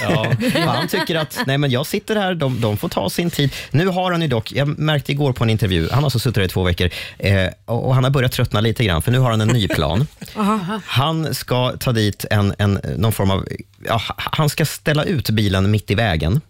[SPEAKER 5] Han tycker att nej men jag sitter här, de, de får ta sin tid. Nu har han ju dock, jag märkte igår på en intervju, han har alltså suttit här i två veckor eh, och, och han har börjat tröttna lite grann för nu har han en ny plan.
[SPEAKER 6] Aha.
[SPEAKER 5] Han ska ta dit en, en, någon form av... Ja, han ska ställa ut bilen mitt i vägen.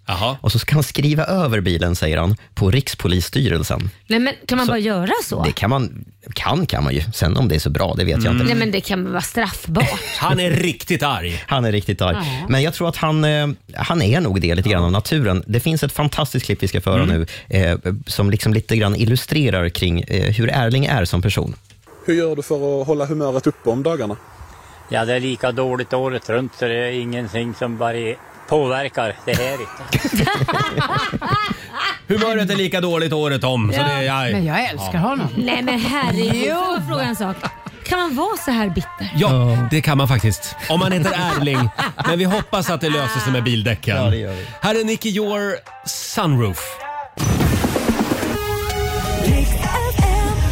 [SPEAKER 5] Och så ska han skriva över bilen, säger han, på Rikspolisstyrelsen.
[SPEAKER 2] Nej, men kan man
[SPEAKER 5] Så-
[SPEAKER 2] bara göra så?
[SPEAKER 5] Det kan man, kan kan man ju. Sen om det är så bra, det vet jag inte.
[SPEAKER 2] Nej, men det kan väl vara straffbart?
[SPEAKER 1] Han är riktigt arg.
[SPEAKER 5] Han är riktigt arg.
[SPEAKER 2] Ja.
[SPEAKER 5] Men jag tror att han, eh, han är nog det lite grann av naturen. Det finns ett fantastiskt klipp vi ska föra nu eh, som liksom lite grann illustrerar kring eh, hur Erling är som person.
[SPEAKER 12] Hur gör du för att hålla humöret uppe om dagarna?
[SPEAKER 14] Ja, det är lika dåligt året runt så det är ingenting som varie- påverkar det här.
[SPEAKER 1] Humöret är lika dåligt året om. Så det är jag.
[SPEAKER 6] Men jag älskar honom.
[SPEAKER 2] Nej, men herregud. Får jag fråga en sak? Kan man vara så här bitter?
[SPEAKER 1] Ja, det kan man faktiskt. Om man heter Erling. Men vi hoppas att det löser sig med bildäcken.
[SPEAKER 5] Ja, det gör vi.
[SPEAKER 1] Här är Nicky Your Sunroof.